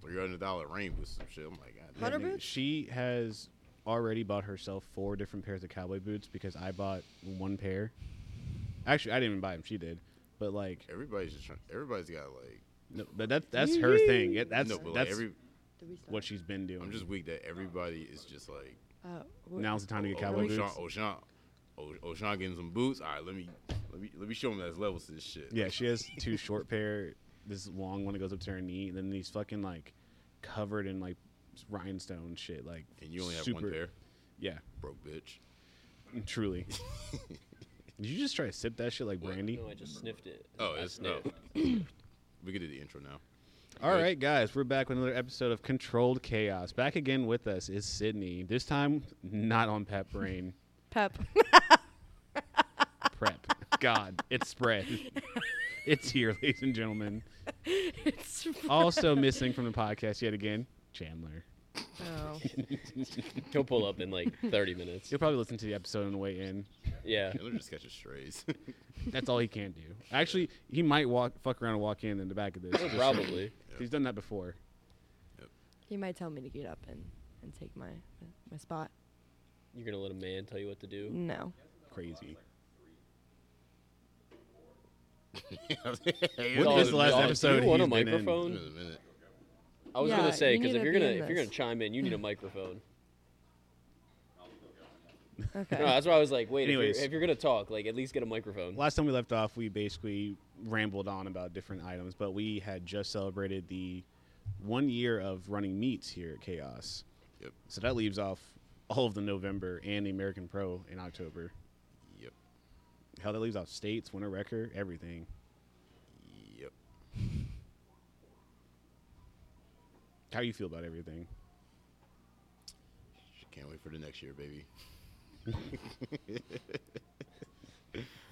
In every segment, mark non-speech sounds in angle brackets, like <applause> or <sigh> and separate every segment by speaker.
Speaker 1: three hundred dollar ring with some shit. I'm like, God,
Speaker 2: Hunter
Speaker 1: damn,
Speaker 2: boots?
Speaker 3: She has already bought herself four different pairs of cowboy boots because I bought one pair. Actually, I didn't even buy them. She did. But like,
Speaker 1: everybody's just trying. Everybody's got like,
Speaker 3: no, but that that's her thing. It, that's
Speaker 1: no, but like
Speaker 3: that's
Speaker 1: every.
Speaker 2: Did we stop?
Speaker 3: what she's been doing.
Speaker 1: I'm just weak that everybody is just like,
Speaker 2: Oh, we're-
Speaker 3: Now's the time to get
Speaker 1: oh,
Speaker 3: cowboy
Speaker 1: O'Shawn,
Speaker 3: boots.
Speaker 1: O'Shawn, O- O'Shawn getting some boots. All right, let me, let me, let me show him that's levels to this shit.
Speaker 3: Yeah, she has two short pair, this long one that goes up to her knee, and then these fucking like covered in like rhinestone shit. Like,
Speaker 1: and you only have
Speaker 3: super-
Speaker 1: one pair,
Speaker 3: Yeah,
Speaker 1: broke bitch. <laughs>
Speaker 3: truly. Did you just try to sip that shit like brandy?
Speaker 4: No, I just sniffed it.
Speaker 1: Oh,
Speaker 4: I
Speaker 1: it's no.
Speaker 4: sniffed.
Speaker 1: we could do the intro
Speaker 3: <laughs>
Speaker 1: now.
Speaker 3: All right, guys, we're back with another episode of Controlled Chaos. Back again with us is Sydney. This time, not on pep brain
Speaker 2: Pep. <laughs>
Speaker 3: prep. God, it's spread. It's here, <laughs> ladies and gentlemen.
Speaker 2: it's
Speaker 3: Also missing from the podcast yet again, Chandler. <laughs>
Speaker 2: oh.
Speaker 4: <laughs> He'll pull up in like 30 minutes.
Speaker 3: He'll probably listen to the episode on the way in.
Speaker 4: Yeah.
Speaker 1: Taylor just catches strays. <laughs>
Speaker 3: That's all he can do. Actually, he might walk, fuck around and walk in in the back of this. Just-
Speaker 4: Probably.
Speaker 3: He's done that before.
Speaker 2: He might tell me to get up and, and take my my spot.
Speaker 4: You're going to let a man tell you what to do?
Speaker 2: No.
Speaker 3: Crazy.
Speaker 1: when
Speaker 3: is the last
Speaker 4: Dog,
Speaker 3: episode
Speaker 4: Do you want a
Speaker 3: he's been in?
Speaker 4: microphone?
Speaker 1: minute.
Speaker 4: I was
Speaker 2: Yeah,
Speaker 4: gonna say
Speaker 2: you
Speaker 4: because
Speaker 2: need
Speaker 4: if
Speaker 2: to
Speaker 4: you're
Speaker 2: be
Speaker 4: gonna
Speaker 2: in
Speaker 4: if you're
Speaker 2: this.
Speaker 4: gonna chime in, you need
Speaker 3: <laughs>
Speaker 4: a microphone. No,
Speaker 2: Okay.
Speaker 4: that's why I was like, wait, if you're,
Speaker 3: Anyways.
Speaker 4: if you're gonna talk, like at least get a microphone.
Speaker 3: Last time we left off, we basically rambled on about different items, but we had just celebrated the one year of running meets here at Chaos.
Speaker 1: Yep.
Speaker 3: So that leaves off all of the November and the American Pro in October.
Speaker 1: Yep.
Speaker 3: Hell, that leaves off states, winter record, everything.
Speaker 1: Yep.
Speaker 3: How you feel about everything?
Speaker 1: Can't wait for the next year,
Speaker 3: <laughs>
Speaker 1: baby.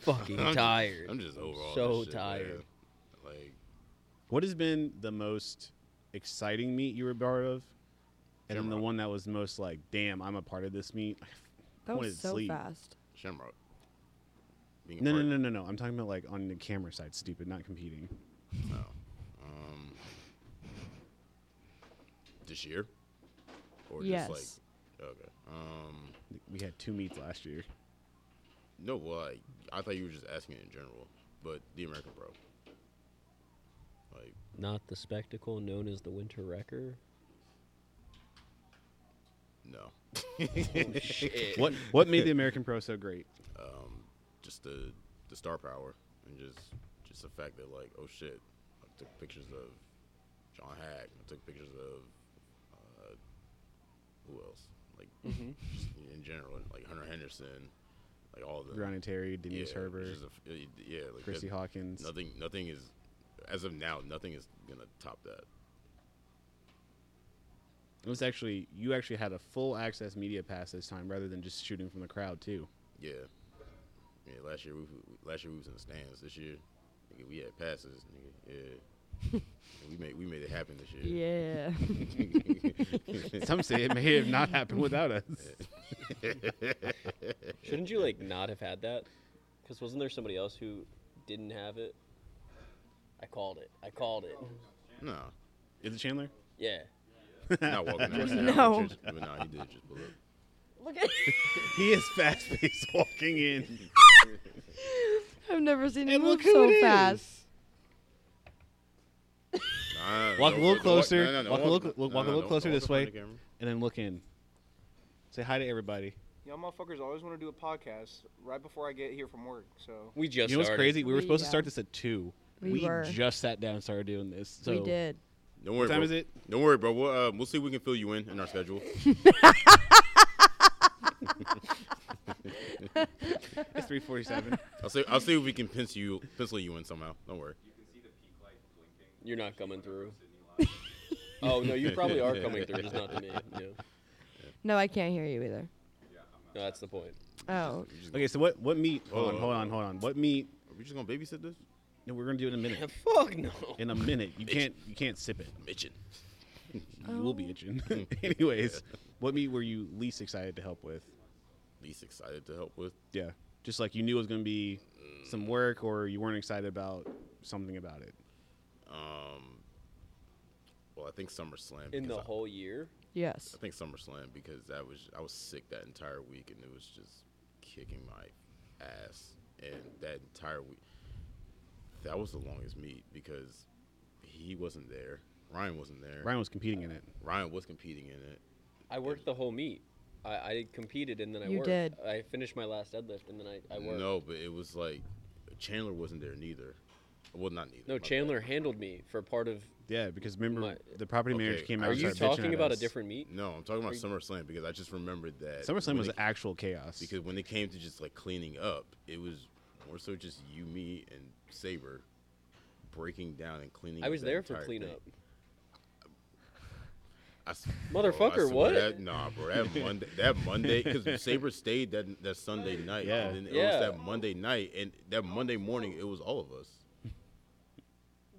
Speaker 4: Fucking
Speaker 1: <laughs> I'm just-
Speaker 4: tired.
Speaker 1: I'm just over all
Speaker 4: So
Speaker 1: this shit, man.
Speaker 4: tired.
Speaker 1: Like
Speaker 3: What has been the most exciting meet you were a part of? And then the
Speaker 1: Shamrock.
Speaker 3: one that was most like, damn, I'm a part of this meet. I
Speaker 2: That
Speaker 3: wanted
Speaker 2: was
Speaker 3: to
Speaker 2: so
Speaker 3: sleep.
Speaker 2: fast.
Speaker 1: Shamrock. Being a
Speaker 3: No, no,
Speaker 1: part-
Speaker 3: no, no, no. I'm talking about like on the camera side, stupid, not competing.
Speaker 1: No. Um, this year? Or
Speaker 2: Yes.
Speaker 1: just like okay. Um
Speaker 3: We had two meets last year.
Speaker 1: no well I, I thought you were just asking in general, but the American Pro. Like
Speaker 4: Not the spectacle known as the
Speaker 3: <laughs>
Speaker 4: winter wrecker.
Speaker 1: no.
Speaker 4: Oh, shit.
Speaker 3: <laughs> What what made the American Pro so great?
Speaker 1: um, just the the star power and just just the fact that like oh shit, I took pictures of John Hack, I took pictures of uh, who else like
Speaker 3: Mm-hmm.
Speaker 1: just in general like Hunter Henderson, like all the
Speaker 3: Ronnie Terry,
Speaker 1: yeah,
Speaker 3: Denise
Speaker 1: it's
Speaker 3: Herbert,
Speaker 1: just a- it- yeah, like
Speaker 3: Chrissy
Speaker 1: that-
Speaker 3: Hawkins.
Speaker 1: nothing nothing is as of now nothing is gonna top that.
Speaker 3: It was actually you actually had a full access media pass this time rather than just shooting from the crowd <laughs> too.
Speaker 1: Yeah, yeah. Last year we last year we was in the stands. This year, nigga, we had passes. Nigga, yeah.
Speaker 3: <laughs>
Speaker 1: we made we made it happen this year.
Speaker 2: Yeah.
Speaker 3: Some say it may have not happened without us.
Speaker 4: Shouldn't you like not have had that? Because wasn't there somebody else who didn't have it? I called it. I called it.
Speaker 1: <laughs> no,
Speaker 3: Is it Chandler?
Speaker 4: Yeah.
Speaker 1: not walking out.
Speaker 2: No.
Speaker 1: but no, he did just pull up.
Speaker 2: Look at
Speaker 3: <laughs> He is fast paced <laughs> walking in.
Speaker 2: I've never seen him
Speaker 3: And
Speaker 2: move
Speaker 3: look who
Speaker 2: so
Speaker 3: it
Speaker 2: fast.
Speaker 3: is.
Speaker 1: Nah,
Speaker 3: Walk
Speaker 1: don't-
Speaker 3: a little
Speaker 1: don't
Speaker 3: closer.
Speaker 1: no, no, no,
Speaker 3: Walk a
Speaker 1: don't
Speaker 3: little-
Speaker 1: no,
Speaker 3: walk a
Speaker 1: no,
Speaker 3: little
Speaker 1: don't-
Speaker 3: closer
Speaker 1: don't
Speaker 3: this
Speaker 1: walk in front
Speaker 3: way.
Speaker 1: of the camera.
Speaker 3: And then look in. Say hi to everybody.
Speaker 5: Y'all motherfuckers always want to do a podcast right before I get here from work. So
Speaker 4: We just
Speaker 3: you know what's
Speaker 4: started.
Speaker 3: crazy? We were
Speaker 2: We,
Speaker 3: supposed to
Speaker 2: uh,
Speaker 3: start this at two.
Speaker 2: we were.
Speaker 3: just sat down and started doing this. So
Speaker 2: we did.
Speaker 1: Don't worry,
Speaker 3: time
Speaker 1: bro.
Speaker 3: is it?
Speaker 1: Don't worry, bro. We'll, uh, we'll see if we can fill you in in our schedule.
Speaker 3: it's three forty <laughs> seven.
Speaker 1: I'll see. I'll see if we can pencil you pencil you in somehow. Don't worry.
Speaker 4: You're not coming through. <laughs> oh no, you probably are coming through, just not to me. No, no
Speaker 2: No, I can't hear you either.
Speaker 4: that's the point.
Speaker 2: Oh.
Speaker 1: We just,
Speaker 3: Okay, so what what meet hold on,
Speaker 1: Oh.
Speaker 3: hold on, hold on. What meet
Speaker 1: are we just gonna babysit this?
Speaker 3: no, we're gonna do it in a minute.
Speaker 4: Fuck no.
Speaker 3: In a minute. You can't you can't sip it.
Speaker 1: I'm itching.
Speaker 3: You will
Speaker 2: Oh.
Speaker 3: be itching. <laughs> Anyways, what meet were you least excited to help with?
Speaker 1: Least excited to help with.
Speaker 3: Yeah. Just like you knew it was gonna be some work or you weren't excited about something about it.
Speaker 1: Um, well, I think SummerSlam.
Speaker 4: <laughs> in
Speaker 1: because
Speaker 4: the
Speaker 1: I,
Speaker 4: whole year.
Speaker 2: Yes.
Speaker 1: I think SummerSlam because that was I was sick that entire week and it was just kicking my ass. And that entire week, that was the longest meet because he wasn't there. Ryan wasn't there.
Speaker 3: Ryan was competing in it.
Speaker 1: Ryan was competing in it.
Speaker 4: I worked the whole meet. I, I competed and then I
Speaker 2: You
Speaker 4: worked.
Speaker 2: did.
Speaker 4: I finished my last deadlift and then I, I worked.
Speaker 1: No, but it was like Chandler wasn't there neither. Well, not neither.
Speaker 4: No,
Speaker 1: my bad.
Speaker 4: Chandler handled me for part of.
Speaker 3: Yeah, because remember
Speaker 4: My-
Speaker 3: the property manager
Speaker 1: Okay,
Speaker 3: came out.
Speaker 1: I
Speaker 4: Are
Speaker 3: and
Speaker 4: you
Speaker 3: started bitching
Speaker 4: talking
Speaker 3: at
Speaker 4: about a
Speaker 3: us.
Speaker 4: different meet?
Speaker 1: No, I'm talking about
Speaker 4: Are you-
Speaker 1: SummerSlam because I just remembered that
Speaker 3: SummerSlam
Speaker 1: when
Speaker 3: was
Speaker 1: it-
Speaker 3: actual chaos.
Speaker 1: because when it came to just like cleaning up, it was more so just you, me, and Saber breaking down and cleaning.
Speaker 4: I
Speaker 1: up
Speaker 4: was
Speaker 1: that
Speaker 4: there for
Speaker 1: entire thing.
Speaker 4: cleanup.
Speaker 1: I s-
Speaker 4: Motherfucker,
Speaker 1: bro, I swear
Speaker 4: what?
Speaker 1: That, nah, bro.
Speaker 4: <laughs>
Speaker 1: That Monday, that Monday, because Saber stayed that that Sunday night.
Speaker 3: Yeah.
Speaker 1: and then it
Speaker 4: Yeah.
Speaker 1: was that Monday night, and that Monday morning, it was all of us.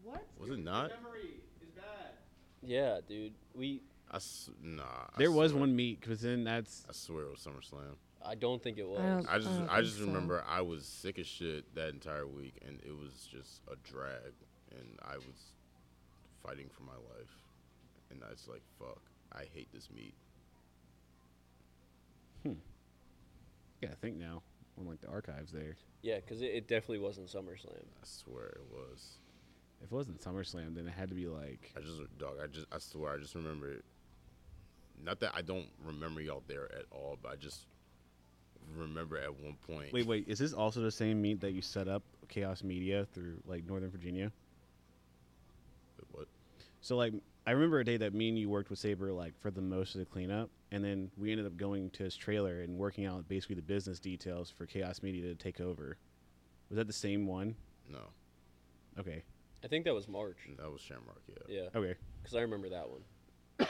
Speaker 2: What?
Speaker 1: Was it not?
Speaker 4: Yeah, dude. We.
Speaker 1: I s- nah. I
Speaker 3: there was
Speaker 1: swear.
Speaker 3: one meet because then that's
Speaker 1: I swear it was SummerSlam.
Speaker 4: I don't think it was.
Speaker 2: I don't-
Speaker 1: I just
Speaker 2: don't
Speaker 1: I
Speaker 2: think
Speaker 1: just
Speaker 2: so.
Speaker 1: remember I was sick as shit that entire week, and it was just a drag, and I was fighting for my life, and I was like, "Fuck, I hate this meat."
Speaker 3: yeah. I think now on like the archives there.
Speaker 4: Yeah, because it, it definitely wasn't SummerSlam.
Speaker 1: I swear it was.
Speaker 3: If it wasn't SummerSlam, then it had to be like
Speaker 1: I just dog. I just I swear I just remember. It. Not that I don't remember y'all there at all, but I just remember at one point.
Speaker 3: Wait, wait, is this also the same meet that you set up Chaos Media through like Northern Virginia?
Speaker 1: what?
Speaker 3: So like I remember a day that me and you worked with Saber like for the most of the cleanup and then we ended up going to his trailer and working out basically the business details for Chaos Media to take over. Was that the same one?
Speaker 1: No,
Speaker 3: Okay.
Speaker 4: I think that was March.
Speaker 1: that was Shamrock. Yeah.
Speaker 4: Yeah,
Speaker 3: Okay.
Speaker 4: because I remember that one.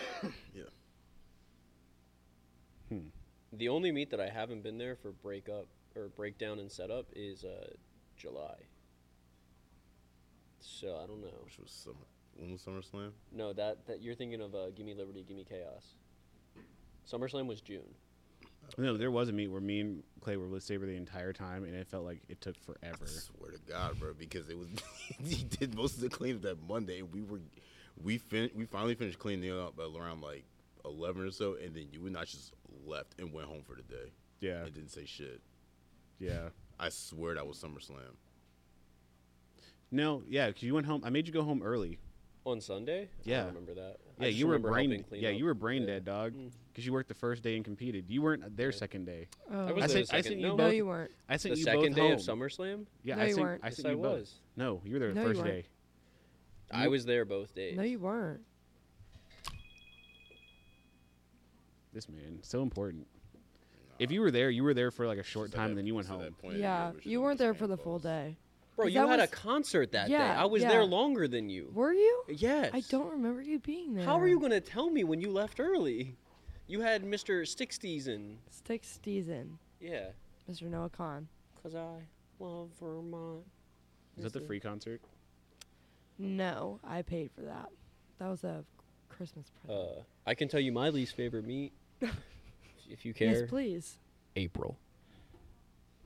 Speaker 1: Yeah.
Speaker 3: Hmm.
Speaker 4: The only meet that I haven't been there for breakup or breakdown and setup is uh, July. So I don't know.
Speaker 1: Which was summer. When was SummerSlam?
Speaker 4: No, that that you're thinking of uh, Gimme Liberty, Gimme Chaos. SummerSlam was June.
Speaker 3: No, there was a meet where me and Clay were with Saber the entire time and it felt like it took forever.
Speaker 1: I swear to God, bro, because it was <laughs> he did most of the cleanup that Monday. We were we fin we finally finished cleaning up around like eleven or so, and then you and I just left and went home for the day.
Speaker 3: Yeah.
Speaker 1: and didn't say shit.
Speaker 3: Yeah.
Speaker 1: I swear that was SummerSlam.
Speaker 3: No, yeah, cuz you went home. I made you go home early.
Speaker 4: On Sunday? I
Speaker 3: Yeah.
Speaker 4: don't remember that. I
Speaker 3: Yeah,
Speaker 4: just
Speaker 3: you were
Speaker 4: remember
Speaker 3: brain
Speaker 4: helping clean
Speaker 3: Yeah,
Speaker 4: up.
Speaker 3: you were brain
Speaker 4: Yeah.
Speaker 3: dead, dog,
Speaker 2: Mm.
Speaker 3: cuz you worked the first day and competed. You weren't there second day.
Speaker 2: Oh.
Speaker 4: I was
Speaker 3: I
Speaker 4: there
Speaker 3: said-
Speaker 4: the second.
Speaker 3: I said you
Speaker 4: no,
Speaker 2: no,
Speaker 3: both-
Speaker 2: you weren't.
Speaker 3: I sent
Speaker 4: the
Speaker 3: you
Speaker 4: second
Speaker 3: both
Speaker 4: day
Speaker 3: home.
Speaker 4: of SummerSlam.
Speaker 3: Yeah,
Speaker 2: No,
Speaker 3: I
Speaker 2: you
Speaker 3: sent,
Speaker 2: weren't.
Speaker 3: I
Speaker 4: Yes,
Speaker 3: sent
Speaker 4: I
Speaker 3: you both.
Speaker 4: was.
Speaker 3: No, you were there the
Speaker 2: No, you
Speaker 3: first day.
Speaker 2: weren't.
Speaker 4: I was there both days.
Speaker 2: No, you weren't.
Speaker 3: This man, so important. If you were there, you were there for like a short
Speaker 1: Just at
Speaker 3: time, and
Speaker 1: that-
Speaker 3: then you went
Speaker 1: just at that
Speaker 3: home.
Speaker 1: point in the year,
Speaker 2: Yeah,
Speaker 1: we were just
Speaker 2: you
Speaker 1: on
Speaker 2: weren't there
Speaker 1: same
Speaker 2: for the full
Speaker 1: calls.
Speaker 2: day.
Speaker 4: Bro,
Speaker 2: 'Cause
Speaker 4: you
Speaker 2: that
Speaker 4: had a
Speaker 2: was-
Speaker 4: concert that day.
Speaker 2: Yeah,
Speaker 4: I was
Speaker 2: yeah.
Speaker 4: there longer than you.
Speaker 2: Were you?
Speaker 4: Yes.
Speaker 2: I don't remember you being there.
Speaker 4: How are you going to tell me when you left early? You had Mr. Sixties and
Speaker 2: Stick Steezen,
Speaker 4: yeah,
Speaker 2: Mr. Noah Khan.
Speaker 4: cause I love Vermont.
Speaker 3: Is that the
Speaker 4: Yes,
Speaker 3: free concert?
Speaker 2: No, I paid for that. That was a Christmas present.
Speaker 4: Uh, I can tell you my least favorite meat, <laughs> if you care.
Speaker 2: yes, please.
Speaker 4: April.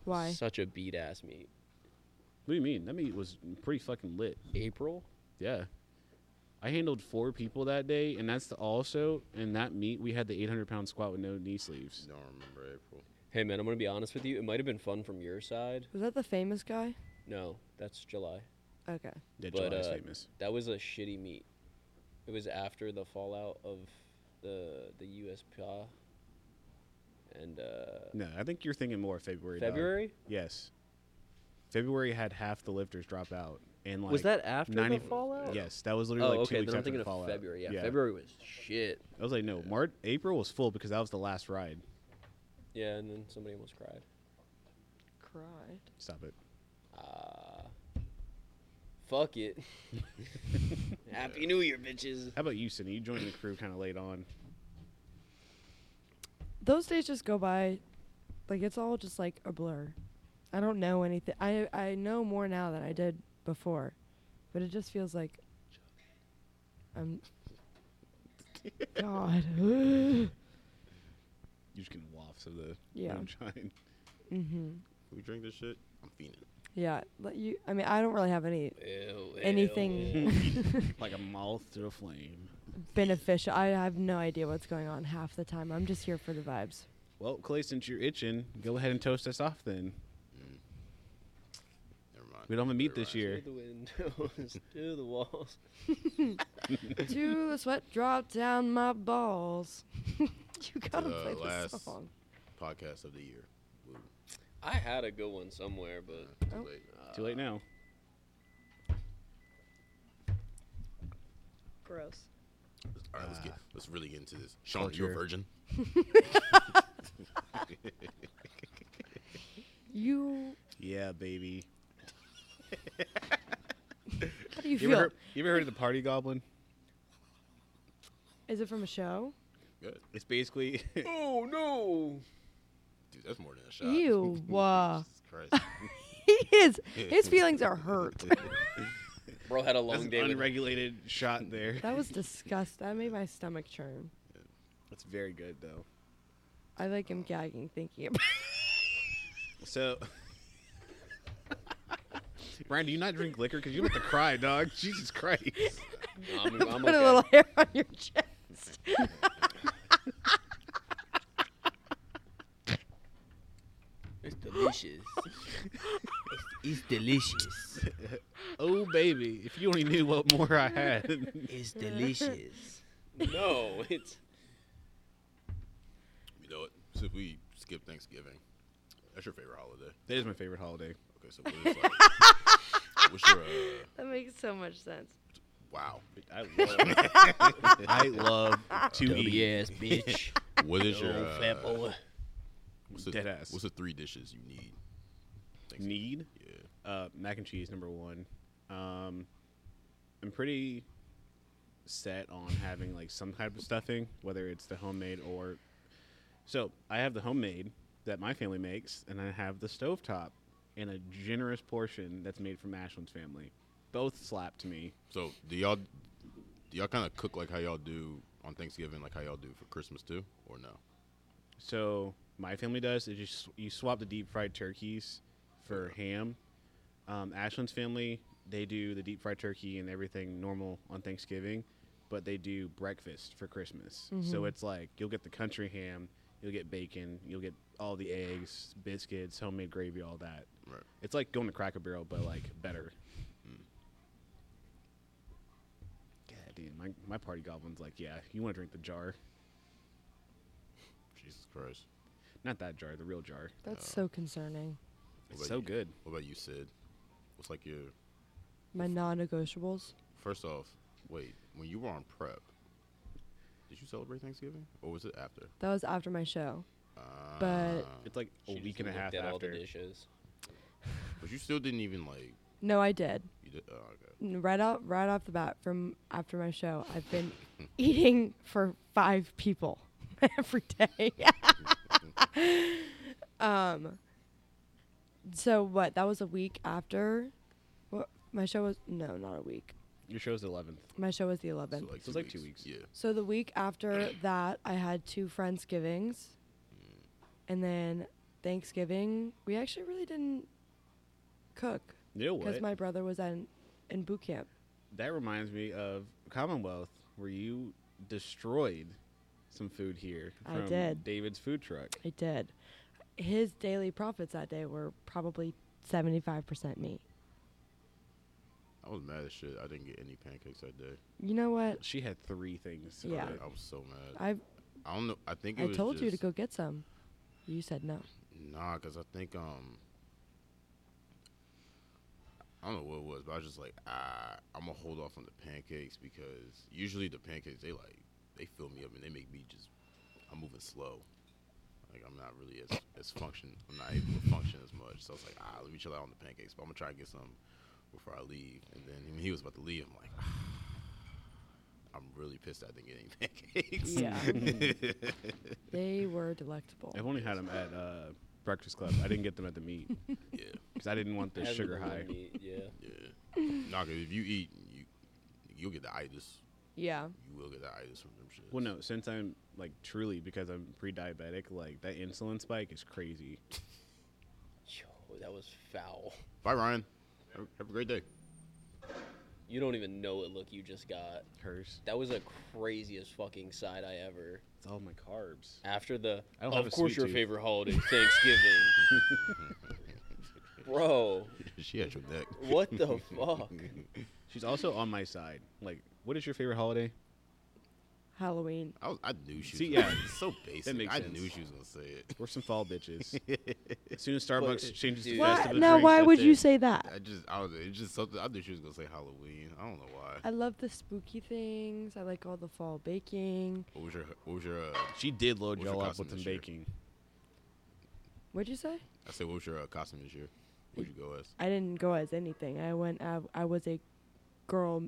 Speaker 2: Why?
Speaker 4: Such a beat ass meat.
Speaker 3: What do you mean? That meet was pretty fucking lit.
Speaker 4: April.
Speaker 3: Yeah, I handled four people that day, and that's the also in that meet we had the 800 pound squat with no knee sleeves.
Speaker 1: Don't remember April.
Speaker 4: Hey man, I'm gonna be honest with you. It might have been fun from your side.
Speaker 2: Was that the famous guy?
Speaker 4: No, that's July.
Speaker 2: Okay.
Speaker 3: Yeah,
Speaker 4: But,
Speaker 3: July's
Speaker 4: uh,
Speaker 3: famous.
Speaker 4: That was a shitty meet. It was after the fallout of the the USPA and uh,
Speaker 3: No, I think you're thinking more February. dog.
Speaker 4: February.
Speaker 3: Yes, February had half the lifters drop out, and like
Speaker 4: was that after
Speaker 3: 90
Speaker 4: the fallout?
Speaker 3: Yes, that was
Speaker 4: Oh,
Speaker 3: literally like two
Speaker 4: okay.
Speaker 3: weeks
Speaker 4: Then I'm
Speaker 3: after
Speaker 4: thinking
Speaker 3: the
Speaker 4: of
Speaker 3: fallout.
Speaker 4: February. Yeah, February was shit.
Speaker 3: I was like, no, March, April was full because that was the last ride.
Speaker 4: Yeah, and then somebody almost cried.
Speaker 2: Cried.
Speaker 3: Stop it.
Speaker 4: Uh,
Speaker 3: <laughs>
Speaker 4: fuck it. <laughs> Happy New Year, bitches.
Speaker 3: How about you, Cindy? You joined the crew kind of late on.
Speaker 2: Those days just go by, like it's all just like a blur. I don't know anything. I I know more now than I did before, but it just feels like <laughs> I'm. God. <gasps>
Speaker 3: You're just getting wafts of the
Speaker 2: Yeah.
Speaker 3: moonshine. <laughs>
Speaker 2: mm-hmm.
Speaker 1: Can we drink this shit? I'm fiending.
Speaker 2: Yeah. Let you. I mean, I don't really have any
Speaker 4: Ew, ew,
Speaker 2: <laughs> anything.
Speaker 3: like a moth through a flame.
Speaker 2: beneficial. I have no idea what's going on half the time. I'm just here for the <laughs> vibes.
Speaker 3: Well, Clay, since you're itching, go ahead and toast us off then.
Speaker 1: Never mind.
Speaker 3: We don't have a meet
Speaker 1: Never
Speaker 3: this
Speaker 1: mind.
Speaker 3: year.
Speaker 4: Through the windows, <laughs> through the walls.
Speaker 2: to the sweat drop down my balls. <laughs> you gotta
Speaker 1: the
Speaker 2: play
Speaker 1: last-
Speaker 2: this song.
Speaker 1: Podcast of the year. Woo.
Speaker 4: I had a good one somewhere, but
Speaker 1: Too
Speaker 2: Oh.
Speaker 1: late.
Speaker 3: Too late now.
Speaker 2: Gross.
Speaker 1: All right, let's get let's really get into this. Sean, you a
Speaker 3: Ah. culture.
Speaker 1: virgin?
Speaker 2: You.
Speaker 3: Yeah, baby.
Speaker 2: How do you,
Speaker 3: You
Speaker 2: feel?
Speaker 3: ever, heard, you ever heard of the party goblin?
Speaker 2: Is it from a show?
Speaker 1: Good.
Speaker 3: It's basically <laughs>
Speaker 4: oh no!
Speaker 1: Dude, that's more than a shot.
Speaker 2: Ew.
Speaker 1: <laughs>
Speaker 2: uh,
Speaker 1: Jesus Christ.
Speaker 2: he is. His feelings are hurt.
Speaker 4: Bro had a
Speaker 3: that's
Speaker 4: long
Speaker 3: an
Speaker 4: day. with-
Speaker 3: unregulated shot there.
Speaker 2: that was disgust. That made my stomach churn.
Speaker 3: That's very good though.
Speaker 2: I like him gagging thinking about.
Speaker 3: So, <laughs> Brian, do you not drink liquor? Because you're about to cry, dog. <laughs> Jesus Christ.
Speaker 4: No,
Speaker 2: <laughs>
Speaker 4: I'm, I'm
Speaker 2: Put
Speaker 4: okay.
Speaker 2: a little hair on your chest.
Speaker 4: It's delicious. it's delicious.
Speaker 3: Oh baby, if you only knew what more I had. <laughs>
Speaker 4: It's delicious. <laughs> no, it's
Speaker 1: you know what? So if we skip Thanksgiving, that's your favorite holiday.
Speaker 3: that is my favorite holiday.
Speaker 1: Okay, so what is like? what's your uh,
Speaker 2: <laughs> that makes so much sense.
Speaker 1: wow?
Speaker 3: I love. I love E to eat.
Speaker 4: ass bitch.
Speaker 1: <laughs>
Speaker 3: <laughs>
Speaker 1: What is your
Speaker 4: Old fat
Speaker 1: uh,
Speaker 4: boy.
Speaker 1: what's the,
Speaker 3: Deadass.
Speaker 1: What's the three dishes you need? Thanksgiving?
Speaker 3: Need
Speaker 1: Yeah.
Speaker 3: uh, mac and cheese number one. Um, I'm pretty set on having like some type of stuffing, whether it's the homemade or. So I have the homemade that my family makes, and I have the stovetop, and a generous portion that's made from Ashland's family. Both slap to me.
Speaker 1: So do y'all do y'all kind of cook like how y'all do on Thanksgiving, like how y'all do for Christmas too, or no?
Speaker 3: So my family does is you, sw- you swap the deep fried turkeys for ham. Um, Ashland's family they do the deep fried turkey and everything normal on Thanksgiving, but they do breakfast for Christmas. So it's like you'll get the country ham, you'll get bacon, you'll get all the eggs, biscuits, homemade gravy, all that.
Speaker 1: Right.
Speaker 3: It's like going to Cracker Barrel, but like better. God damn, my, my party goblin's like, yeah, you want to drink the jar?
Speaker 1: Jesus Christ.
Speaker 3: Not that jar, the real jar.
Speaker 2: That's so concerning.
Speaker 1: What
Speaker 3: It's
Speaker 1: about
Speaker 3: so
Speaker 1: you?
Speaker 3: good.
Speaker 1: What about you, Sid? What's like your
Speaker 2: My non-negotiables.
Speaker 1: first off? Wait, when you were on prep, did you celebrate Thanksgiving or was it after?
Speaker 2: That was after my show.
Speaker 1: Uh,
Speaker 2: But-
Speaker 3: It's like a
Speaker 4: She
Speaker 3: week
Speaker 4: just
Speaker 3: and a half
Speaker 4: looked at all the
Speaker 3: after.
Speaker 4: dishes.
Speaker 1: but you still didn't even like
Speaker 2: No, I did.
Speaker 1: you did. Oh, okay.
Speaker 2: N- Right off, right off the bat, from after my show, I've been <laughs> eating for five people <laughs> every day. <laughs> um. So what? That was a week after. What my show was? No, not a week.
Speaker 3: Your show's the 11th.
Speaker 2: My show was the 11th.
Speaker 1: like,
Speaker 3: So it's like two weeks.
Speaker 1: Yeah.
Speaker 2: So the week
Speaker 3: <clears throat>
Speaker 2: after that, I had two Friendsgivings. And then Thanksgiving, we actually really didn't cook
Speaker 3: You know
Speaker 2: because
Speaker 3: what?
Speaker 2: my brother was in, in boot camp.
Speaker 3: that reminds me of Commonwealth, where you destroyed some food here.
Speaker 2: I
Speaker 3: From
Speaker 2: did.
Speaker 3: David's food truck.
Speaker 2: I did. His daily profits that day were probably 75% meat.
Speaker 1: I was mad as shit. I didn't get any pancakes that day.
Speaker 2: You know what?
Speaker 3: She had three things.
Speaker 2: Yeah.
Speaker 3: on it.
Speaker 1: I was so mad.
Speaker 2: I
Speaker 1: I don't know. I think it
Speaker 2: I
Speaker 1: was
Speaker 2: told you to
Speaker 1: just-
Speaker 2: go get some. You said no.
Speaker 1: Nah, cause I think um, I don't know what it was, but I was just like, ah, I'm gonna hold off on the pancakes because usually the pancakes they like they fill me up and they make me just I'm moving slow. Like I'm not really as as function. I'm not able to function as much. So I was like, ah, let me chill out on the pancakes, but I'm gonna try and get some before I leave. And then when he was about to leave, I'm like. Ah, I'm really pissed I didn't get any <laughs>
Speaker 2: Yeah.
Speaker 1: pancakes.
Speaker 2: They were delectable.
Speaker 3: I've only had them at uh, Breakfast Club. I didn't get them at
Speaker 2: <laughs>
Speaker 3: the meat
Speaker 1: <laughs> yeah.
Speaker 3: because I didn't want
Speaker 4: <laughs>
Speaker 3: the
Speaker 4: Has
Speaker 3: sugar
Speaker 4: the blue
Speaker 3: high.
Speaker 4: meat, Yeah.
Speaker 1: Yeah. nah, 'cause if you eat, you you'll get the itis.
Speaker 2: Yeah.
Speaker 1: You will get the itis from them shit.
Speaker 3: Well, no, since I'm like truly because I'm pre-diabetic, like that insulin spike is crazy.
Speaker 4: Yo, that was foul.
Speaker 1: Bye, Ryan. Have, have a great day.
Speaker 4: You don't even know what look you just got.
Speaker 3: Curse.
Speaker 4: That was the craziest fucking side I ever.
Speaker 3: It's all my carbs.
Speaker 4: After the,
Speaker 3: I don't
Speaker 4: of
Speaker 3: have a
Speaker 4: course,
Speaker 3: sweet
Speaker 4: your
Speaker 3: tooth."
Speaker 4: favorite
Speaker 3: <laughs>
Speaker 4: holiday, Thanksgiving. Bro,
Speaker 1: <laughs> she had your neck.
Speaker 4: what the fuck?
Speaker 3: She's also on my side. Like, what is your favorite holiday?
Speaker 2: Halloween.
Speaker 1: I, was, I knew she was.
Speaker 3: See,
Speaker 1: gonna-
Speaker 3: yeah.
Speaker 1: it's so basic.
Speaker 3: makes
Speaker 1: I
Speaker 3: sense.
Speaker 1: knew she was gonna say it.
Speaker 3: We're some fall bitches. as soon as Starbucks
Speaker 4: But,
Speaker 3: changes to
Speaker 4: dude.
Speaker 2: Why-
Speaker 3: festive
Speaker 2: now,
Speaker 3: drinks,
Speaker 2: why
Speaker 3: that's
Speaker 2: would you
Speaker 3: it.
Speaker 2: say that?
Speaker 1: I just, I was, it's just something. I knew she was gonna say Halloween. I don't know why.
Speaker 2: I love the spooky things. I like all the fall baking.
Speaker 1: What was your, what was your? Uh,
Speaker 3: She did load
Speaker 1: What's your
Speaker 3: y'all up
Speaker 1: costume
Speaker 3: with some
Speaker 1: this year?
Speaker 3: baking.
Speaker 2: What'd you say?
Speaker 1: I said, what was your uh, costume this year? What'd you go as?
Speaker 2: I didn't go as anything. I went. I, I was a girl,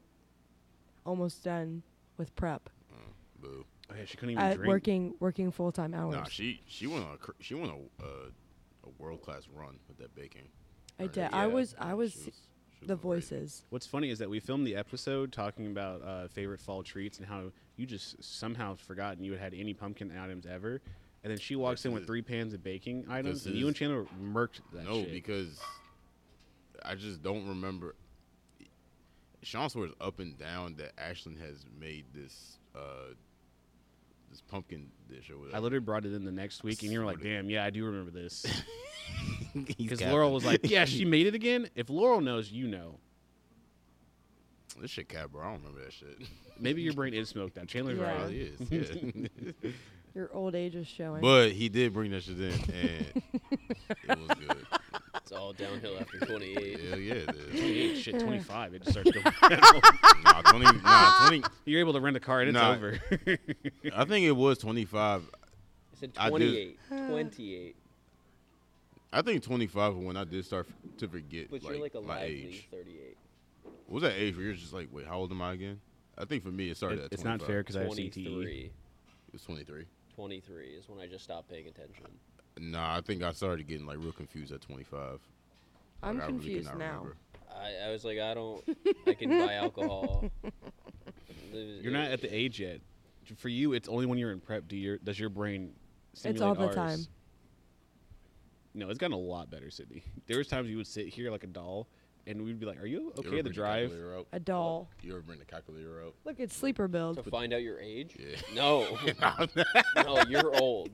Speaker 2: almost done with prep.
Speaker 1: Uh, Boo.
Speaker 3: Oh, yeah, she couldn't even
Speaker 2: At
Speaker 3: drink.
Speaker 2: Uh, working working full time hours.
Speaker 1: Nah, she, she went on, a, cr- she went on a, uh, a world class run with that baking.
Speaker 2: I
Speaker 1: Her-
Speaker 2: did. I was. I
Speaker 1: she
Speaker 2: was,
Speaker 1: she
Speaker 2: the
Speaker 1: going crazy.
Speaker 2: voices.
Speaker 3: What's funny is that we filmed the episode talking about uh, favorite fall treats and how you just somehow forgotten you had had any pumpkin items ever. And then she walks in with
Speaker 1: is-
Speaker 3: three pans of baking items,
Speaker 1: this
Speaker 3: and you and
Speaker 1: is-
Speaker 3: Chandler murked that
Speaker 1: No,
Speaker 3: shit.
Speaker 1: because I just don't remember. Sean swears up and down that Ashlyn has made this uh, this pumpkin dish or whatever.
Speaker 3: I literally brought it in the next week, and you were like,
Speaker 1: Sorta.
Speaker 3: damn, yeah, I do remember this.
Speaker 1: He's
Speaker 3: Because
Speaker 1: capping.
Speaker 3: Laurel was like, yeah, she made it again. If Laurel knows, you know.
Speaker 1: this shit cat, bro. I don't remember that
Speaker 3: <laughs>
Speaker 1: shit.
Speaker 3: Maybe your brain is smoked out. Chandler's
Speaker 1: It
Speaker 2: Yeah.
Speaker 3: right.
Speaker 1: really is,
Speaker 3: <laughs>
Speaker 1: yeah.
Speaker 2: Your old age is
Speaker 1: <laughs>
Speaker 2: showing.
Speaker 1: but he did bring that shit in, and it was good.
Speaker 4: It's all downhill after
Speaker 3: <laughs>
Speaker 4: 28.
Speaker 1: Hell yeah, it is.
Speaker 3: 28, shit, 25. It just starts <laughs> going down.
Speaker 1: Nah, 20, nah, 20,
Speaker 3: You're able to rent a car, and it's
Speaker 1: Nah.
Speaker 3: over. <laughs>
Speaker 1: I think it was 25.
Speaker 4: I said
Speaker 1: I do-
Speaker 4: 28. 28.
Speaker 1: I think 25 was when I did start to forget
Speaker 4: But
Speaker 1: like,
Speaker 4: you're like a
Speaker 1: my
Speaker 4: lively
Speaker 1: age.
Speaker 4: 38.
Speaker 1: What was that age where you're just like, wait, how old am I again? I think for me, it started
Speaker 3: It-
Speaker 1: at
Speaker 3: it's not
Speaker 1: 25.
Speaker 3: fair because I have E. CTE.
Speaker 4: 23.
Speaker 1: It was 23.
Speaker 4: 23 is when I just stopped paying attention.
Speaker 1: Nah, I think I started getting like real confused at 25.
Speaker 2: I'm
Speaker 1: Like, I really
Speaker 2: confused
Speaker 1: cannot
Speaker 2: now.
Speaker 1: remember.
Speaker 4: I, I was like, I don't. I can
Speaker 3: <laughs>
Speaker 4: buy alcohol.
Speaker 3: You're not at the age yet. For you, it's only when you're in prep. Do your does your brain? Simulate
Speaker 2: It's all the
Speaker 3: ours.
Speaker 2: time.
Speaker 3: No, it's gotten a lot better, Sydney. There was times you would sit here like a doll, and we'd be like, "Are you
Speaker 1: You ever
Speaker 3: okay at the
Speaker 1: bring
Speaker 3: drive?"
Speaker 1: calculator out?
Speaker 2: A doll.
Speaker 1: You ever bring the calculator <laughs> out?
Speaker 2: Look, it's sleeper
Speaker 4: To
Speaker 2: build.
Speaker 4: find out your age?
Speaker 1: Yeah.
Speaker 4: No. no, you're
Speaker 3: <laughs>
Speaker 4: old.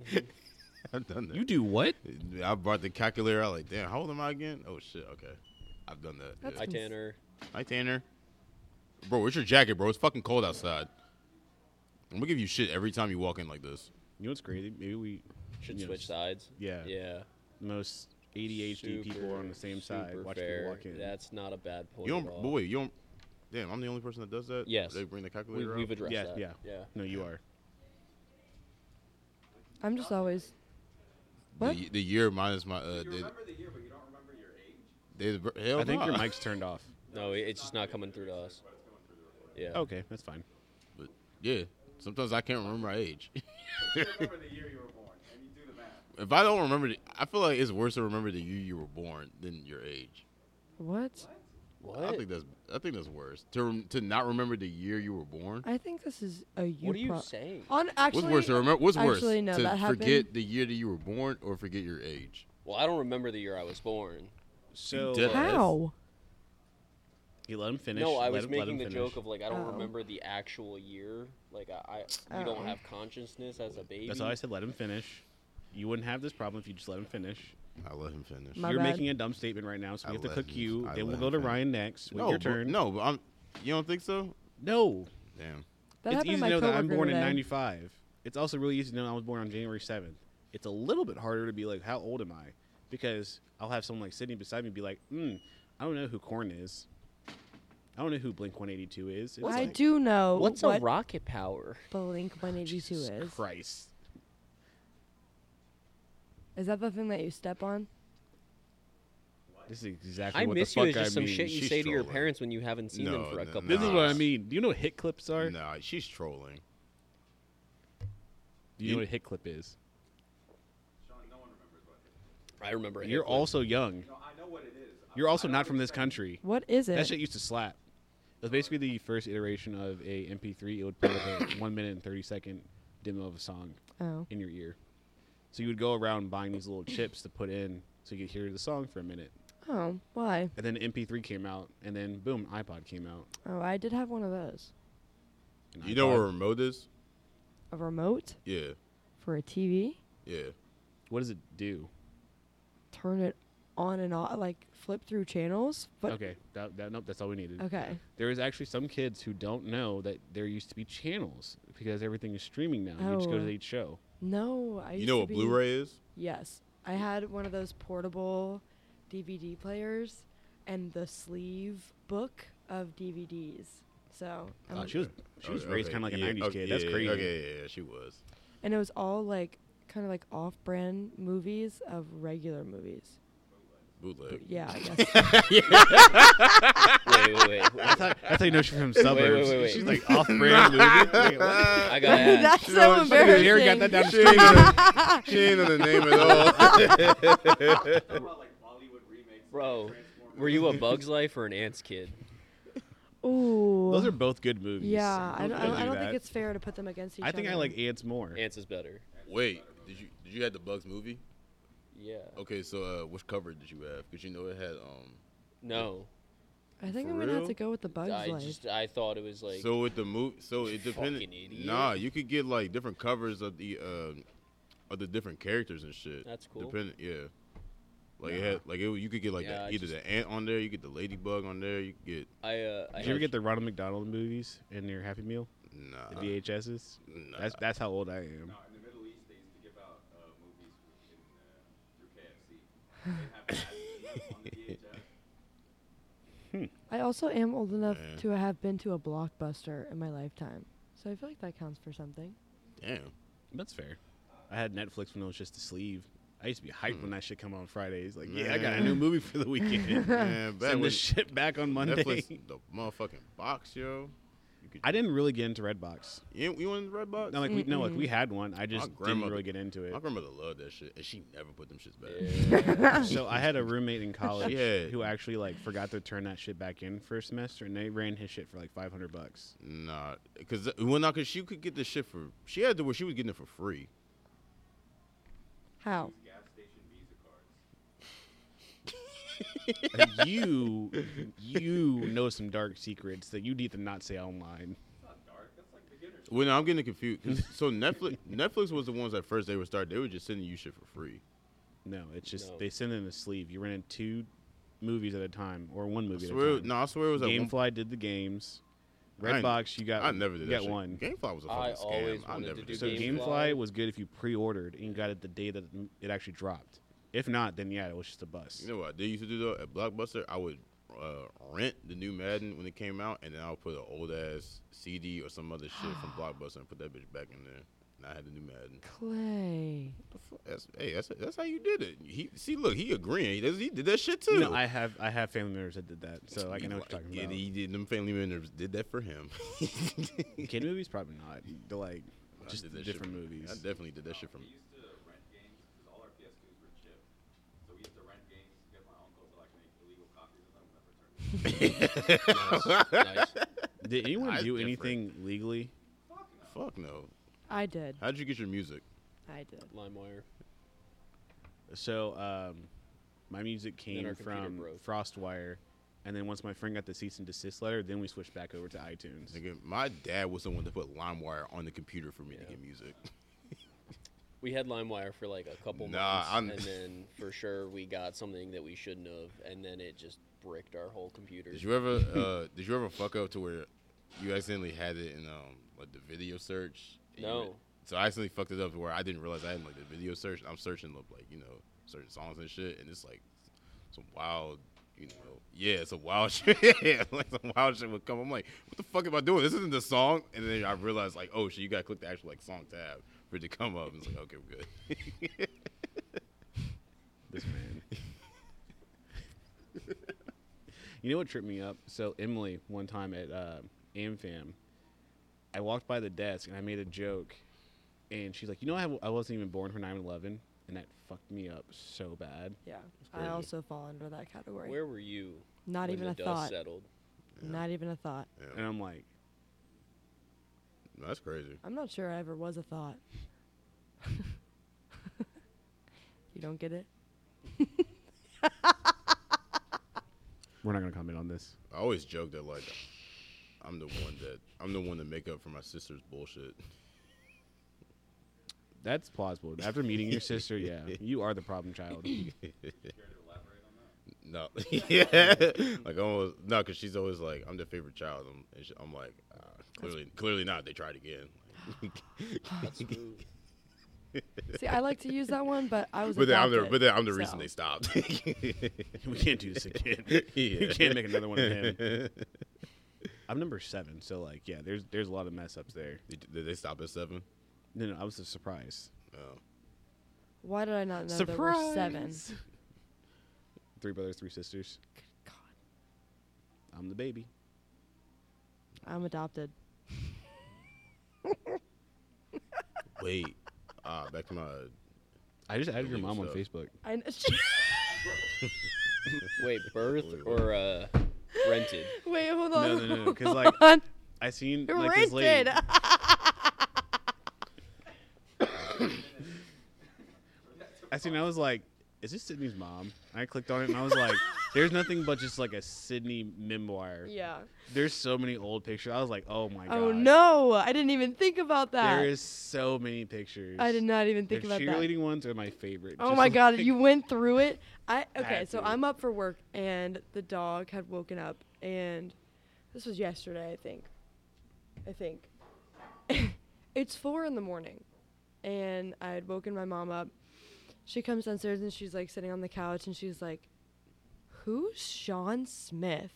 Speaker 1: I've done that.
Speaker 3: You do what?
Speaker 1: I brought the calculator out like, damn, how old am I again? Oh shit, okay. I've done that.
Speaker 2: That's
Speaker 1: yeah.
Speaker 4: Hi, Tanner.
Speaker 1: Hi Tanner. Bro, where's your jacket, bro? It's fucking cold outside. I'm gonna give you shit every time you walk in like this.
Speaker 3: You know what's crazy? Maybe we
Speaker 4: Should
Speaker 3: you know,
Speaker 4: switch sides.
Speaker 3: yeah.
Speaker 4: Yeah.
Speaker 3: Most ADHD people are on the same side.
Speaker 4: super
Speaker 3: Watch
Speaker 4: fair.
Speaker 3: people walk in.
Speaker 4: That's not a bad point.
Speaker 1: You
Speaker 4: at
Speaker 1: don't
Speaker 4: all.
Speaker 1: but wait, you don't damn, I'm the only person that does that?
Speaker 4: Yes.
Speaker 1: They bring the calculator
Speaker 4: We've, we've
Speaker 1: out.
Speaker 4: addressed
Speaker 3: yeah,
Speaker 4: that.
Speaker 3: yeah, No, you are.
Speaker 2: I'm just always. What?
Speaker 1: The, the year minus my uh they,
Speaker 6: the year, but you don't remember your age.
Speaker 1: they, hell
Speaker 3: I think your
Speaker 1: nah.
Speaker 3: mic's turned off.
Speaker 4: No, it- it's just not coming through to us. Yeah.
Speaker 3: Okay, that's fine.
Speaker 1: But <laughs> yeah, sometimes I can't remember my age. <laughs>
Speaker 6: You remember the year you were born, and you do the math.
Speaker 1: if I don't remember, the, I feel like it's worse to remember the year you were born than your age.
Speaker 2: What?
Speaker 4: What?
Speaker 1: I think that's I think that's worse to rem- to not remember the year you were born.
Speaker 2: I think this is a you.
Speaker 4: what are you
Speaker 2: pro- Oh.
Speaker 4: saying?
Speaker 2: On actually.
Speaker 1: what's worse? To remember, what's worse?
Speaker 2: actually, no,
Speaker 1: to
Speaker 2: that
Speaker 1: forget
Speaker 2: happened-
Speaker 1: the year that you were born or forget your age?
Speaker 4: Well, I don't remember the year I was born.
Speaker 3: So
Speaker 1: did
Speaker 3: uh,
Speaker 1: it.
Speaker 2: How?
Speaker 3: you let him finish.
Speaker 4: No, I
Speaker 3: let
Speaker 4: was
Speaker 3: him- let him
Speaker 4: making the
Speaker 3: finish.
Speaker 4: joke of like I don't
Speaker 2: Oh.
Speaker 4: remember the actual year. Like I, I we
Speaker 2: Oh.
Speaker 4: don't have consciousness as a baby.
Speaker 3: That's all I said. Let him finish. You wouldn't have this problem if you just let him finish.
Speaker 1: I let him finish.
Speaker 2: My
Speaker 3: You're
Speaker 2: bad.
Speaker 3: making a dumb statement right now, so
Speaker 1: I
Speaker 3: we have to
Speaker 1: let
Speaker 3: cook
Speaker 1: him-
Speaker 3: you.
Speaker 1: I
Speaker 3: then
Speaker 1: let
Speaker 3: we'll
Speaker 1: him
Speaker 3: go to
Speaker 1: finish.
Speaker 3: Ryan next. Wait
Speaker 1: no,
Speaker 3: your
Speaker 1: but-
Speaker 3: turn.
Speaker 1: no, but I'm. You don't think so?
Speaker 3: no.
Speaker 1: Damn.
Speaker 2: That
Speaker 3: it's
Speaker 2: happened
Speaker 3: easy
Speaker 2: my
Speaker 3: to know that I'm
Speaker 2: coworker
Speaker 3: born in
Speaker 2: today.
Speaker 3: '95. It's also really easy to know I was born on January 7th. It's a little bit harder to be like, how old am I? Because I'll have someone like Sydney beside me be like, mm, I don't know who Corn is. I don't know who Blink 182 is. It's
Speaker 2: I
Speaker 3: like,
Speaker 2: do know what
Speaker 4: rocket power?
Speaker 2: Blink 182
Speaker 3: Jesus
Speaker 2: is.
Speaker 3: Christ.
Speaker 2: Is that the thing that you step on?
Speaker 3: This is exactly
Speaker 4: I
Speaker 3: what
Speaker 4: miss
Speaker 3: the
Speaker 4: you
Speaker 3: fuck
Speaker 4: as just
Speaker 3: I
Speaker 4: some
Speaker 3: mean.
Speaker 4: shit you
Speaker 1: She's
Speaker 4: say to your
Speaker 1: trolling.
Speaker 4: parents when you haven't seen them
Speaker 1: No,
Speaker 4: for a
Speaker 1: no,
Speaker 4: couple.
Speaker 3: This is what I
Speaker 1: Nah.
Speaker 3: mean. Do you know what hit clips are?
Speaker 1: Nah, she's trolling.
Speaker 3: Do you know
Speaker 1: You-
Speaker 3: what a hit clip is?
Speaker 6: Sean, no one remembers what it is.
Speaker 4: I remember.
Speaker 3: You're
Speaker 4: Hitler.
Speaker 3: also young.
Speaker 6: No, I know what it is. I-
Speaker 3: You're
Speaker 6: I
Speaker 3: also
Speaker 6: don't
Speaker 3: not from this
Speaker 6: expect-
Speaker 3: country.
Speaker 2: What is it?
Speaker 3: That shit used to slap. It was basically the first iteration of a MP3. It would play like a <coughs> one minute and thirty second demo of a song
Speaker 2: oh.
Speaker 3: in your ear. So you would go around buying these little chips to put in so you could hear the song for a minute.
Speaker 2: Oh, why?
Speaker 3: And then MP3 came out, and then boom, iPod came out.
Speaker 2: Oh, I did have one of those.
Speaker 3: and
Speaker 1: You know
Speaker 3: iPod-
Speaker 1: what a remote is?
Speaker 2: A remote
Speaker 1: Yeah,
Speaker 2: for a TV.
Speaker 1: yeah.
Speaker 3: What does it do?
Speaker 2: Turn it on and off, like flip through channels. But
Speaker 3: okay, that, that, nope, that's all we needed.
Speaker 2: okay.
Speaker 3: There is actually some kids who don't know that there used to be channels because everything is streaming now. You just go
Speaker 2: Oh.
Speaker 3: to each show.
Speaker 2: No, I.
Speaker 1: You
Speaker 2: used
Speaker 1: know
Speaker 2: to
Speaker 1: what
Speaker 2: be-
Speaker 1: Blu-ray is?
Speaker 2: Yes, I had one of those portable DVD players and the sleeve book of DVDs. So
Speaker 3: Uh,
Speaker 2: um,
Speaker 3: she was she was
Speaker 1: Okay,
Speaker 3: raised
Speaker 1: okay,
Speaker 3: kind of like
Speaker 1: yeah,
Speaker 3: a '90s
Speaker 1: okay,
Speaker 3: kid. That's
Speaker 1: yeah,
Speaker 3: crazy.
Speaker 1: Okay, yeah, yeah, she was.
Speaker 2: and it was all like kind of like off-brand movies of regular movies.
Speaker 1: Bootleg.
Speaker 2: Yeah, I guess.
Speaker 3: <laughs>
Speaker 2: <laughs>
Speaker 4: Wait, wait, wait. wait.
Speaker 3: I thought I thought you know she's from <laughs> suburbs.
Speaker 4: wait, wait.
Speaker 3: She's like <laughs> off-brand movie. Wait, what? <laughs>
Speaker 4: I gotta ask.
Speaker 2: That's so
Speaker 1: She always-
Speaker 2: embarrassing.
Speaker 3: Jerry got that down.
Speaker 1: She ain't know- she ain't know the name at all.
Speaker 6: How about like Bollywood remakes?
Speaker 4: Bro, were you a Bugs Life or an Ants kid?
Speaker 2: Ooh.
Speaker 3: Those are both good movies.
Speaker 2: yeah, I
Speaker 3: Both
Speaker 2: don't, I
Speaker 3: good
Speaker 2: don't, I
Speaker 3: do
Speaker 2: don't
Speaker 3: that.
Speaker 2: think it's fair to put them against each
Speaker 3: I
Speaker 2: other.
Speaker 3: think I like ants more.
Speaker 4: Ants is better.
Speaker 1: Wait, did you did you have the Bugs movie?
Speaker 4: Yeah.
Speaker 1: Okay, so uh, which cover did you have? Because you know it had um.
Speaker 4: No.
Speaker 2: I think
Speaker 1: For
Speaker 2: I'm gonna have
Speaker 1: real?
Speaker 2: to go with the Bugs
Speaker 4: I
Speaker 2: Life.
Speaker 4: just I thought it was like
Speaker 1: so with the movie, so it depended.
Speaker 4: fucking idiot.
Speaker 1: Nah, you could get like different covers of the um of the different characters and shit.
Speaker 4: That's cool.
Speaker 1: Dependent, yeah. Like it had, like it, you could get like
Speaker 4: Yeah,
Speaker 1: the,
Speaker 4: I
Speaker 1: either
Speaker 4: just-
Speaker 1: the ant on there, you get the ladybug on there, you could get
Speaker 4: I uh I
Speaker 3: Did you ever get the Ronald McDonald movies in your Happy Meal?
Speaker 1: nah.
Speaker 3: The VHSs?
Speaker 1: nah.
Speaker 3: That's that's how old I am.
Speaker 6: No, in the Middle East, they used to give out uh, movies in, uh, through KFC. They'd have that on the VHS.
Speaker 2: I also am old enough
Speaker 1: Yeah.
Speaker 2: to have been to a blockbuster in my lifetime, so I feel like that counts for something.
Speaker 1: Damn.
Speaker 3: That's fair. I had Netflix when it was just a sleeve. I used to be hyped when that shit come on Fridays. Like, yeah, I got a new movie for the <laughs> weekend.
Speaker 1: Man, back
Speaker 3: Send
Speaker 1: when
Speaker 3: this shit back on Monday.
Speaker 1: Netflix, the motherfucking box, yo. You could,
Speaker 3: I didn't really get into Redbox.
Speaker 1: you, you went to Redbox?
Speaker 3: No, like we no, like we had one. I just didn't
Speaker 1: grandmother-
Speaker 3: really get into
Speaker 1: My
Speaker 3: it.
Speaker 1: grandmother loved that shit, and she never put them shits back.
Speaker 3: So I had a roommate in college
Speaker 1: Yeah.
Speaker 3: who actually like forgot to turn that shit back in for a semester, and they ran his shit for like five hundred bucks.
Speaker 1: <laughs> Nah, cause uh, well, not cause she could get this shit for. She had to where she was getting it for free.
Speaker 2: How?
Speaker 3: Like, you you know some dark secrets that you need to not say online.
Speaker 1: Well, no, I'm getting confused. 'cause-
Speaker 3: <laughs>
Speaker 1: so Netflix, Netflix was the ones at first they were started. They were just sending you shit for free.
Speaker 3: No, it's just
Speaker 4: No.
Speaker 3: they send in a sleeve. You rented two movies at a time or one
Speaker 1: I
Speaker 3: movie
Speaker 1: swear,
Speaker 3: at a time.
Speaker 1: no, I swear it was at one.
Speaker 3: Gamefly did the games.
Speaker 1: I ain't-
Speaker 3: Redbox, you got
Speaker 1: I never did
Speaker 3: you
Speaker 1: that
Speaker 3: got
Speaker 1: shit.
Speaker 3: one.
Speaker 1: Gamefly was a fucking
Speaker 4: I
Speaker 1: scam.
Speaker 4: always
Speaker 1: I
Speaker 4: wanted
Speaker 1: never
Speaker 4: to
Speaker 1: did
Speaker 4: do
Speaker 3: So
Speaker 1: that shit.
Speaker 4: Gamefly.
Speaker 3: Gamefly. was good if you pre-ordered and you got it the day that it actually dropped. If not, then yeah, it was just a bust.
Speaker 1: You know what I did used to do though at Blockbuster? I would uh, rent the new Madden when it came out, and then I would put an old ass CD or some other shit
Speaker 3: <gasps>
Speaker 1: from Blockbuster and put that bitch back in there. And I had the new Madden.
Speaker 2: Clay.
Speaker 1: That's hey, that's that's how you did it. He see, look, he agreeing. He, does- he did that shit too.
Speaker 3: No, I have I have family members that did that, so I can know what you're talking
Speaker 1: Yeah,
Speaker 3: about.
Speaker 1: He did. Them family members did that for him. <laughs>
Speaker 3: Kid movies, probably not. They're like
Speaker 1: I
Speaker 3: <laughs> just
Speaker 1: did
Speaker 3: the
Speaker 1: that shit
Speaker 3: different
Speaker 1: for-
Speaker 3: movies.
Speaker 1: I definitely did that shit for
Speaker 6: We used to rent games because all our PS2s were chipped. So we used to rent games because my uncle would like make illegal copies of them and then return them.
Speaker 4: nice.
Speaker 3: Did anyone
Speaker 1: That's
Speaker 3: do
Speaker 1: different.
Speaker 3: anything legally?
Speaker 1: Fuck no.
Speaker 2: I did.
Speaker 1: How'd you get your music?
Speaker 2: I did.
Speaker 4: LimeWire.
Speaker 3: So um, my music
Speaker 4: our
Speaker 3: came
Speaker 4: computer
Speaker 3: from
Speaker 4: broke.
Speaker 3: FrostWire, and then once my friend got the cease and desist letter, then we switched back over to iTunes.
Speaker 1: Nigga, my dad was the one to put LimeWire on the computer for me to
Speaker 4: Yeah.
Speaker 1: get music. <laughs>
Speaker 4: We had LimeWire for like a couple
Speaker 1: Nah,
Speaker 4: months,
Speaker 1: I'm-
Speaker 4: and then for sure we got something that we shouldn't have, and then it just bricked our whole computer.
Speaker 1: Did you ever uh did you ever fuck up to where you accidentally had it in um like the video search? and you
Speaker 4: No.
Speaker 1: went- so I accidentally fucked it up to where I didn't realize I had like the video search. I'm searching up like, you know, certain songs and shit and it's like some wild you know, yeah, some wild <laughs> shit. Yeah, like some wild shit would come. I'm like, what the fuck am I doing? This isn't the song. And then I realized, like, oh shit, you gotta click the actual like song tab for it to come up. And it's like, okay, we're good. <laughs>
Speaker 3: This man. <laughs> you know what tripped me up? So Emily, one time at uh, AmFam, I walked by the desk and I made a joke, and she's like, "You know, I, I wasn't even born for 9/11," and that fucked me up so bad.
Speaker 2: Yeah.
Speaker 1: crazy.
Speaker 2: I also fall under that category.
Speaker 4: Where were you?
Speaker 2: Not
Speaker 4: when
Speaker 2: even
Speaker 4: the
Speaker 2: a
Speaker 4: dust
Speaker 2: thought.
Speaker 4: settled.
Speaker 2: Not even a thought.
Speaker 1: Yeah.
Speaker 3: And I'm like,
Speaker 1: No, that's crazy.
Speaker 2: I'm not sure I ever was a thought. <laughs> you don't get it?
Speaker 3: We're not going to comment on this.
Speaker 1: I always joke that like I'm the one that I'm the one to make up for my sister's bullshit.
Speaker 3: That's plausible. After meeting your sister, yeah, you are the problem <laughs> child.
Speaker 6: Care to elaborate on
Speaker 1: No,
Speaker 6: that?
Speaker 1: <laughs> yeah, like almost no, because she's always like I'm the favorite child. I'm, and she, I'm like uh, clearly, clearly not. They tried again.
Speaker 4: That's rude.
Speaker 2: See, I like to use that one, but I
Speaker 1: <laughs>
Speaker 2: was.
Speaker 1: But then I'm the
Speaker 2: adopted,
Speaker 1: but then I'm the
Speaker 2: so.
Speaker 1: reason they stopped.
Speaker 3: <laughs> we can't do this again.
Speaker 1: <laughs>
Speaker 3: We can't make another one of him. I'm number seven, so like, yeah, there's there's a lot of mess ups there.
Speaker 1: Did did they stop at seven?
Speaker 3: No, no, I was surprised.
Speaker 1: Oh.
Speaker 2: Why did I not know there were seven?
Speaker 3: Surprise! Three brothers, three sisters.
Speaker 2: God,
Speaker 3: I'm the baby.
Speaker 2: I'm adopted.
Speaker 1: Wait, ah, back to my.
Speaker 3: I just added your
Speaker 1: Illegal
Speaker 3: mom on
Speaker 1: stuff.
Speaker 3: Facebook.
Speaker 2: I know.
Speaker 4: Wait, birth or uh, rented?
Speaker 2: <laughs> Wait, hold on.
Speaker 3: No, no, no, because
Speaker 2: hold
Speaker 3: like
Speaker 2: on.
Speaker 3: I seen like this lady.
Speaker 2: rented.
Speaker 3: I seen. I was like, is this Sydney's mom? And I clicked on it and I was like, <laughs> there's nothing but just like a Sydney memoir.
Speaker 2: yeah.
Speaker 3: There's so many old pictures. I was like, oh my god.
Speaker 2: Oh no, I didn't even think about that.
Speaker 3: There is so many pictures.
Speaker 2: I did not even think
Speaker 3: the
Speaker 2: about that.
Speaker 3: cheerleading ones are my favorite.
Speaker 2: Oh
Speaker 3: Just,
Speaker 2: my god,
Speaker 3: like-
Speaker 2: you went through it. I okay,
Speaker 3: had
Speaker 2: so
Speaker 3: to.
Speaker 2: I'm up for work and the dog had woken up and this was yesterday, I think. I think. <laughs> it's four in the morning and I had woken my mom up. She comes downstairs and she's like sitting on the couch and she's like, Who's Sean Smith?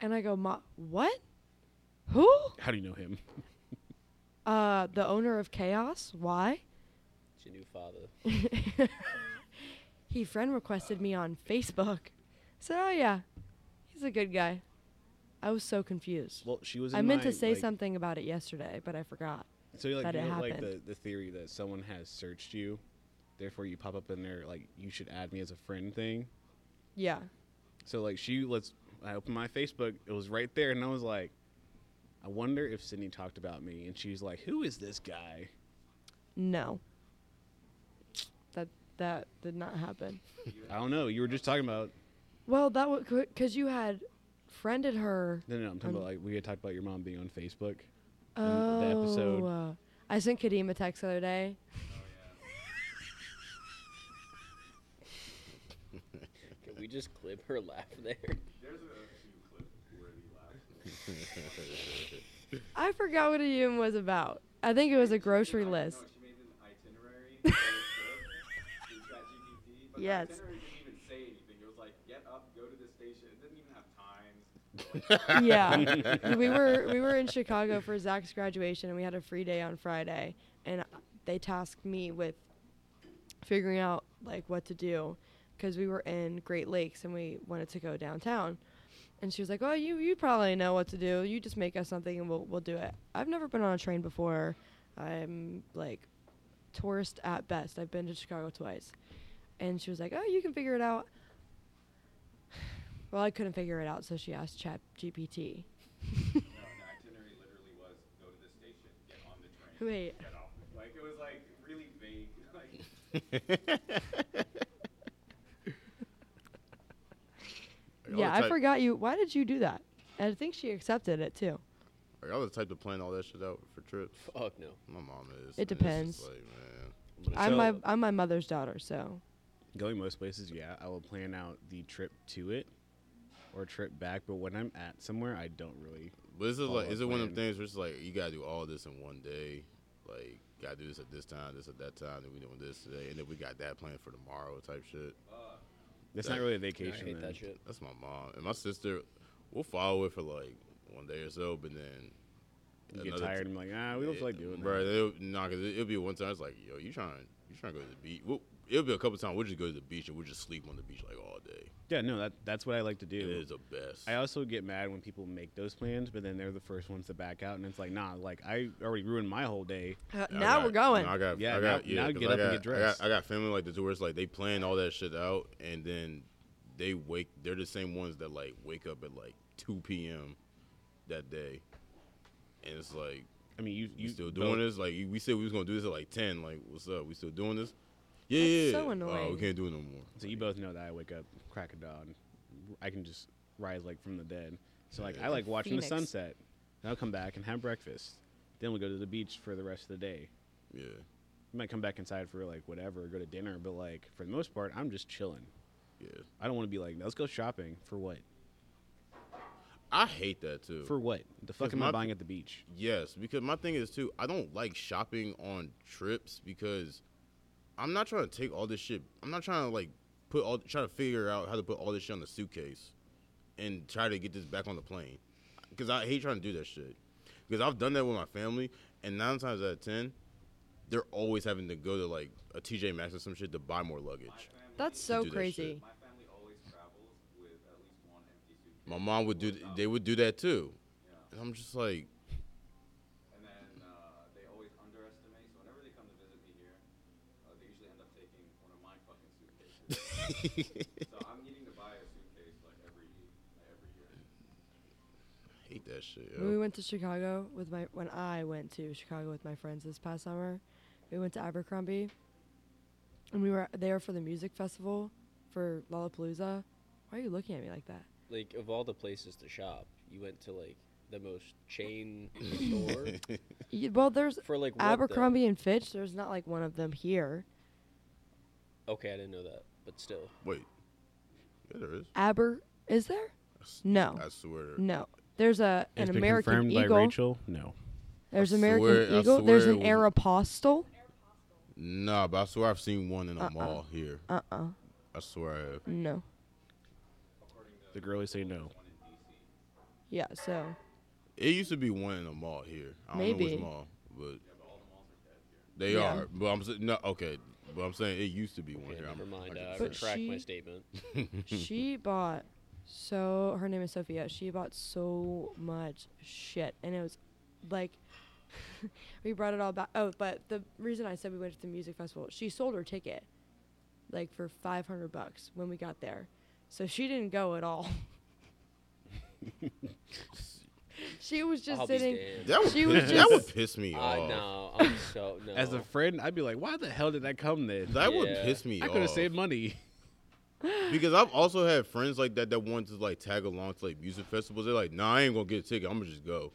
Speaker 2: And I go, Ma what? Who?
Speaker 3: <laughs> How do you know him?
Speaker 2: Uh the owner of Chaos? Why?
Speaker 4: It's your new father.
Speaker 2: <laughs> he friend requested me on Facebook. So oh yeah, he's a good guy. I was so confused.
Speaker 3: Well, she was.
Speaker 2: I
Speaker 3: in
Speaker 2: meant
Speaker 3: my,
Speaker 2: to say
Speaker 3: like-
Speaker 2: something about it yesterday, but I forgot.
Speaker 3: So like,
Speaker 2: that
Speaker 3: you
Speaker 2: it
Speaker 3: know, like the,
Speaker 2: happened.
Speaker 3: the theory that someone has searched you, therefore you pop up in there like you should add me as a friend thing.
Speaker 2: Yeah.
Speaker 3: So like she lets I opened my Facebook, it was right there, and I was like, I wonder if Sydney talked about me, and she's like, who is this guy?
Speaker 2: No. That that did not happen.
Speaker 3: I don't know. You were just talking about
Speaker 2: Well, that was because you had friended her.
Speaker 3: no, no. I'm talking
Speaker 2: Um,
Speaker 3: about like we had talked about your mom being on Facebook.
Speaker 2: Oh.
Speaker 3: the episode.
Speaker 2: uh, I sent Kadeem a text the other day.
Speaker 4: Can we just clip her laugh there?
Speaker 6: There's a few clips where he laughs.
Speaker 2: I forgot what Ian was about. I think it was a grocery
Speaker 6: No,
Speaker 2: list.
Speaker 6: Oh, she made an itinerary. <laughs> for the trip in ChatGPT, but the
Speaker 2: Yes.
Speaker 6: itinerary didn't even say anything. It was like, get up, go to this station. It didn't even have times.
Speaker 2: yeah we were we were in chicago for zach's graduation and we had a free day on friday and they tasked me with figuring out like what to do because we were in great lakes and we wanted to go downtown and she was like oh you you probably know what to do you just make us something and we'll, we'll do it i've never been on a train before i'm like tourist at best i've been to chicago twice and she was like oh you can figure it out well i couldn't figure it out so she asked chat gpt
Speaker 6: No, the itinerary literally was go to this station, get on the train,
Speaker 2: Wait.
Speaker 6: get off. the- Like it was like really vague. <laughs> Like
Speaker 1: Like,
Speaker 2: yeah,
Speaker 1: the
Speaker 2: I
Speaker 1: type-
Speaker 2: forgot you. Why did you do that? And I think she accepted it too.
Speaker 1: Like, I was the type to plan all that shit out for trips.
Speaker 4: Fuck no.
Speaker 1: My mom is.
Speaker 2: It
Speaker 1: and it's just
Speaker 2: depends.
Speaker 1: Like, man.
Speaker 2: I'm
Speaker 3: So-
Speaker 2: my I'm my mother's daughter, so
Speaker 3: Going most places, yeah, I will plan out the trip to it or trip back. But when I'm at somewhere, I don't really.
Speaker 1: But this is
Speaker 3: Follow
Speaker 1: like, is it one of them
Speaker 3: plan.
Speaker 1: things where it's like you gotta do all this in one day? Like, gotta do this at this time, this at that time, then we doing this today, and then we got that planned for tomorrow type shit.
Speaker 3: That's not really a vacation.
Speaker 4: I hate
Speaker 3: then.
Speaker 4: that shit.
Speaker 1: That's my mom and my sister. We'll follow it for like one day or so, but then
Speaker 3: You get
Speaker 1: another
Speaker 3: tired
Speaker 1: t-
Speaker 3: and I'm like, ah, we don't feel like doing
Speaker 1: Bro,
Speaker 3: that.
Speaker 1: they'll- nah, cause it, it'll be one time. It's like, yo, you trying, you trying to go to the beach? We'll, it'll be a couple times. We'll just go to the beach and we'll just sleep on the beach like all day.
Speaker 3: Yeah, no, that that's what I like to do.
Speaker 1: It is the best.
Speaker 3: I also get mad when people make those plans, but then they're the first ones to back out, and it's like, nah, like I already ruined my whole day.
Speaker 4: Uh,
Speaker 1: I
Speaker 2: now
Speaker 1: got-
Speaker 2: we're going.
Speaker 1: I got,
Speaker 3: Yeah,
Speaker 1: I got,
Speaker 3: now- now
Speaker 1: yeah, 'cause
Speaker 3: get
Speaker 1: I
Speaker 3: up and
Speaker 1: got-
Speaker 3: get dressed.
Speaker 1: I got, I got family like the tourists, like they plan all that shit out, and then they wake. They're the same ones that like wake up at like two p.m. that day, and it's like,
Speaker 3: I mean, you
Speaker 1: you,
Speaker 3: you
Speaker 1: still doing
Speaker 3: it?
Speaker 1: this? Like we said, we was gonna do this at like ten. Like, what's up? We still doing this? Yeah,
Speaker 2: That's
Speaker 1: yeah.
Speaker 2: so
Speaker 1: Oh,
Speaker 2: annoying.
Speaker 1: we can't do it no more.
Speaker 3: So you both know that I wake up, crack a dawn, I can just rise like from the dead. So like
Speaker 1: Yeah.
Speaker 3: I like watching the
Speaker 2: Phoenix.
Speaker 3: sunset. And I'll come back and have breakfast. Then we'll go to the beach for the rest of the day.
Speaker 1: Yeah.
Speaker 3: We might come back inside for like whatever, go to dinner, but like for the most part, I'm just chilling.
Speaker 1: Yeah.
Speaker 3: I don't want to be like, let's go shopping for what?
Speaker 1: I hate that too.
Speaker 3: For what? The fuck am
Speaker 1: my
Speaker 3: I
Speaker 1: p-
Speaker 3: buying at the beach?
Speaker 1: Yes, because my thing is too, I don't like shopping on trips because I'm not trying to take all this shit. I'm not trying to like put all try to figure out how to put all this shit on the suitcase and try to get this back on the plane because I hate trying to do that shit because I've done that with my family and nine times out of ten they're always having to go to like a TJ Maxx or some shit to buy more luggage.
Speaker 2: That's
Speaker 1: do
Speaker 2: so
Speaker 1: that shit.
Speaker 2: crazy.
Speaker 6: My family always travels with at least one empty suitcase.
Speaker 1: My mom would do they would do that too,
Speaker 6: Yeah.
Speaker 1: and I'm just like,
Speaker 6: And then uh, they always underestimate. So whenever they come to visit me here, uh, they usually end up taking one of my fucking suitcases. so I'm needing to buy a suitcase like every like, every year.
Speaker 1: hate that shit.
Speaker 2: When we
Speaker 1: Yo.
Speaker 2: went to Chicago with my when I went to Chicago with my friends this past summer, we went to Abercrombie, and we were there for the music festival for Lollapalooza. Why are you looking at me like that?
Speaker 4: Like of all the places to shop, you went to like the most chain
Speaker 1: <laughs>
Speaker 4: store
Speaker 2: Y well, there's
Speaker 4: for like what, though?
Speaker 2: Abercrombie and Fitch. There's not like one of them here.
Speaker 4: Okay, I didn't know that, but still,
Speaker 1: Wait, yeah, there is.
Speaker 2: Aber is there?
Speaker 1: s-
Speaker 2: No,
Speaker 1: I swear. to-
Speaker 2: no. There's a an American Eagle.
Speaker 3: No.
Speaker 2: There's
Speaker 1: I
Speaker 2: American
Speaker 1: swear- I
Speaker 2: Eagle. There's
Speaker 1: swear
Speaker 2: an
Speaker 1: it was-
Speaker 2: Aeropostale.
Speaker 1: Nah, but I swear I've seen one in a
Speaker 2: Uh-uh.
Speaker 1: mall here.
Speaker 2: Uh uh
Speaker 1: I swear I have.
Speaker 2: No.
Speaker 3: The girlies say no.
Speaker 2: Yeah.
Speaker 1: <laughs>
Speaker 2: So
Speaker 1: It used to be one in a mall here. I don't know
Speaker 2: Maybe.
Speaker 1: which mall, but they
Speaker 2: Yeah.
Speaker 1: are. But I'm sa- no okay. But I'm saying it used to be one
Speaker 4: okay,
Speaker 1: here.
Speaker 4: never
Speaker 1: I'm,
Speaker 4: mind.
Speaker 1: I
Speaker 4: uh, I
Speaker 1: can-
Speaker 2: But
Speaker 4: retract my
Speaker 2: she-
Speaker 4: statement.
Speaker 2: she bought so her name is Sophia. She bought so much shit, and it was like <laughs> we brought it all back. Oh, but the reason I said we went to the music festival, she sold her ticket like for five hundred bucks when we got there, so she didn't go at
Speaker 1: <laughs>
Speaker 2: all. <laughs> she was just
Speaker 4: I'll
Speaker 2: sitting.
Speaker 4: be damned.
Speaker 1: that would
Speaker 2: She
Speaker 1: piss,
Speaker 2: was
Speaker 1: that
Speaker 2: just-
Speaker 1: would piss me
Speaker 4: I
Speaker 1: off.
Speaker 4: no, I'm so
Speaker 1: <laughs>
Speaker 4: no.
Speaker 3: As a friend, I'd be like, why the hell did I come then?
Speaker 1: That would
Speaker 4: Yeah.
Speaker 1: piss me
Speaker 3: I could have
Speaker 1: off
Speaker 3: saved money.
Speaker 1: because I've also had friends like that that want to like tag along to like music festivals. They're like, "Nah, I ain't gonna get a ticket. I'm gonna just go.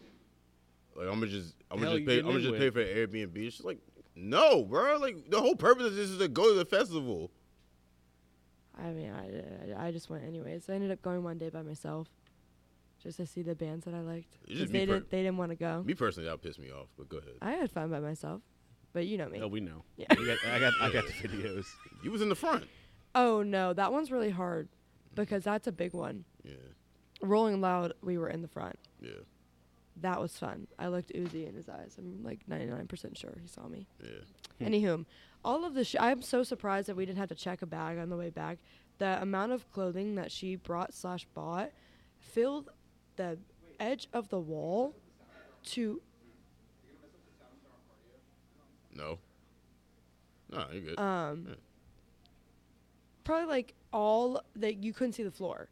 Speaker 1: Like, I'm gonna just, I'm
Speaker 3: Hell,
Speaker 1: gonna
Speaker 3: you
Speaker 1: just pay, I'm
Speaker 3: didn't
Speaker 1: gonna just pay
Speaker 3: anyway.
Speaker 1: for Airbnb." She's like, "No, bro. Like, the whole purpose of this is to go to the festival."
Speaker 2: I mean, I, I- I just went anyways. I ended up going one day by myself, just to see the bands that I liked.
Speaker 1: It's just
Speaker 2: 'cause
Speaker 1: me
Speaker 2: they
Speaker 1: per-
Speaker 2: didn't. They didn't want to go.
Speaker 1: Me personally, that would piss me off. But go ahead.
Speaker 2: I had fun by myself, but you know me.
Speaker 3: No, we know.
Speaker 2: Yeah.
Speaker 3: We got, I got, I got
Speaker 2: <laughs>
Speaker 3: the videos.
Speaker 1: You was in the front.
Speaker 2: Oh no, that one's really hard because that's a big one.
Speaker 1: Yeah,
Speaker 2: Rolling Loud, we were in the front.
Speaker 1: yeah,
Speaker 2: That was fun. I looked Uzi in his eyes. I'm like 99% sure he saw me.
Speaker 1: yeah.
Speaker 2: Anywho, all of the sh- I'm so surprised that we didn't have to check a bag on the way back. The amount of clothing that she brought slash bought filled the edge of the wall to
Speaker 1: No. No, you're good.
Speaker 2: um
Speaker 1: Yeah.
Speaker 2: probably like all that you couldn't see the floor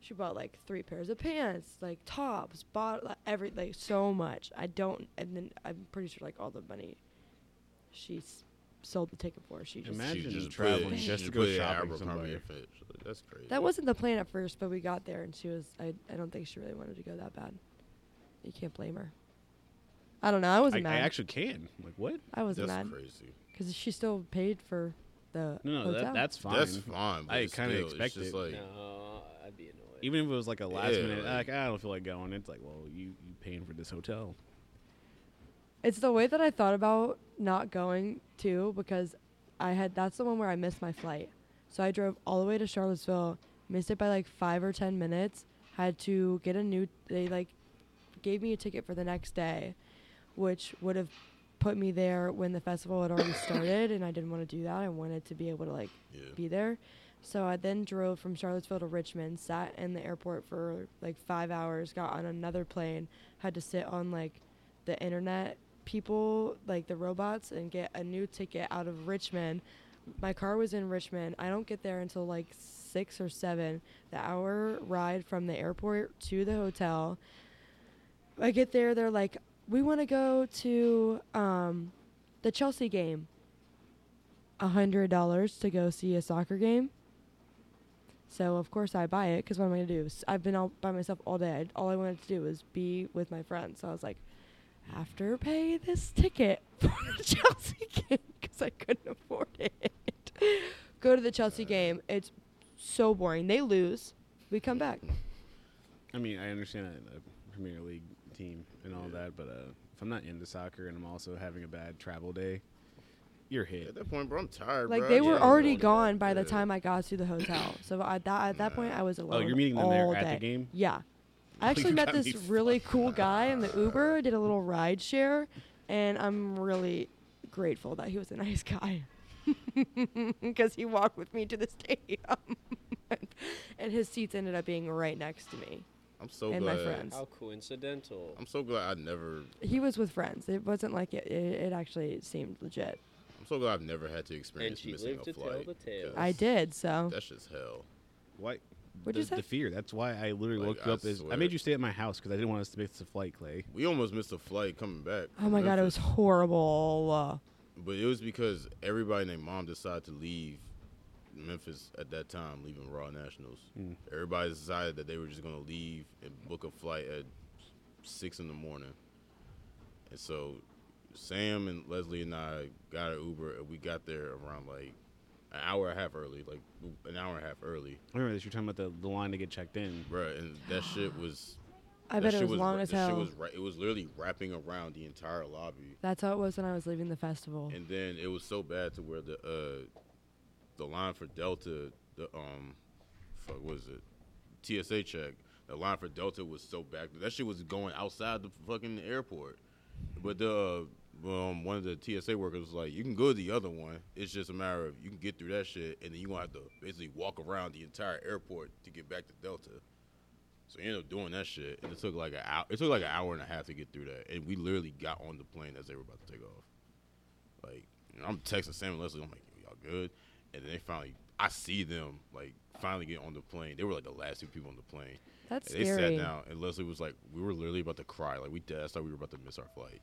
Speaker 2: she bought like three pairs of pants like tops bought like, every like so much i don't and then i'm pretty sure like all the money she s- sold the ticket for she just
Speaker 3: Imagine
Speaker 1: She put
Speaker 3: traveling
Speaker 1: it- she
Speaker 3: just to
Speaker 1: put
Speaker 3: go
Speaker 1: it in
Speaker 3: shopping
Speaker 1: Abercrombie
Speaker 3: somewhere.
Speaker 1: and Fitch. Like, that's crazy.
Speaker 2: that wasn't the plan at first but we got there and she was I, I don't think she really wanted to go that bad you can't blame her i don't know i
Speaker 3: I,
Speaker 2: wasn't
Speaker 3: I
Speaker 2: mad
Speaker 3: actually can. Like what?
Speaker 2: i wasn't
Speaker 1: that's
Speaker 2: mad
Speaker 1: crazy.
Speaker 2: because she still paid for the
Speaker 3: No, no,
Speaker 2: hotel.
Speaker 3: that, that's fine.
Speaker 1: That's fine. but
Speaker 3: I
Speaker 1: it's
Speaker 3: kinda
Speaker 1: still- it's
Speaker 3: expect
Speaker 1: just
Speaker 3: it.
Speaker 1: Like,
Speaker 4: no, I'd be annoyed.
Speaker 3: Even if it was like a last
Speaker 1: Yeah,
Speaker 3: minute,
Speaker 1: like-
Speaker 3: like, I don't feel like going. It's like, well, you you paying for this hotel.
Speaker 2: It's the way that I thought about not going too because I had that's the one where I missed my flight. So I drove all the way to Charlottesville, missed it by like five or ten minutes, had to get a new they like gave me a ticket for the next day, which would have put me there when the festival had already started and I didn't want to do that. I wanted to be able to like
Speaker 1: Yeah.
Speaker 2: be there. So I then drove from Charlottesville to Richmond, sat in the airport for like five hours, got on another plane, had to sit on like the internet people, like the robots, and get a new ticket out of Richmond. My car was in Richmond. I don't get there until like six or seven. The hour ride from the airport to the hotel. I get there, they're like, we want to go to um, the Chelsea game. $100 to go see a soccer game. So of course I buy it because what am I gonna do? S- I've been all by myself all day. I, all I wanted to do was be with my friends. So I was like, after pay this ticket <laughs> for the Chelsea <laughs> game because I couldn't afford it. <laughs> Go to the Chelsea game. It's so boring. They lose. We come back.
Speaker 3: I mean, I understand a, a Premier League team and all that, but uh, if I'm not into soccer and I'm also having a bad travel day, you're
Speaker 1: At
Speaker 3: hit.
Speaker 1: that point, bro, I'm tired.
Speaker 2: Like
Speaker 1: bro.
Speaker 2: they
Speaker 1: I
Speaker 2: were
Speaker 1: can't
Speaker 2: already
Speaker 1: go to that.
Speaker 2: gone by the
Speaker 1: Yeah.
Speaker 2: time I got to the hotel. So I, that, at that point, I was alone.
Speaker 3: Oh, you're meeting them there
Speaker 2: all
Speaker 3: at the
Speaker 2: day.
Speaker 3: game?
Speaker 2: Yeah,
Speaker 3: <laughs>
Speaker 2: I actually
Speaker 3: You
Speaker 2: met
Speaker 3: got
Speaker 2: this
Speaker 3: me
Speaker 2: really cool guy in the Uber. Did a little ride share, and I'm really grateful that he was a <laughs> nice guy because he walked with me to the stadium, <laughs> and his seats ended up being right next to me.
Speaker 1: I'm so
Speaker 2: and my
Speaker 1: glad.
Speaker 2: friends.
Speaker 4: How coincidental.
Speaker 1: I'm so glad I never.
Speaker 2: He was with friends. It wasn't like it. It, it actually seemed legit.
Speaker 1: I'm so glad I've never had to experience
Speaker 4: she
Speaker 1: missing
Speaker 4: lived
Speaker 1: a
Speaker 4: to tell
Speaker 1: flight.
Speaker 4: the tale.
Speaker 1: 'cause
Speaker 2: I did so.
Speaker 1: That's just hell.
Speaker 3: Why?
Speaker 2: What'd you
Speaker 3: the,
Speaker 2: say?
Speaker 3: The fear. That's why I literally
Speaker 1: Like,
Speaker 3: woke
Speaker 1: I
Speaker 3: you up. Is I
Speaker 1: swear.
Speaker 3: made you stay at my house because I didn't want us to miss the flight, Clay.
Speaker 1: We almost missed a flight coming back.
Speaker 2: Oh my
Speaker 1: from
Speaker 2: god, it was
Speaker 1: Memphis,
Speaker 2: horrible.
Speaker 1: But it was because everybody and their mom decided to leave Memphis at that time, leaving Raw Nationals. Everybody decided that they were just going to leave and book a flight at six in the morning. And so Sam and Leslie and I got an Uber, and we got there around like an hour and a half early, like an hour and a half early.
Speaker 3: I remember this. You're talking about the, the line to get checked in.
Speaker 1: Bruh, and that shit was.
Speaker 2: I
Speaker 1: that
Speaker 2: bet it
Speaker 1: shit
Speaker 2: was long
Speaker 1: ra-
Speaker 2: as
Speaker 1: that
Speaker 2: hell.
Speaker 1: Shit was ra- it was literally wrapping around the entire lobby.
Speaker 2: That's how it was when I was leaving the festival.
Speaker 1: and then it was so bad to where the uh the line for Delta the um fuck what is it TSA check the line for Delta was so back that shit was going outside the fucking airport but the uh, um one of the TSA workers was like you can go to the other one it's just a matter of you can get through that shit and then you gonna have to basically walk around the entire airport to get back to Delta. So you ended up doing that shit, and it took like an hour. It took like an hour and a half to get through that, and we literally got on the plane as they were about to take off. Like you know, I'm texting Sam and Leslie. I'm like, y'all good? And then they finally, I see them like finally get on the plane. They were like the last two people on the plane.
Speaker 2: That's
Speaker 1: and they
Speaker 2: scary.
Speaker 1: sat down, and Leslie was like, we were literally about to cry. Like we dead. I thought we were about to miss our flight.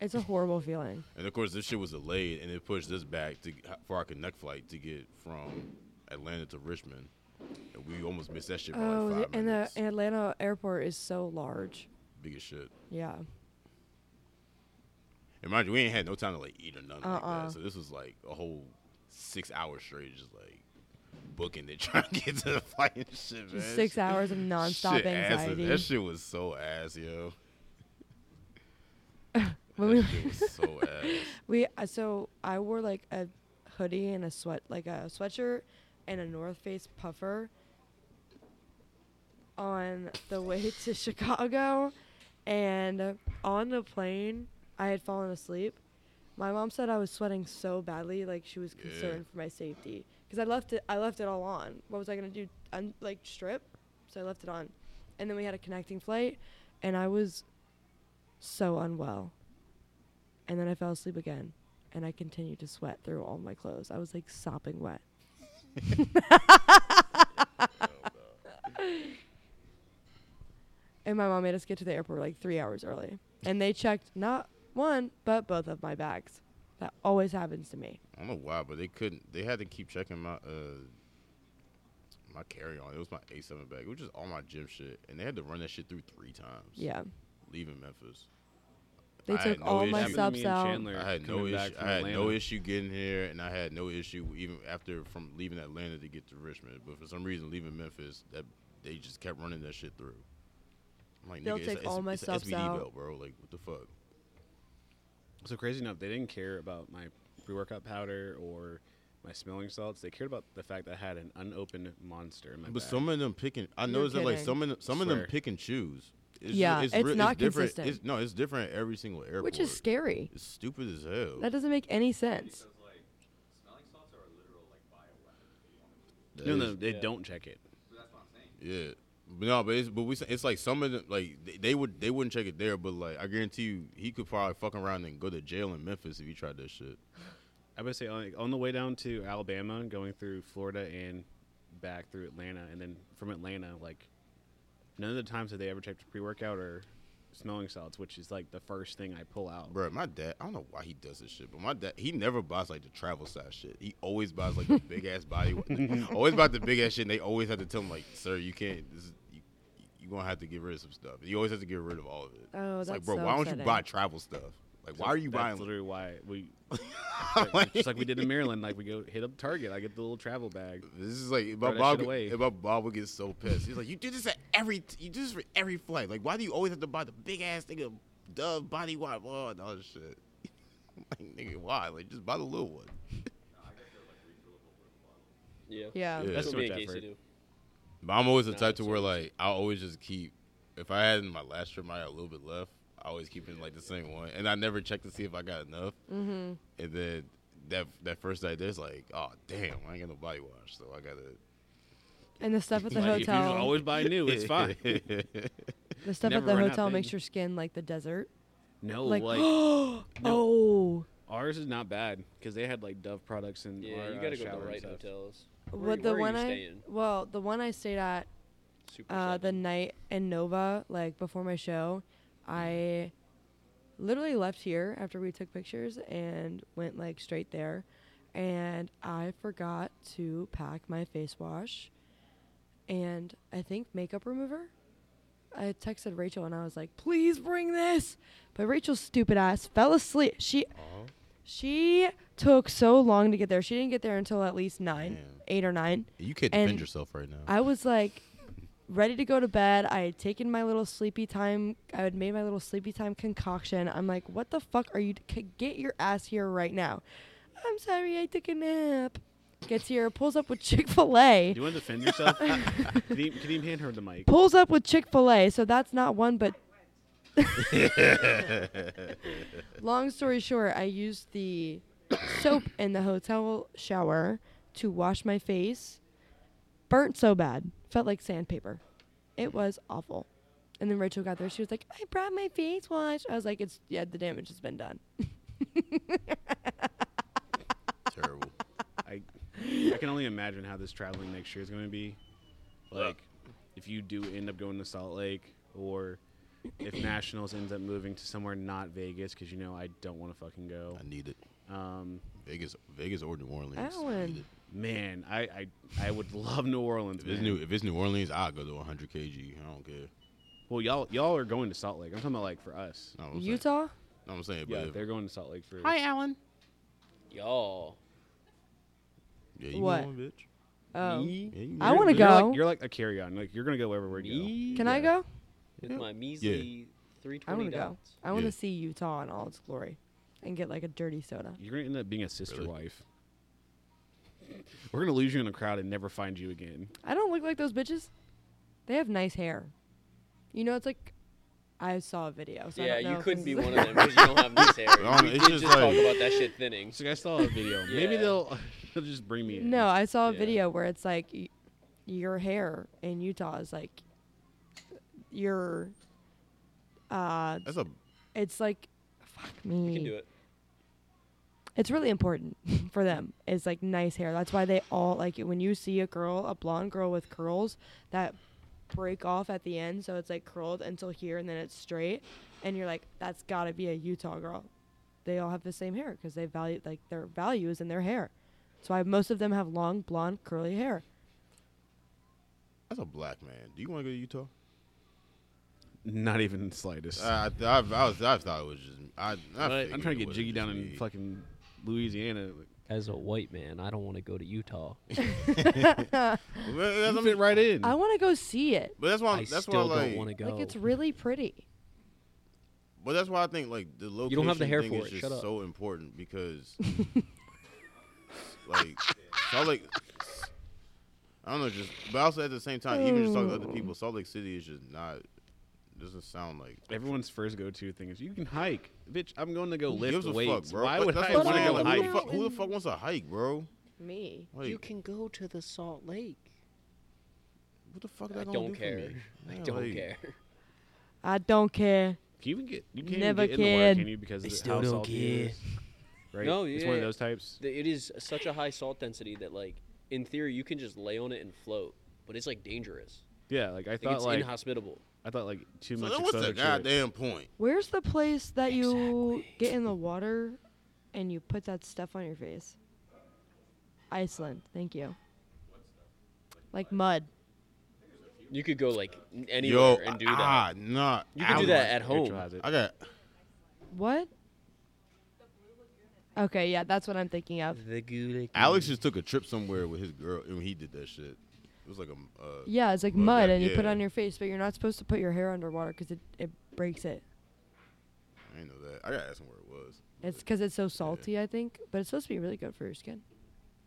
Speaker 2: It's a
Speaker 1: <laughs>
Speaker 2: horrible feeling.
Speaker 1: And of course, this shit was delayed, and it pushed this back to for our connect flight to get from Atlanta to Richmond. And we almost missed that shit by
Speaker 2: Oh,
Speaker 1: like
Speaker 2: the-
Speaker 1: five
Speaker 2: and the
Speaker 1: minutes.
Speaker 2: Atlanta airport is so large.
Speaker 1: Big as shit.
Speaker 2: Yeah.
Speaker 1: And mind you, we ain't had no time to like eat or nothing like
Speaker 2: Uh-uh.
Speaker 1: that. So this was like a whole six hours straight, just like booking it, <laughs> trying to get to the flight and shit, man.
Speaker 2: Just six hours of
Speaker 1: <laughs>
Speaker 2: nonstop
Speaker 1: shit ass-
Speaker 2: anxiety.
Speaker 1: That shit was so ass, yo.
Speaker 2: <laughs> When we,
Speaker 1: That shit was
Speaker 2: <laughs>
Speaker 1: so ass.
Speaker 2: we uh, so I wore like a hoodie and a sweat like a sweatshirt and a North Face puffer on the way <laughs> to Chicago and on the plane I had fallen asleep. My mom said I was sweating so badly like she was concerned for my safety cuz I left it I left it all on. What was I going to do? Un- like strip? So I left it on. And then we had a connecting flight and I was so unwell. And then I fell asleep again. And I continued to sweat through all my clothes. I was like sopping wet. and my mom made us get to the airport like three hours early. And they checked not one, but both of my bags. That always happens to me.
Speaker 1: I don't know why, but they couldn't. They had to keep checking my uh my carry on. It was my A seven bag. It was just all my gym shit, and they had to run that shit through three times.
Speaker 2: Yeah.
Speaker 1: leaving Memphis.
Speaker 2: They
Speaker 1: I had
Speaker 2: took all my
Speaker 1: issue-
Speaker 2: stuff out.
Speaker 1: I had no
Speaker 3: coming back
Speaker 1: issue.
Speaker 3: from
Speaker 1: I had no
Speaker 3: Atlanta.
Speaker 1: issue getting here, and I had no issue even after from leaving Atlanta to get to Richmond. But for some reason, leaving Memphis, that they just kept running that shit through. I'm like,
Speaker 2: They'll
Speaker 1: nigga,
Speaker 2: take
Speaker 1: it's, a-
Speaker 2: all
Speaker 1: it's,
Speaker 2: my
Speaker 1: it's a
Speaker 2: subs
Speaker 1: SBD
Speaker 2: out.
Speaker 1: belt, bro. Like, what the fuck?
Speaker 3: So crazy enough, they didn't care about my pre-workout powder or my smelling salts. They cared about the fact that I had an unopened monster in my
Speaker 1: But
Speaker 3: bag.
Speaker 1: some of them picking. I
Speaker 2: You're
Speaker 1: noticed that like
Speaker 2: kidding.
Speaker 1: some of them, some of them
Speaker 3: Swear.
Speaker 1: pick and choose. It's
Speaker 2: Yeah, it's not
Speaker 1: different.
Speaker 2: consistent.
Speaker 1: It's, no, it's different at every single airport.
Speaker 2: Which is scary.
Speaker 1: It's stupid as hell.
Speaker 2: That doesn't make any sense.
Speaker 6: Because like smelling salts are a literal like bioweapon.
Speaker 1: That
Speaker 3: no,
Speaker 1: is-
Speaker 3: no, they
Speaker 4: Yeah.
Speaker 3: don't check it.
Speaker 6: But that's what I'm saying.
Speaker 1: Yeah, but no, but it's but we it's like some of them like they, they would they wouldn't check it there, but like I guarantee you he could probably fuck around and go to jail in Memphis if he tried that shit.
Speaker 3: I would say like, on the way down to Alabama, going through Florida and back through Atlanta, and then from Atlanta, like none of the times that they ever checked pre-workout or smelling salts, which is like the first thing I pull out.
Speaker 1: Bro, my dad, I don't know why he does this shit, but my dad, he never buys like the travel size shit. He always buys like <laughs> the big ass body, always buys the big ass shit, and they always have to tell him, like, sir, you can't, this is, you, you gonna have to get rid of some stuff. You always have to get rid of all of it.
Speaker 2: Oh,
Speaker 1: it's like,
Speaker 2: that's
Speaker 1: bro,
Speaker 2: so
Speaker 1: why don't you
Speaker 2: upsetting.
Speaker 1: buy travel stuff? Like, why are you
Speaker 3: That's
Speaker 1: buying?
Speaker 3: Literally, why we
Speaker 1: I'm <laughs> like,
Speaker 3: just like we did in Maryland. Like we go hit up Target. I get the little travel bag.
Speaker 1: This is like if my
Speaker 3: Throw that
Speaker 1: mom,
Speaker 3: shit
Speaker 1: get-
Speaker 3: away.
Speaker 1: if my mom would get so pissed. He's like, you do this at every, you do this for every flight. Like, why do you always have to buy the big ass thing of Dove body wipe oh, and all this shit? <laughs> I'm like, nigga, why? Like, just buy the little one.
Speaker 4: Yeah.
Speaker 2: Yeah.
Speaker 1: Yeah.
Speaker 4: That's
Speaker 3: That's
Speaker 4: what me
Speaker 3: much
Speaker 4: and Casey
Speaker 3: effort.
Speaker 4: do.
Speaker 1: But I'm always the
Speaker 4: Nah,
Speaker 1: type to
Speaker 4: it's
Speaker 1: where
Speaker 4: always-
Speaker 1: like I always just keep. If I had in my last trip, I had a little bit left. I always keep it in like the same one, and I never check to see if I got enough.
Speaker 2: Mm-hmm.
Speaker 1: And then that that first night, there's like, oh damn, I ain't got no body wash, so I gotta.
Speaker 2: And the stuff at the
Speaker 3: Like, if you
Speaker 2: hotel.
Speaker 3: just always buy new,
Speaker 1: <laughs>
Speaker 3: it's
Speaker 4: <laughs>
Speaker 3: fine.
Speaker 2: the stuff at
Speaker 3: never
Speaker 2: the
Speaker 3: run out,
Speaker 2: hotel makes
Speaker 3: baby.
Speaker 2: your skin like the desert.
Speaker 3: no,
Speaker 2: like,
Speaker 3: like,
Speaker 2: oh,
Speaker 3: ours is not bad because they had like Dove products and
Speaker 4: Yeah,
Speaker 3: our,
Speaker 4: you
Speaker 3: uh,
Speaker 4: gotta go to the
Speaker 3: shower and
Speaker 4: right
Speaker 3: stuff.
Speaker 4: hotels. Where-
Speaker 2: what the
Speaker 4: where are you
Speaker 2: one I
Speaker 4: staying?
Speaker 2: well the one I stayed at
Speaker 4: Super
Speaker 2: uh, the
Speaker 4: Seven.
Speaker 2: night in Nova, like before my show, I literally left here after we took pictures and went like straight there. And I forgot to pack my face wash and I think makeup remover. I texted Rachel and I was like, please bring this. But Rachel's stupid ass fell asleep. She
Speaker 3: Uh-huh.
Speaker 2: she took so long to get there. She didn't get there until at least nine,
Speaker 1: Damn.
Speaker 2: eight or nine.
Speaker 1: You can't
Speaker 2: defend And
Speaker 1: yourself right now.
Speaker 2: I was like ready to go to bed. I had taken my little sleepy time. I had made my little sleepy time concoction. I'm like, what the fuck are you? C- get your ass here right now. I'm sorry, I took a nap. Gets here, pulls up with <laughs> Chick Fil
Speaker 3: Do
Speaker 2: A.
Speaker 3: you want to defend yourself? Kadeem, Kadeem, hand her the mic.
Speaker 2: Pulls up with Chick Fil A. So that's not
Speaker 1: <laughs>
Speaker 2: one, but long story short, I used the soap in the hotel shower to wash my face. Burnt so bad. Felt like sandpaper. It was awful. And then Rachel got there. She was like, I brought my face wash. I was like, it's, yeah, the damage has been done.
Speaker 1: Terrible.
Speaker 3: I, I can only imagine how this traveling next year is going to be. Like, if you do end up going to Salt Lake, or
Speaker 4: <clears throat>
Speaker 3: if Nationals ends up moving to somewhere not Vegas, because you know I don't want to fucking go.
Speaker 1: I need it.
Speaker 3: Um,
Speaker 1: Vegas, Vegas or New Orleans. I
Speaker 2: Alan.
Speaker 1: need it.
Speaker 3: man, I, I I would love New Orleans.
Speaker 1: If it's
Speaker 3: man.
Speaker 1: New, if it's New Orleans, I'll go to 100 kg. I don't care.
Speaker 3: Well, y'all y'all are going to Salt Lake. I'm talking about like for us.
Speaker 1: No, I'm saying-
Speaker 2: Utah?
Speaker 1: no, I'm saying,
Speaker 3: Yeah,
Speaker 1: but
Speaker 3: they're going to Salt Lake for.
Speaker 1: Alan.
Speaker 4: Y'all.
Speaker 1: Yeah, you
Speaker 2: What?
Speaker 1: going, bitch?
Speaker 2: Oh.
Speaker 1: Yeah, you
Speaker 2: I
Speaker 1: going.
Speaker 2: wanna
Speaker 3: You're like-
Speaker 2: go.
Speaker 3: you're like a carry on. Like you're gonna go wherever we go.
Speaker 1: Me?
Speaker 2: Can I go?
Speaker 4: With
Speaker 1: Yeah.
Speaker 4: my measly three
Speaker 2: I
Speaker 4: twenty
Speaker 2: want to go.
Speaker 4: dots.
Speaker 2: I want
Speaker 1: Yeah.
Speaker 2: to see Utah in all its glory and get like a dirty soda.
Speaker 3: You're gonna end up being a sister
Speaker 1: Really?
Speaker 3: wife. <laughs> We're gonna lose you in the crowd and never find you again.
Speaker 2: I don't look like those bitches. They have nice hair. You know, it's like I saw a video. So I
Speaker 4: yeah,
Speaker 2: don't know
Speaker 4: you
Speaker 2: if
Speaker 4: couldn't
Speaker 2: this
Speaker 4: be
Speaker 2: is- <laughs>
Speaker 4: one of them because you don't have nice
Speaker 1: <laughs> No,
Speaker 4: hair. We
Speaker 1: it's
Speaker 4: did
Speaker 1: just
Speaker 4: just
Speaker 1: like-
Speaker 4: talk about that shit thinning.
Speaker 3: So I saw a video. <laughs> Maybe
Speaker 4: Yeah.
Speaker 3: they'll they'll just bring me in.
Speaker 2: No, I saw a
Speaker 4: Yeah.
Speaker 2: video where it's like y- your hair in Utah is like your. Uh,
Speaker 1: That's a
Speaker 2: it's like, fuck me.
Speaker 4: You can do it.
Speaker 2: It's really important <laughs> for them. It's like nice hair. That's why they all like when you see a girl, a blonde girl with curls that break off at the end, so it's like curled until here and then it's straight, and you're like, that's gotta be a Utah girl. They all have the same hair because they value like their value is in their hair. That's why most of them have long blonde curly hair.
Speaker 1: that's a black man. Do you want to go to Utah?
Speaker 3: Not even the slightest.
Speaker 1: I, I, I, was, I thought it was just. I, Uh, I
Speaker 3: But I'm
Speaker 1: figured
Speaker 3: trying
Speaker 1: it
Speaker 3: to get
Speaker 1: was
Speaker 3: jiggy
Speaker 1: just
Speaker 3: down in
Speaker 1: me.
Speaker 3: fucking Louisiana. Like,
Speaker 4: As a white man, I don't want to go to Utah.
Speaker 1: Well, that's what
Speaker 3: you
Speaker 1: I'm-
Speaker 3: fit right in.
Speaker 2: I want to go see it.
Speaker 1: But that's why. I'm- that's why. Like,
Speaker 4: go.
Speaker 2: Like it's really pretty.
Speaker 1: but that's why I think like the location
Speaker 4: don't have the hair
Speaker 1: thing
Speaker 4: for
Speaker 1: is
Speaker 4: it.
Speaker 1: just
Speaker 4: Shut up.
Speaker 1: so important
Speaker 4: <laughs>
Speaker 1: because, like, Salt Lake. I don't know, just but also at the same time, even just talking to other people, Salt Lake City is just not. Doesn't sound like.
Speaker 3: Everyone's first go-to thing is you can hike, bitch. I'm going to go
Speaker 1: Who
Speaker 3: lift
Speaker 1: gives a fuck,
Speaker 3: weights.
Speaker 1: bro?
Speaker 3: Why
Speaker 1: Like,
Speaker 3: would
Speaker 1: that's
Speaker 3: I
Speaker 1: what
Speaker 3: want to
Speaker 1: I'm
Speaker 3: go
Speaker 1: saying, like,
Speaker 3: hike?
Speaker 1: who, the fuck, who the fuck wants to hike, bro?
Speaker 2: Me.
Speaker 1: Like,
Speaker 4: can go to the Salt Lake.
Speaker 1: what the fuck? That
Speaker 4: I
Speaker 1: gonna
Speaker 4: don't
Speaker 1: do for
Speaker 4: care.
Speaker 1: me?
Speaker 4: I
Speaker 1: Yeah,
Speaker 4: don't
Speaker 1: like,
Speaker 4: <laughs> care.
Speaker 2: I don't care.
Speaker 3: Can you even get? You can't
Speaker 2: Never
Speaker 3: even get in the water,
Speaker 2: kid.
Speaker 3: can you? Because
Speaker 4: They
Speaker 3: of
Speaker 4: still
Speaker 3: how
Speaker 4: don't
Speaker 3: salty it
Speaker 4: care.
Speaker 3: is. Right?
Speaker 4: No,
Speaker 3: It's one of
Speaker 4: yeah.
Speaker 3: those types.
Speaker 4: Th- It is such a high salt density that, like, in theory, you can just lay on it and float, but it's like dangerous.
Speaker 3: Yeah, like I
Speaker 4: Like,
Speaker 3: thought,
Speaker 4: it's
Speaker 3: like
Speaker 4: inhospitable.
Speaker 3: I thought like too
Speaker 1: So
Speaker 3: much.
Speaker 1: then what's the
Speaker 3: exposure to it.
Speaker 1: goddamn point?
Speaker 2: Where's the place that you get in the water and you put that stuff on your face? Iceland. Thank you. Like mud.
Speaker 4: You could go like n- anywhere and do that.
Speaker 1: Ah, nah.
Speaker 4: you could do
Speaker 1: I-
Speaker 4: that at
Speaker 3: Rachel
Speaker 4: home.
Speaker 3: has it.
Speaker 1: I got.
Speaker 2: What? Okay, yeah, that's what I'm thinking of.
Speaker 4: The Gulick.
Speaker 1: ah. Alex just took a trip somewhere with his girl, and he did that shit. It was like a. Uh,
Speaker 2: Yeah, it's like
Speaker 1: Well,
Speaker 2: mud
Speaker 1: that-
Speaker 2: and you put it
Speaker 1: yeah.
Speaker 2: on your face, but you're not supposed to put your hair underwater because it, it breaks it.
Speaker 1: I didn't know that. I gotta ask him where it was.
Speaker 2: It's because it's so salty, I think, but it's supposed to be really good for your skin.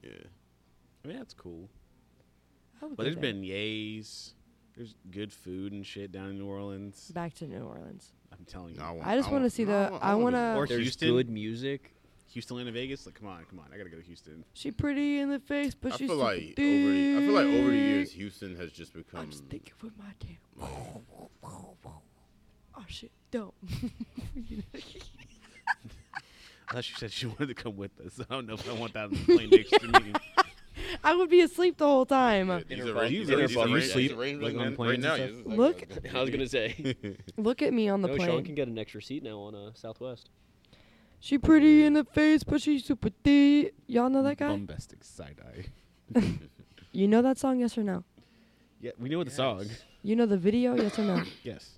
Speaker 1: Yeah.
Speaker 3: I mean, that's cool.
Speaker 2: I would go
Speaker 3: But there's
Speaker 2: there.
Speaker 3: been yays. There's good food and shit down in New Orleans.
Speaker 2: back to New Orleans.
Speaker 3: I'm telling you.
Speaker 1: No, want-
Speaker 2: I just want to
Speaker 1: want-
Speaker 2: see
Speaker 1: no,
Speaker 2: the. I want
Speaker 1: wanna-
Speaker 2: to.
Speaker 3: Or
Speaker 4: There's
Speaker 3: Houston.
Speaker 4: good music.
Speaker 3: Houston, Atlanta, Vegas. Like, come on, come on. I gotta go to Houston.
Speaker 2: She pretty in the face, but
Speaker 1: I
Speaker 2: she's
Speaker 1: feel
Speaker 2: super
Speaker 1: like over. the- I feel like over the years,
Speaker 2: thick.
Speaker 1: Houston has just become.
Speaker 2: I'm just thinking with my damn. Oh shit, don't. <laughs>
Speaker 3: I thought she said she <laughs> wanted to come with us. I don't know if I want that on the plane next to me.
Speaker 2: I would be asleep the whole time.
Speaker 1: Yeah, these
Speaker 4: Interbu-
Speaker 1: arra- these
Speaker 4: Interbu-
Speaker 1: arrangements-
Speaker 4: you
Speaker 1: these
Speaker 3: sleep,
Speaker 1: arrangements
Speaker 3: like, on
Speaker 1: right
Speaker 3: planes
Speaker 1: now,
Speaker 3: and
Speaker 1: yeah,
Speaker 3: stuff?
Speaker 1: this is
Speaker 2: Look-
Speaker 1: like a-
Speaker 4: <laughs> I was gonna
Speaker 1: <laughs>
Speaker 4: <laughs> say.
Speaker 2: Look at me on the
Speaker 4: no, Sean
Speaker 2: plane.
Speaker 4: can get an extra seat now on uh, Southwest.
Speaker 2: She pretty in the face, but she's super thick. Y'all know that guy?
Speaker 3: Bombastic side eye.
Speaker 2: You know that song? Yes or no?
Speaker 3: Yeah, we know what the song.
Speaker 2: You know the video? Yes or no?
Speaker 3: Yes.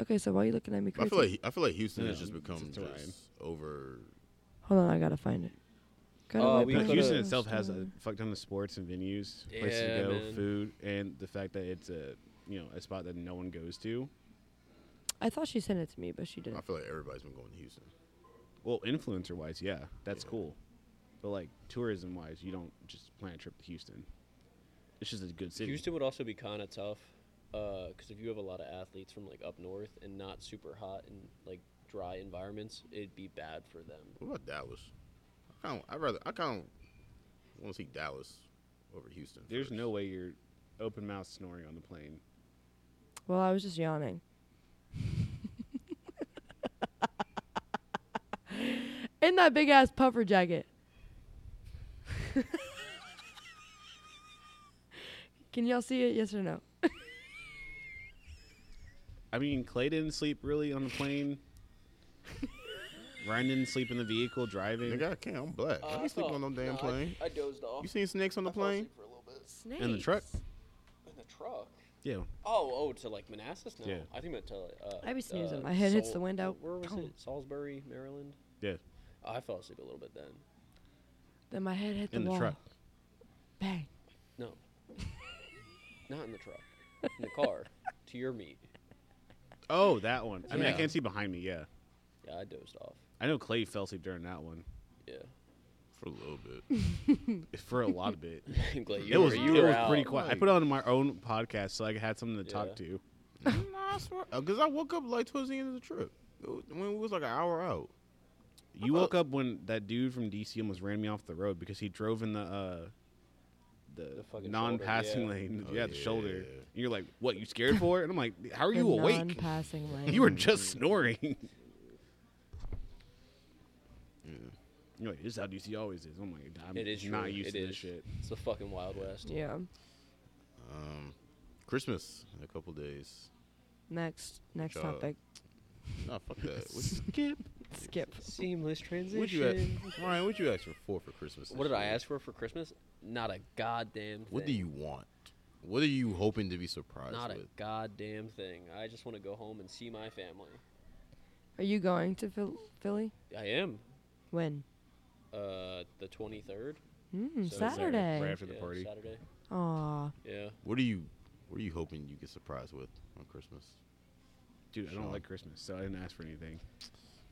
Speaker 2: Okay, so why are you looking at me
Speaker 1: I
Speaker 2: crazy?
Speaker 1: feel like I feel like Houston has
Speaker 3: Yeah,
Speaker 1: just
Speaker 3: it's
Speaker 1: become
Speaker 3: a terrain.
Speaker 1: just over.
Speaker 2: Hold on, I gotta find it. Gotta
Speaker 4: Uh,
Speaker 2: wipe
Speaker 4: we
Speaker 2: my
Speaker 3: But
Speaker 4: could've-
Speaker 3: Houston
Speaker 2: nose.
Speaker 3: itself has a fuck ton of sports and venues, places
Speaker 4: Yeah,
Speaker 3: to go,
Speaker 4: man.
Speaker 3: food, and the fact that it's a you know a spot that no one goes to.
Speaker 2: I thought she sent it to me, but she
Speaker 1: I
Speaker 2: didn't.
Speaker 1: feel like everybody's been going to Houston.
Speaker 3: Well, influencer wise, yeah, that's
Speaker 1: Yeah.
Speaker 3: cool. But like tourism wise, you don't just plan a trip to Houston. It's just a good city.
Speaker 4: Houston would also be kind of tough because if you have a lot of athletes from like up north and not super hot and like dry environments, it'd be bad for them.
Speaker 1: What about Dallas? I kind of I rather I kind of want to see Dallas over Houston.
Speaker 3: There's
Speaker 1: first.
Speaker 3: no way you're open mouth snoring on the plane.
Speaker 2: Well, I was just yawning. In that big ass puffer jacket. Can y'all see it? Yes or no?
Speaker 3: I mean, Clay didn't sleep really on the
Speaker 4: <laughs>
Speaker 3: plane. Ryan didn't sleep in the vehicle driving,
Speaker 1: Nigga, I can't. I'm black.
Speaker 4: Uh,
Speaker 1: I ain't sleeping on no damn plane.
Speaker 5: I, dozed off.
Speaker 1: You seen snakes on the plane?
Speaker 5: for a little bit
Speaker 2: Snakes.
Speaker 3: in the truck.
Speaker 5: in the truck.
Speaker 3: Yeah,
Speaker 4: Oh, oh, to like Manassas? No.
Speaker 3: Yeah.
Speaker 4: I think meant to. Uh,
Speaker 2: I be snoozing.
Speaker 4: uh,
Speaker 2: My head hits the
Speaker 4: Sal-
Speaker 2: window.
Speaker 4: Where was
Speaker 2: Boom.
Speaker 4: it? Salisbury, Maryland? Oh,
Speaker 3: yeah,
Speaker 4: I fell asleep a little bit then.
Speaker 2: Then my head hit
Speaker 3: in
Speaker 2: the
Speaker 3: the
Speaker 2: wall.
Speaker 3: truck.
Speaker 2: Bang. <laughs>
Speaker 4: No. Not in the truck. In the car. to your meet.
Speaker 3: Oh, that one. I mean, I
Speaker 4: Yeah.
Speaker 3: can't see behind me. Yeah,
Speaker 4: Yeah, I dozed off.
Speaker 3: I know Clay fell asleep during that one
Speaker 4: Yeah. <laughs>
Speaker 1: For a little bit.
Speaker 3: for a lot of
Speaker 4: <laughs>
Speaker 3: it.
Speaker 4: I'm glad you
Speaker 3: It
Speaker 4: were,
Speaker 3: was
Speaker 4: you
Speaker 3: it
Speaker 4: were
Speaker 3: was
Speaker 4: out.
Speaker 3: pretty quiet. I
Speaker 1: Like-
Speaker 3: put it on my own podcast so I had something to
Speaker 4: Yeah.
Speaker 3: talk to.
Speaker 1: <laughs> nah, I swear. Because Uh, I woke up like towards the end of the trip. It was- When we was like an hour out.
Speaker 3: You woke up when that dude from DC almost ran me off the road because he drove in the uh, the,
Speaker 4: The fucking
Speaker 3: non-passing
Speaker 4: shoulder,
Speaker 3: lane.
Speaker 1: Oh,
Speaker 3: yeah, the shoulder.
Speaker 1: yeah.
Speaker 3: And you're like, "What? You scared for?" it?" And I'm like, "How are
Speaker 2: The
Speaker 3: you awake?
Speaker 2: Non-passing lane.
Speaker 3: <laughs> You were just snoring." <laughs>
Speaker 1: Yeah.
Speaker 3: You're like, "This is how DC always is." I'm like, "I'm
Speaker 4: It is
Speaker 3: not
Speaker 4: true.
Speaker 3: used
Speaker 4: It
Speaker 3: to
Speaker 4: is.
Speaker 3: this shit."
Speaker 4: It's the fucking Wild West.
Speaker 2: Yeah.
Speaker 1: Um, Christmas in a couple days.
Speaker 2: Next. Next
Speaker 1: Shut up.
Speaker 2: topic.
Speaker 1: Nah, fuck that. What <laughs> you,
Speaker 3: Skip.
Speaker 2: Skip.
Speaker 4: Seamless transition.
Speaker 1: what you ask, Ryan? What you ask for for, for Christmas?
Speaker 4: What
Speaker 1: this
Speaker 4: did I
Speaker 1: year?
Speaker 4: ask for for Christmas? Not a goddamn thing.
Speaker 1: What do you want? What are you hoping to be surprised
Speaker 4: Not a
Speaker 1: with?
Speaker 4: goddamn thing. I just want to go home and see my family.
Speaker 2: Are you going to Phil- Philly?
Speaker 4: I am.
Speaker 2: When?
Speaker 4: Uh, the 23rd.
Speaker 2: Mm,
Speaker 4: So is there-
Speaker 2: Saturday.
Speaker 3: right after the
Speaker 4: Yeah,
Speaker 3: party.
Speaker 4: Saturday.
Speaker 2: Aw.
Speaker 4: Yeah.
Speaker 1: What are you? What are you hoping you get surprised with on Christmas?
Speaker 3: Dude, I don't
Speaker 1: Sean.
Speaker 3: like Christmas, so I didn't ask for anything.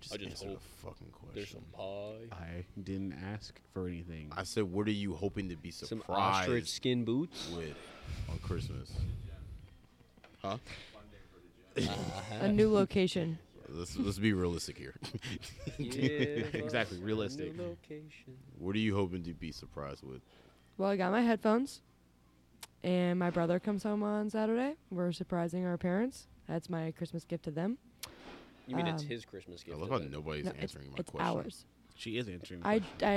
Speaker 1: Just,
Speaker 4: I just
Speaker 1: answer
Speaker 4: hope
Speaker 1: the fucking question.
Speaker 4: There's some pie.
Speaker 3: I didn't ask for anything.
Speaker 1: I said, what are you hoping to be
Speaker 4: Some
Speaker 1: surprised
Speaker 4: ostrich skin boots.
Speaker 1: <laughs> with on Christmas? Huh?
Speaker 3: Ah.
Speaker 2: A new location.
Speaker 1: Let's let's be realistic
Speaker 4: <laughs>
Speaker 1: here. <laughs>
Speaker 3: Exactly, realistic.
Speaker 4: Location.
Speaker 1: what are you hoping to be surprised with?
Speaker 2: Well, I got my headphones, and my brother comes home on Saturday. We're surprising our parents. That's my Christmas gift to them.
Speaker 4: You mean it's
Speaker 2: Um,
Speaker 4: his Christmas gift?
Speaker 1: I love how
Speaker 4: isn't it?
Speaker 1: nobody's
Speaker 2: No, it's,
Speaker 1: answering my
Speaker 2: it's
Speaker 1: question.
Speaker 2: ours.
Speaker 3: she is answering. the
Speaker 2: I,
Speaker 3: question.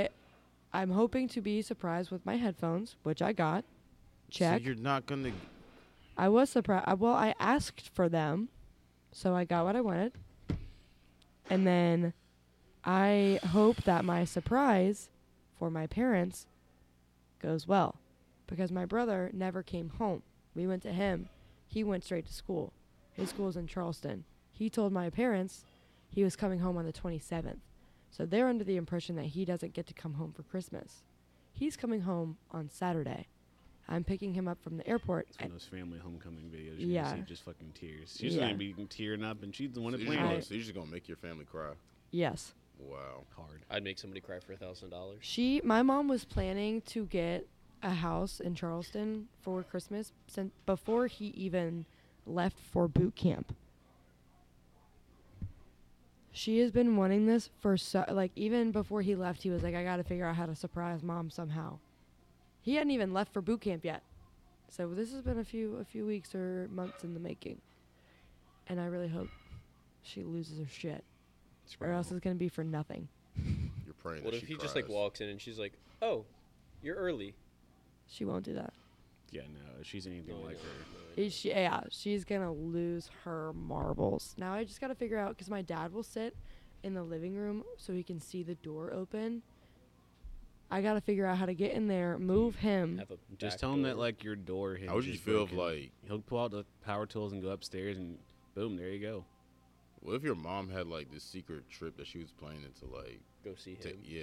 Speaker 2: I, I'm hoping to be surprised with my headphones, which I got.
Speaker 1: So
Speaker 2: Check.
Speaker 1: you're not gonna.
Speaker 2: I was surprised. Well, I asked for them, so I got what I wanted. And then I hope that my surprise for my parents goes well because my brother never came home. We went to him, he went straight to school. His school's in Charleston. He told my parents he was coming home on the 27th. So they're under the impression that he doesn't get to come home for Christmas. He's coming home on Saturday. I'm picking him up from the airport
Speaker 3: It's one
Speaker 2: at
Speaker 3: of those family homecoming videos. You're
Speaker 2: Yeah.
Speaker 3: gonna see just fucking tears. She's
Speaker 2: Yeah.
Speaker 3: gonna be tearing up, and she's the one
Speaker 1: So
Speaker 3: that
Speaker 1: you're, just
Speaker 2: plan.
Speaker 3: planned
Speaker 1: gonna,
Speaker 3: it.
Speaker 1: so you're just gonna make your family cry.
Speaker 2: Yes.
Speaker 1: Wow.
Speaker 3: Hard.
Speaker 4: I'd make somebody cry for a thousand dollars.
Speaker 2: She, my mom was planning to get a house in Charleston for Christmas since before he even left for boot camp. She has been wanting this for so, like even before he left, he was like, I got to figure out how to surprise mom somehow. He hadn't even left for boot camp yet, so this has been a few a few weeks or months in the making, and I really hope she loses her shit, or else it's gonna be for nothing.
Speaker 1: You're praying
Speaker 4: What
Speaker 1: that
Speaker 4: if
Speaker 1: she
Speaker 4: he
Speaker 1: cries.
Speaker 4: just like walks in and she's like, "Oh, you're early."
Speaker 2: She won't do that.
Speaker 3: Yeah, no, she's anything
Speaker 4: No,
Speaker 3: like
Speaker 4: no,
Speaker 3: her.
Speaker 4: no,
Speaker 2: Is she, yeah, she's gonna lose her marbles. Now I just gotta figure out because my dad will sit in the living room so he can see the door open. I gotta figure out how to get in there, move him.
Speaker 4: Have a
Speaker 3: Just
Speaker 4: back
Speaker 3: tell him that
Speaker 4: door.
Speaker 3: like your door. Hinge
Speaker 1: How would you
Speaker 3: is
Speaker 1: feel if
Speaker 3: broken.
Speaker 1: like
Speaker 3: he'll pull out the power tools and go upstairs and boom, there you go.
Speaker 1: what if your mom had like this secret trip that she was planning to like
Speaker 4: go see
Speaker 1: to,
Speaker 4: him.
Speaker 1: yeah.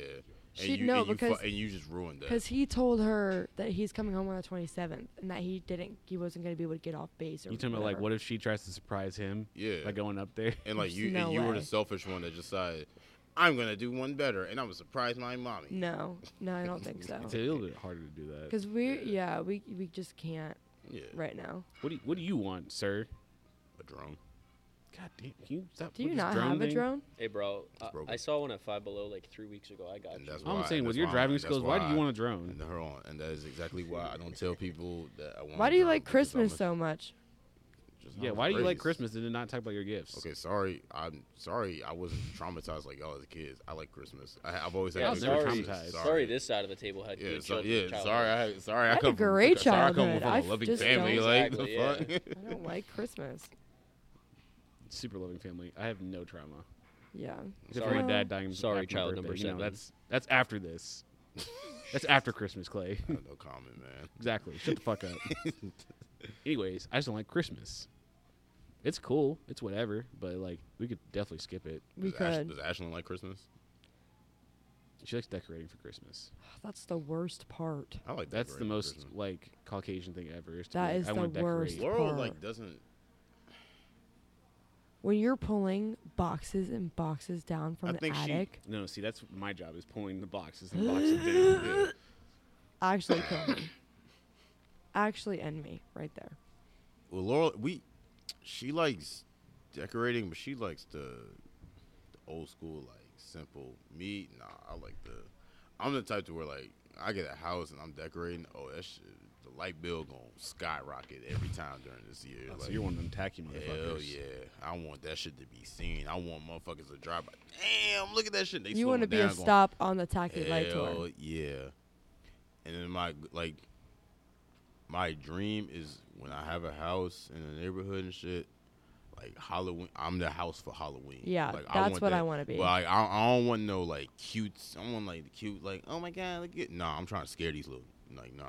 Speaker 1: And
Speaker 2: She-
Speaker 1: you
Speaker 2: no,
Speaker 1: and you, fu-
Speaker 2: because-
Speaker 1: and you just ruined that.
Speaker 2: Because he told her that he's coming home on the 27th and that he didn't, he wasn't gonna be able to get off base. Or
Speaker 3: You talking about like
Speaker 2: whatever.
Speaker 3: what if she tries to surprise him
Speaker 1: Yeah.
Speaker 3: by going up there?
Speaker 1: and like
Speaker 2: There's
Speaker 1: you
Speaker 2: no
Speaker 1: and you were
Speaker 2: way.
Speaker 1: the selfish one that decided I'm gonna do one better and I'm gonna surprise my mommy.
Speaker 2: No, no, I don't think
Speaker 3: <laughs>
Speaker 2: so.
Speaker 3: It's a little bit harder to do that.
Speaker 2: Because we're yeah, we we just can't
Speaker 1: Yeah.
Speaker 2: right now.
Speaker 3: What do you, what do you want, sir?
Speaker 1: A drone.
Speaker 3: God damn, can you stop?
Speaker 2: Do
Speaker 3: with
Speaker 2: you
Speaker 3: this
Speaker 2: not
Speaker 3: drone
Speaker 2: have a
Speaker 3: thing?
Speaker 2: drone?
Speaker 4: Hey, bro, I,
Speaker 1: broken.
Speaker 4: I saw one at Five Below like three weeks ago. I got
Speaker 1: And
Speaker 4: you.
Speaker 1: that's
Speaker 3: All I'm
Speaker 1: why-
Speaker 3: saying
Speaker 1: that's
Speaker 3: with your
Speaker 1: why-
Speaker 3: driving
Speaker 1: that's
Speaker 3: skills, why, do you
Speaker 1: why-
Speaker 3: want a drone?
Speaker 1: And hold on, and that is exactly why I don't tell people that I want.
Speaker 2: Why
Speaker 1: a
Speaker 2: do you
Speaker 1: drone,
Speaker 2: like
Speaker 1: because I'm
Speaker 2: Christmas
Speaker 1: a-
Speaker 2: so much?
Speaker 1: just
Speaker 3: Yeah,
Speaker 1: not
Speaker 3: why do you like
Speaker 1: raised.
Speaker 3: Christmas and then not talk about your gifts?
Speaker 1: Okay, sorry. I'm sorry. I wasn't traumatized like y'all as kids. I like Christmas. I, I've always had.
Speaker 4: Yeah,
Speaker 1: a
Speaker 3: was
Speaker 1: good
Speaker 3: never
Speaker 4: sorry,
Speaker 1: Christmas.
Speaker 3: traumatized.
Speaker 4: sorry. this side of the table had
Speaker 1: Yeah,
Speaker 4: good
Speaker 1: so,
Speaker 4: children-
Speaker 1: yeah.
Speaker 4: childhood.
Speaker 1: Sorry, I sorry.
Speaker 2: I
Speaker 1: I,
Speaker 2: had a
Speaker 1: come from-
Speaker 2: great
Speaker 1: sorry, I come
Speaker 2: childhood.
Speaker 1: from
Speaker 2: I
Speaker 1: a
Speaker 2: f-
Speaker 1: loving
Speaker 2: just
Speaker 1: family.
Speaker 2: don't-
Speaker 1: Like the
Speaker 4: Exactly,
Speaker 1: fuck.
Speaker 2: I don't like Christmas.
Speaker 3: Super loving family. I have no trauma
Speaker 2: Yeah.
Speaker 3: except for
Speaker 4: Sorry.
Speaker 3: my dad dying. after
Speaker 4: Sorry,
Speaker 3: my
Speaker 4: child
Speaker 3: birthday.
Speaker 4: number
Speaker 3: You know,
Speaker 4: seven.
Speaker 3: that's that's after this. <laughs> that's after Christmas, <laughs> Clay.
Speaker 1: I have <laughs> no comment, man.
Speaker 3: Exactly. Shut the fuck <laughs> up. Anyways, I just don't like Christmas. It's cool. It's whatever. But like, we could definitely skip it.
Speaker 2: We
Speaker 1: does Ash,
Speaker 2: could.
Speaker 1: does Ashlyn like Christmas?
Speaker 3: She likes decorating for Christmas.
Speaker 2: Oh, That's the worst part.
Speaker 1: I like.
Speaker 3: That's the
Speaker 1: decorating for
Speaker 3: most
Speaker 1: Christmas.
Speaker 3: like Caucasian thing ever. Is to be
Speaker 2: That
Speaker 3: like,
Speaker 2: is
Speaker 3: I
Speaker 2: the
Speaker 3: wanna
Speaker 2: worst.
Speaker 3: decorate."
Speaker 1: Laurel
Speaker 2: part.
Speaker 1: like doesn't.
Speaker 2: When you're pulling boxes and boxes down from
Speaker 1: I
Speaker 2: the
Speaker 1: think she-
Speaker 2: attic,
Speaker 3: No, see, that's my job is pulling the boxes and boxes down.
Speaker 1: Yeah.
Speaker 3: <laughs>
Speaker 2: actually kill me. Actually end me right there.
Speaker 1: Well, Laurel, we, she likes decorating, but she likes the, the old school, like simple. Me, nah, I like the. I'm the type to where like I get a house and I'm decorating. Oh, that shit, the light bill gonna skyrocket every time during this year.
Speaker 3: Oh,
Speaker 1: like,
Speaker 3: so you're one of them tacky motherfuckers.
Speaker 1: Hell yeah! I want that shit to be seen. I want motherfuckers to drive. by. Damn, look at that shit. They
Speaker 2: you want to be a stop on the tacky light
Speaker 1: Hell
Speaker 2: tour.
Speaker 1: yeah. And then my like my dream is when I have a house in a neighborhood and shit. Like Halloween, I'm the house for Halloween.
Speaker 2: Yeah,
Speaker 1: like,
Speaker 2: that's what
Speaker 1: that-
Speaker 2: I wanna be.
Speaker 1: But like, I, I don't want no like cute. I don't want like the cute. Like, oh my god, look at. Nah, I'm trying to scare these little. Like, nah,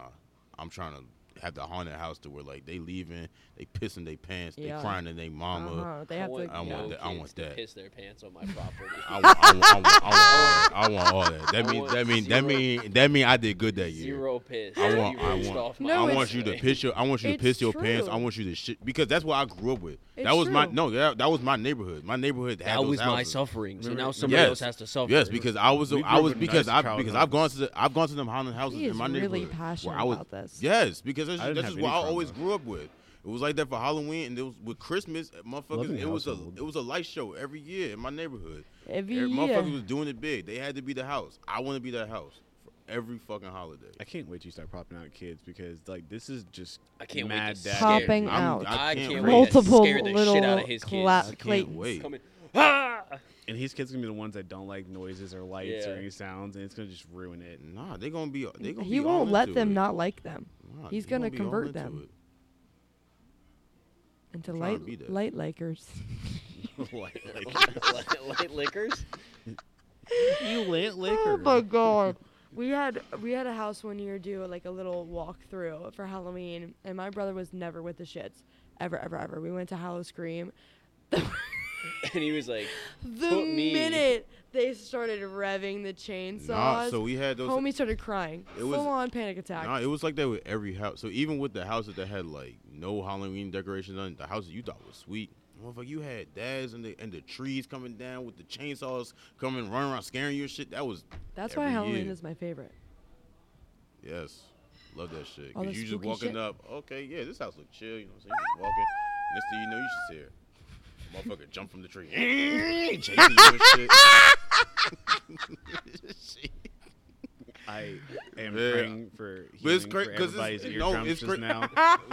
Speaker 1: I'm trying to have the haunted house to where like they leaving, they pissing their pants,
Speaker 2: Yeah.
Speaker 1: they crying to their mama.
Speaker 2: Uh-huh. They have to.
Speaker 1: I want
Speaker 4: no
Speaker 1: that- I
Speaker 4: kids
Speaker 1: want
Speaker 4: to
Speaker 1: that.
Speaker 4: Piss their pants on my property.
Speaker 1: I want, I, want, I, want, I, want, I want all that. That
Speaker 4: I
Speaker 1: mean,
Speaker 4: want
Speaker 1: that mean, that
Speaker 4: zero-
Speaker 1: mean, that mean, I did good that year.
Speaker 4: Zero piss.
Speaker 1: I
Speaker 4: You
Speaker 1: want, I
Speaker 4: rinsed
Speaker 1: want,
Speaker 4: off my
Speaker 2: No,
Speaker 1: I
Speaker 2: it's-
Speaker 1: want you
Speaker 2: <laughs>
Speaker 1: to piss your, I want you to
Speaker 2: it's
Speaker 1: piss your pants.
Speaker 2: true.
Speaker 1: I want you to shit because that's what I grew up with.
Speaker 2: It's
Speaker 1: that was my
Speaker 2: true.
Speaker 1: no, that, that was my neighborhood. My neighborhood had
Speaker 4: That
Speaker 1: those
Speaker 4: was my
Speaker 1: houses.
Speaker 4: suffering. So
Speaker 3: Remember-
Speaker 4: now somebody
Speaker 1: Yes.
Speaker 4: else has to suffer.
Speaker 1: Yes, because I was,
Speaker 3: We
Speaker 1: I
Speaker 3: grew
Speaker 1: was
Speaker 3: up in
Speaker 1: because
Speaker 3: nice
Speaker 1: I
Speaker 3: childhood
Speaker 1: because I've gone to, the, I've gone to them Holland houses
Speaker 2: He
Speaker 1: in
Speaker 2: is
Speaker 1: my
Speaker 2: really
Speaker 1: neighborhood.
Speaker 2: passionate
Speaker 1: where I was,
Speaker 2: about this.
Speaker 1: Yes, because that's,
Speaker 3: I didn't
Speaker 1: that's
Speaker 3: have
Speaker 1: just
Speaker 3: any
Speaker 1: what I
Speaker 3: trauma.
Speaker 1: always grew up with. It was like that for Halloween, and it was with Christmas, motherfuckers.
Speaker 3: Loving
Speaker 1: It was a,
Speaker 3: household.
Speaker 1: it was a light show every year in my neighborhood.
Speaker 2: Every
Speaker 1: Every
Speaker 2: year.
Speaker 1: motherfucker was doing it big. They had to be the house. I want to be that house for every fucking holiday.
Speaker 3: I can't wait till you start popping out kids because like this is just
Speaker 4: I can't wait
Speaker 3: mad
Speaker 4: to
Speaker 3: dad.
Speaker 4: scare
Speaker 2: Popping
Speaker 4: you.
Speaker 2: out.
Speaker 1: I
Speaker 4: I
Speaker 1: can't wait.
Speaker 4: can't wait to
Speaker 2: Multiple
Speaker 4: scare the shit out
Speaker 2: little
Speaker 4: of his
Speaker 2: cla-
Speaker 4: kids.
Speaker 1: I can't
Speaker 2: Clayton's
Speaker 1: wait.
Speaker 4: Coming. Ah!
Speaker 3: and his kids are gonna be the ones that don't like noises or lights or
Speaker 4: Yeah.
Speaker 3: any sounds, and it's gonna just ruin it. <laughs>
Speaker 1: Nah, they gonna be. They gonna.
Speaker 2: He
Speaker 1: be
Speaker 2: won't
Speaker 1: all
Speaker 2: let
Speaker 1: into
Speaker 2: them
Speaker 1: it.
Speaker 2: not like them.
Speaker 1: Nah,
Speaker 2: He's
Speaker 1: they
Speaker 2: gonna
Speaker 1: be all
Speaker 2: convert
Speaker 1: into
Speaker 2: them.
Speaker 1: it.
Speaker 2: and to
Speaker 1: I'm trying to be
Speaker 2: light
Speaker 1: that.
Speaker 2: light likers.
Speaker 1: <laughs>
Speaker 3: light
Speaker 4: <laughs> light, light liquors.
Speaker 3: you lit
Speaker 2: Oh
Speaker 3: liquor.
Speaker 2: my god. We had we had a house one year do like a little walk through for Halloween, and my brother was never with the shits, ever ever ever. We went to Hallow Scream.
Speaker 4: And he was like,
Speaker 2: The
Speaker 4: Put me-
Speaker 2: minute they started revving the chainsaws,
Speaker 1: Nah, so we had those.
Speaker 2: homie started crying.
Speaker 1: It was-
Speaker 2: Full on panic attack.
Speaker 1: Nah, it was like that with every house. So even with the houses that had like no Halloween decorations on, the houses you thought was sweet. Motherfucker, you had dads and the and the trees coming down with the chainsaws coming running around scaring you and shit. That was
Speaker 2: That's
Speaker 1: every
Speaker 2: why Halloween
Speaker 1: year.
Speaker 2: is my <laughs> favorite.
Speaker 1: Yes. Love that shit.
Speaker 2: All
Speaker 1: Cause
Speaker 2: that
Speaker 1: you just
Speaker 2: spooky
Speaker 1: walking
Speaker 2: shit.
Speaker 1: up, okay, yeah, this house look chill, you know what I'm saying? You just walking. Next thing you know, you should see her. Motherfucker jump from the tree. <laughs> Chasing you and
Speaker 2: <laughs>
Speaker 1: shit. <laughs>
Speaker 3: I am
Speaker 1: Yeah.
Speaker 3: praying for
Speaker 1: But it's
Speaker 3: healing
Speaker 1: cra-
Speaker 3: for
Speaker 1: 'cause it's-
Speaker 3: everybody's
Speaker 1: no,
Speaker 3: eardrums
Speaker 1: it's
Speaker 3: just
Speaker 1: cra- <laughs>
Speaker 3: now.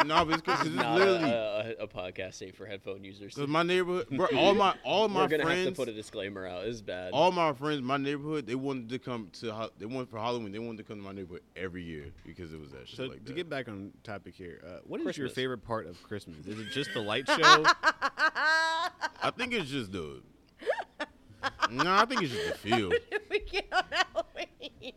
Speaker 1: no, but it's cause, 'cause it's
Speaker 4: not
Speaker 1: literally
Speaker 4: a, a, a podcast safe for headphone users.
Speaker 1: cause my neighborhood bro, all my all my
Speaker 4: We're gonna
Speaker 1: friends Oh,
Speaker 4: have to put a disclaimer out. It's bad.
Speaker 1: all my friends, my neighborhood, they wanted to come to ho- they wanted for Halloween. They wanted to come to my neighborhood every year because it was that shit
Speaker 3: So
Speaker 1: like
Speaker 3: to
Speaker 1: that.
Speaker 3: get back on topic here, uh, what is your
Speaker 4: Christmas.
Speaker 3: favorite part of Christmas? Is it just
Speaker 1: <laughs>
Speaker 3: the light show?
Speaker 1: I think it's just
Speaker 3: <laughs>
Speaker 1: the. no, I think it's just the feel.
Speaker 2: we get on Halloween.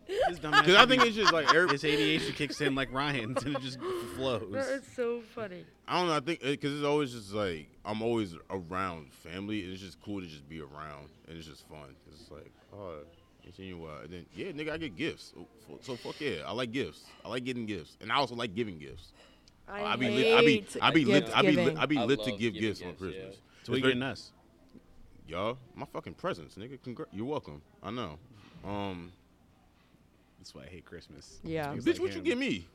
Speaker 3: This dumbass <laughs>
Speaker 1: Cause I think
Speaker 3: idiot-
Speaker 1: it's just like every.
Speaker 3: his ADHD kicks in like Ryan's and
Speaker 1: <laughs>
Speaker 3: it just flows.
Speaker 2: so funny.
Speaker 1: I don't know. I think because it's always just like I'm always around family. And it's just cool to just be around, and it's just fun. It's just like oh, it's in your wild. And then yeah, nigga, I get gifts. So, so fuck yeah, I like gifts. I like getting gifts, and I also like giving gifts.
Speaker 2: I,
Speaker 1: I, be lit.
Speaker 2: hate
Speaker 1: I be I be lit. I be lit.
Speaker 2: gift-giving.
Speaker 1: I be
Speaker 4: I
Speaker 1: lit to
Speaker 4: love
Speaker 1: give
Speaker 4: giving
Speaker 1: gifts on
Speaker 4: gifts, yeah.
Speaker 1: Christmas.
Speaker 3: So what are you
Speaker 1: It's very-
Speaker 3: getting us?
Speaker 1: Y'all, my fucking presents, nigga. Congra- You're welcome. I know. Um,
Speaker 3: That's why I hate Christmas.
Speaker 2: Yeah.
Speaker 3: It's
Speaker 1: bitch,
Speaker 3: like
Speaker 1: what you
Speaker 3: him.
Speaker 1: give me?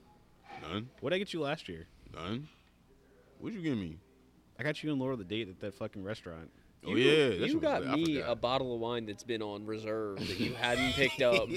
Speaker 1: None.
Speaker 3: What'd I get you last year?
Speaker 1: None. What you give me?
Speaker 3: I got you and Laura the date at that fucking restaurant.
Speaker 1: oh yeah, that's
Speaker 4: you
Speaker 1: what
Speaker 4: got
Speaker 1: it was. I
Speaker 4: me
Speaker 1: forgot.
Speaker 4: a bottle of wine that's been on reserve that
Speaker 1: <laughs>
Speaker 4: you hadn't picked up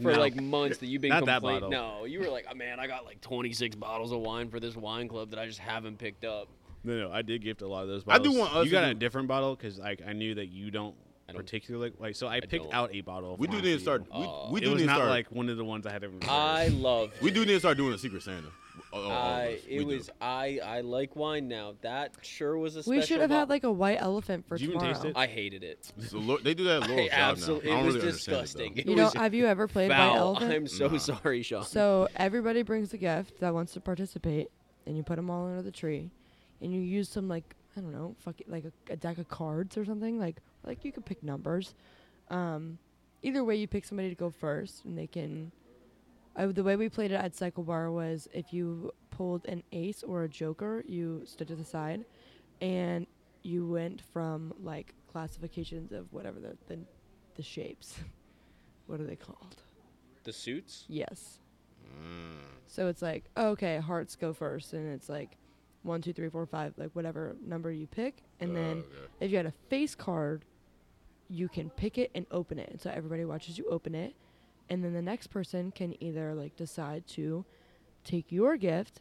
Speaker 4: for
Speaker 3: No.
Speaker 4: like months. That you've been
Speaker 3: Not that
Speaker 4: complaining.
Speaker 3: bottle.
Speaker 4: No, you were like, oh, man, I got like 26 bottles of wine for this wine club that I just haven't picked up.
Speaker 3: No, no, I did gift a lot of those
Speaker 1: I
Speaker 3: bottles.
Speaker 1: do want us
Speaker 3: You
Speaker 1: to
Speaker 3: got
Speaker 1: do-
Speaker 3: a different bottle because I, I knew that you don't,
Speaker 4: I don't-
Speaker 3: particularly like. So I picked
Speaker 4: don't.
Speaker 3: out a bottle. Of
Speaker 1: We do
Speaker 3: wine
Speaker 1: need to
Speaker 3: for
Speaker 1: start.
Speaker 3: you.
Speaker 1: We,
Speaker 4: Oh.
Speaker 1: we
Speaker 3: it
Speaker 1: do
Speaker 3: was
Speaker 1: need to
Speaker 3: not
Speaker 1: start.
Speaker 3: like one of the ones I had in
Speaker 4: I love.
Speaker 1: we do need to start doing a Secret Santa. Oh, oh,
Speaker 4: I
Speaker 1: we
Speaker 4: it
Speaker 1: do.
Speaker 4: was I I like wine now. That sure was a.
Speaker 2: We should
Speaker 4: special
Speaker 2: have had
Speaker 4: bottle.
Speaker 2: like a white elephant for
Speaker 3: Did you even
Speaker 2: tomorrow.
Speaker 3: taste it?
Speaker 4: I hated it.
Speaker 1: So, Lord, they do that at Laurel's
Speaker 4: <laughs> I
Speaker 1: job now. I
Speaker 4: absolutely. It
Speaker 1: don't
Speaker 4: was
Speaker 1: really
Speaker 4: disgusting.
Speaker 1: understand it,
Speaker 4: It
Speaker 2: You know,
Speaker 4: was
Speaker 2: have you ever
Speaker 1: <laughs>
Speaker 2: played white
Speaker 4: foul.
Speaker 2: elephant?
Speaker 4: I'm so
Speaker 1: Nah.
Speaker 4: sorry, Sean.
Speaker 2: So everybody brings a gift that wants to participate, and you put them all under the tree, and you use some like I don't know, fuck it, like a, a deck of cards or something. Like like you could pick numbers. Um, either way, you pick somebody to go first, and they can. I, the way we played it at Cycle Bar was if you pulled an ace or a joker, you stood to the side, and you went from like classifications of whatever the the, the shapes. <laughs> what are they called?
Speaker 4: the suits.
Speaker 2: Yes.
Speaker 1: though. Mm.
Speaker 2: So it's like, oh, okay, hearts go first, and it's like one, two, three, four, five, like whatever number you pick. And
Speaker 1: Oh,
Speaker 2: then
Speaker 1: okay.
Speaker 2: if you had a face card, you can pick it and open it. And so everybody watches you open it. And then the next person can either like decide to take your gift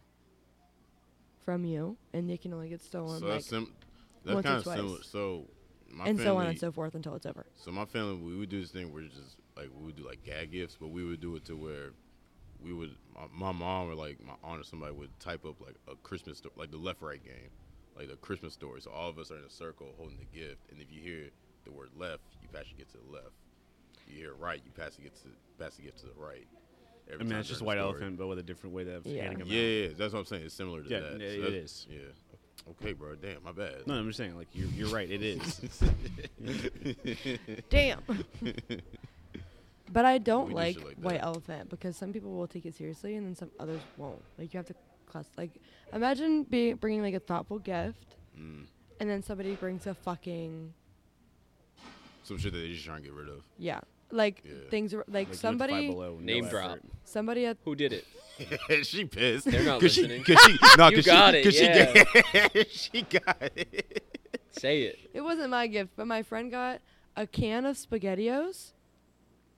Speaker 2: from you, and they can only get stolen,
Speaker 1: so
Speaker 2: like,
Speaker 1: that's sim- that's
Speaker 2: once or
Speaker 1: kind of
Speaker 2: twice.
Speaker 1: similar. So my
Speaker 2: and
Speaker 1: family,
Speaker 2: so on and so forth until it's over.
Speaker 1: So my family, we would do this thing where it's just like we would do like gag gifts, but we would do it to where we would my, my mom or like my aunt or somebody would type up like a Christmas story, like the left right game, like the Christmas story. So all of us are in a circle holding the gift, and if you hear the word left, you pass your gift to the left. You hear right, you pass the gift to pass the gift to the right. Every
Speaker 3: I mean,
Speaker 1: time
Speaker 3: it's just
Speaker 1: during
Speaker 3: white
Speaker 1: the story.
Speaker 3: elephant, but with a different way that
Speaker 2: Yeah.
Speaker 3: yeah. handing them
Speaker 1: Yeah,
Speaker 3: out.
Speaker 1: yeah, that's what I'm saying. It's similar to
Speaker 3: Yeah,
Speaker 1: that.
Speaker 3: it-
Speaker 1: So
Speaker 3: it
Speaker 1: that's-
Speaker 3: is.
Speaker 1: Yeah. Okay, bro. Damn, my bad.
Speaker 3: No, I'm just saying, like you're, you're right. It is.
Speaker 1: <laughs>
Speaker 2: Damn. but I don't
Speaker 1: We do
Speaker 2: like,
Speaker 1: shit like
Speaker 2: White
Speaker 1: that.
Speaker 2: Elephant because some people will take it seriously and then some others won't. Like you have to class. Like imagine being bringing like a thoughtful gift,
Speaker 1: Mm.
Speaker 2: and then somebody brings a fucking
Speaker 1: <laughs> Some shit that they just trying to get rid of.
Speaker 2: yeah. Like
Speaker 1: Yeah.
Speaker 2: things are, like,
Speaker 3: Like, you went to Five
Speaker 2: somebody
Speaker 3: Below, no
Speaker 4: Name drop.
Speaker 3: effort.
Speaker 2: somebody at
Speaker 4: Who did
Speaker 1: <laughs>
Speaker 4: it?
Speaker 1: she pissed.
Speaker 4: They're not
Speaker 1: 'Cause she-
Speaker 4: listening.
Speaker 1: 'cause
Speaker 4: <laughs>
Speaker 1: she, no,
Speaker 4: You
Speaker 1: 'cause
Speaker 4: got
Speaker 1: she,
Speaker 4: it,
Speaker 1: 'cause
Speaker 4: yeah.
Speaker 1: <laughs> She, got it.
Speaker 4: Say it.
Speaker 2: it wasn't my gift, but my friend got a can of Spaghettios,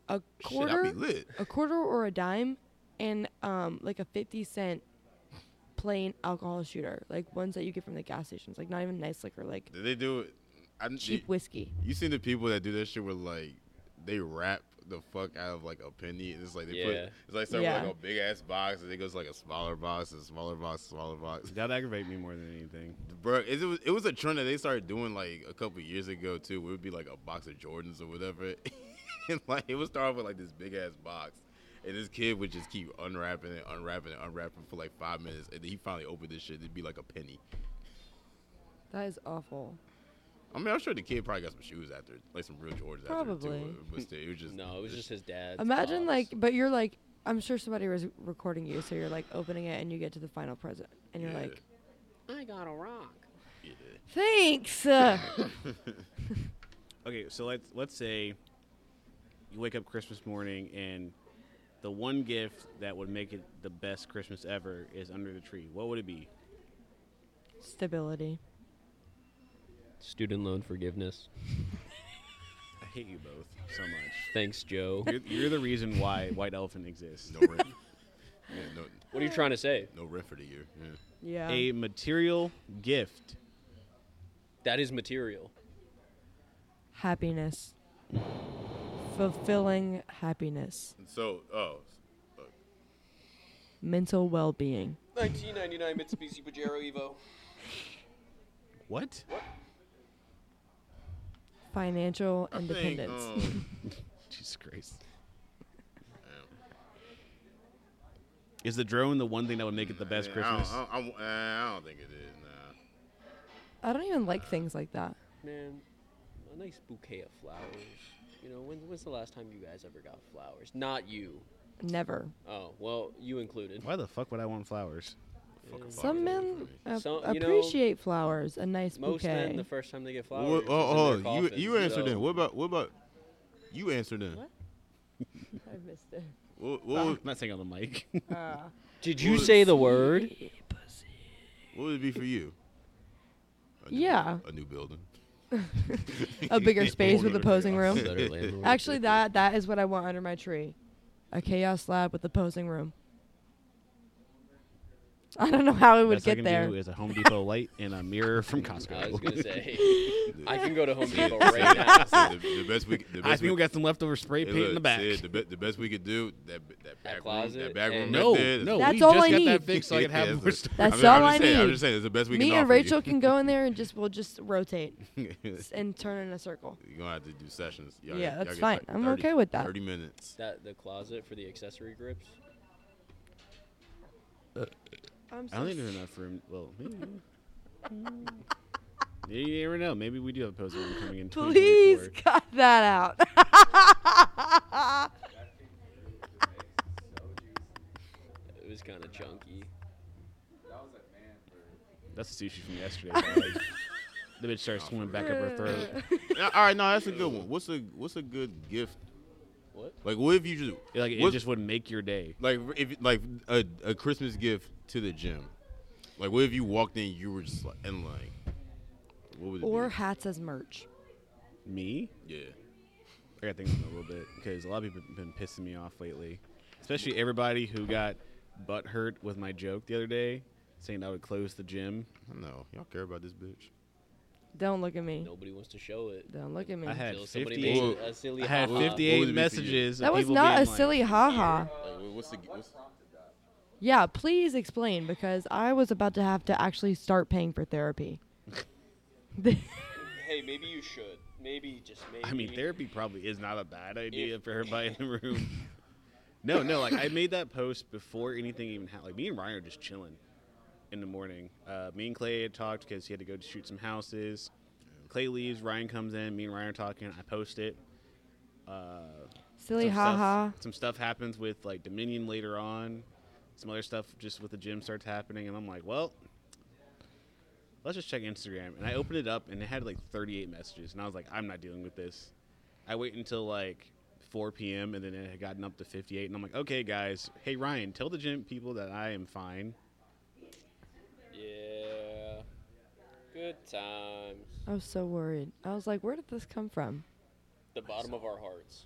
Speaker 2: a quarter.
Speaker 1: Shit, I be lit.
Speaker 2: a quarter or a dime and um like a 50 cent plain alcohol shooter like ones that you get from the gas stations like not even nice liquor like
Speaker 1: Did they do it? I,
Speaker 2: cheap
Speaker 1: you,
Speaker 2: whiskey
Speaker 1: you seen the people that do that shit where like they wrap the fuck out of like a penny. And it's like they put
Speaker 4: Yeah.
Speaker 1: it's like starting
Speaker 2: Yeah.
Speaker 1: with like a big ass box, and it goes to, like a smaller box, and smaller box, smaller box.
Speaker 3: That aggravate me more than anything.
Speaker 1: Bro, it was it was a trend that they started doing like a couple years ago too. Where it would be like a box of Jordans or whatever, <laughs> and like it would start off with like this big ass box, and this kid would just keep unwrapping it, unwrapping it, unwrapping for like five minutes, and then he finally opened this shit. It'd be like a penny.
Speaker 2: That is awful.
Speaker 1: I mean, I'm sure the kid probably got some shoes after, like some real Jordans after
Speaker 2: Probably.
Speaker 1: it too. But still, it was just
Speaker 4: No, it was just his dad's.
Speaker 2: Imagine
Speaker 4: pops.
Speaker 2: like, but you're like, I'm sure somebody was recording you, so you're like opening it and you get to the final present, and you're
Speaker 1: Yeah.
Speaker 2: like,
Speaker 4: I got a rock.
Speaker 1: yeah. <laughs>
Speaker 2: thanks. Uh,
Speaker 3: Okay, so let's let's say you wake up Christmas morning and the one gift that would make it the best Christmas ever is under the tree. What would it be?
Speaker 2: Stability.
Speaker 4: Student loan forgiveness.
Speaker 3: I hate you both so much.
Speaker 4: Thanks, Joe.
Speaker 3: You're, you're the reason why White Elephant exists.
Speaker 1: no rent. yeah, no,
Speaker 4: What are you trying to say?
Speaker 1: no rent for the year. Yeah.
Speaker 2: Yeah.
Speaker 3: A material gift.
Speaker 4: That is material.
Speaker 2: happiness. Fulfilling happiness.
Speaker 1: And so, oh,
Speaker 2: Mental well-being.
Speaker 5: 1999 Mitsubishi Pajero Evo.
Speaker 3: What?
Speaker 2: Financial
Speaker 1: I think
Speaker 2: independence. <laughs>
Speaker 1: um,
Speaker 3: Jesus Christ. Is the drone the one thing that would make it the best
Speaker 1: I don't-
Speaker 3: Christmas?
Speaker 1: I don't, I, don't, I don't think it is. Nah.
Speaker 2: I don't even like things like that.
Speaker 4: Man, a nice bouquet of flowers. You know, when, when's the last time you guys ever got flowers? Not you.
Speaker 2: Never.
Speaker 4: Oh, well, you included.
Speaker 3: Why the fuck would I want flowers?
Speaker 1: Fucking
Speaker 2: Some
Speaker 1: flowers
Speaker 2: men
Speaker 1: ain't
Speaker 2: ap-
Speaker 4: Some- you know,
Speaker 2: appreciate flowers. A nice
Speaker 4: Most
Speaker 2: bouquet.
Speaker 4: men, the first time they get
Speaker 1: for me.
Speaker 4: flowers.
Speaker 1: Wha- oh,
Speaker 4: is in their
Speaker 1: oh, you
Speaker 4: coffins,
Speaker 1: you answered
Speaker 4: so-
Speaker 1: them. What about what about you answered them?
Speaker 2: What? I missed it.
Speaker 1: What, what,
Speaker 3: I'm
Speaker 1: would,
Speaker 3: not saying on the
Speaker 2: <laughs>
Speaker 3: mic.
Speaker 4: Did you
Speaker 1: Would-
Speaker 4: say the word?
Speaker 1: what would it be for you? A new-
Speaker 3: <laughs>
Speaker 2: Yeah.
Speaker 1: a new building.
Speaker 2: Oh. <laughs>
Speaker 1: <laughs>
Speaker 2: A bigger space with a posing room.
Speaker 4: Actually,
Speaker 2: Actually, that that is what I want under my tree, a chaos lab with a posing room. I don't know how it would
Speaker 3: Best I
Speaker 2: get
Speaker 3: can
Speaker 2: there.
Speaker 3: do is a Home Depot light and a
Speaker 1: <laughs>
Speaker 3: mirror from
Speaker 4: I was
Speaker 3: Costco. <laughs>
Speaker 4: gonna <laughs> say I can go
Speaker 2: <laughs>
Speaker 4: to Home
Speaker 1: Yeah,
Speaker 4: <laughs> Depot
Speaker 1: so-
Speaker 4: right now.
Speaker 1: so the, the best we the best
Speaker 3: I think
Speaker 1: we,
Speaker 3: we got some leftover spray
Speaker 1: hey,
Speaker 3: paint in the
Speaker 1: look,
Speaker 3: back.
Speaker 1: Sid, the, be, the best we could do that that back room,
Speaker 4: closet
Speaker 1: that back room
Speaker 4: and-
Speaker 1: right
Speaker 3: <laughs> no,
Speaker 1: there, <laughs>
Speaker 3: no,
Speaker 2: That's
Speaker 3: we
Speaker 2: all
Speaker 3: just
Speaker 2: I
Speaker 3: got
Speaker 2: need.
Speaker 3: that fixed so I can
Speaker 1: Yeah,
Speaker 3: have
Speaker 1: that's
Speaker 3: more
Speaker 1: it.
Speaker 3: stuff.
Speaker 1: I
Speaker 2: That's
Speaker 1: mean,
Speaker 2: all
Speaker 1: I'm just
Speaker 2: I
Speaker 1: saying, I'm
Speaker 2: need.
Speaker 1: just saying, it's the best we
Speaker 2: Me
Speaker 1: can
Speaker 2: and
Speaker 1: offer you.
Speaker 2: Rachel can go in there and just we'll just
Speaker 3: <laughs>
Speaker 2: rotate
Speaker 1: <laughs>
Speaker 2: s- and turn in a circle.
Speaker 1: You're gonna have to do sessions.
Speaker 2: Yeah,
Speaker 1: y'all
Speaker 2: that's
Speaker 1: get,
Speaker 2: fine.
Speaker 1: like,
Speaker 2: I'm
Speaker 1: 30
Speaker 2: okay with that.
Speaker 1: Thirty minutes.
Speaker 4: That the closet for the accessory grips.
Speaker 2: I'm
Speaker 3: I don't think there's enough room. Well, maybe.
Speaker 2: <laughs>
Speaker 3: you never know. Maybe we do have a poster room coming in.
Speaker 2: Please
Speaker 3: 2024.
Speaker 2: cut that out. <laughs>
Speaker 4: It was kind of chunky.
Speaker 6: That was a man bird.
Speaker 3: That's the sushi from yesterday. but,
Speaker 1: <laughs>
Speaker 3: like, the bitch
Speaker 1: Oh,
Speaker 3: starts swimming back up her throat.
Speaker 1: Yeah, All right, no, that's a good one. What's a what's a good gift?
Speaker 4: What?
Speaker 1: Like, what if you just
Speaker 3: Like it
Speaker 1: what-
Speaker 3: just would make your day.
Speaker 1: like if like a, a Christmas gift to the gym? Like, what if you walked in, you were just like, and like, what would it
Speaker 2: or hats as merch.
Speaker 3: Me?
Speaker 1: be? Yeah,
Speaker 3: I got to think about it a little bit because a lot of people have been pissing me off lately, especially everybody who got butt hurt with my joke the other day, saying I would close the gym.
Speaker 1: I don't know. Y'all care about this bitch?
Speaker 2: Don't look at me.
Speaker 4: Nobody wants to show it.
Speaker 2: Don't look at me.
Speaker 3: I had
Speaker 4: Until somebody
Speaker 3: 58
Speaker 4: makes a silly
Speaker 3: I had
Speaker 4: ha-ha.
Speaker 1: What would it
Speaker 3: 58
Speaker 1: be for you?
Speaker 3: messages. of
Speaker 2: that was
Speaker 3: people
Speaker 2: not a
Speaker 3: being like,
Speaker 2: silly ha ha.
Speaker 1: Like, what- what's the what's,
Speaker 2: Yeah, please explain because I was about to have to actually start paying for
Speaker 4: <laughs>
Speaker 2: therapy.
Speaker 4: Hey, maybe you should. Maybe just maybe.
Speaker 3: I mean, therapy probably is not a bad idea <laughs> for everybody in the room. No, no, like I made that post before anything even happened. Like me and Ryan are just chilling in the morning. Uh, me and Clay had talked because he had to go to shoot some houses. Clay leaves, Ryan comes in, me and Ryan are talking. I post it. Uh,
Speaker 2: <laughs> Silly
Speaker 3: some
Speaker 2: ha
Speaker 3: stuff-
Speaker 2: ha.
Speaker 3: Some stuff happens with like Dominion later on. Some other stuff just with the gym starts happening, and I'm like, well, let's just check Instagram. And I opened it up, and it had like 38 messages, and I was like, I'm not dealing with this. I wait until like 4 p.m. and then it had gotten up to 58, and I'm like, okay, guys, hey Ryan, tell the gym people that I am fine.
Speaker 4: Yeah. Good times.
Speaker 2: I was so worried. I was like, where did this come from?
Speaker 4: The bottom of our hearts.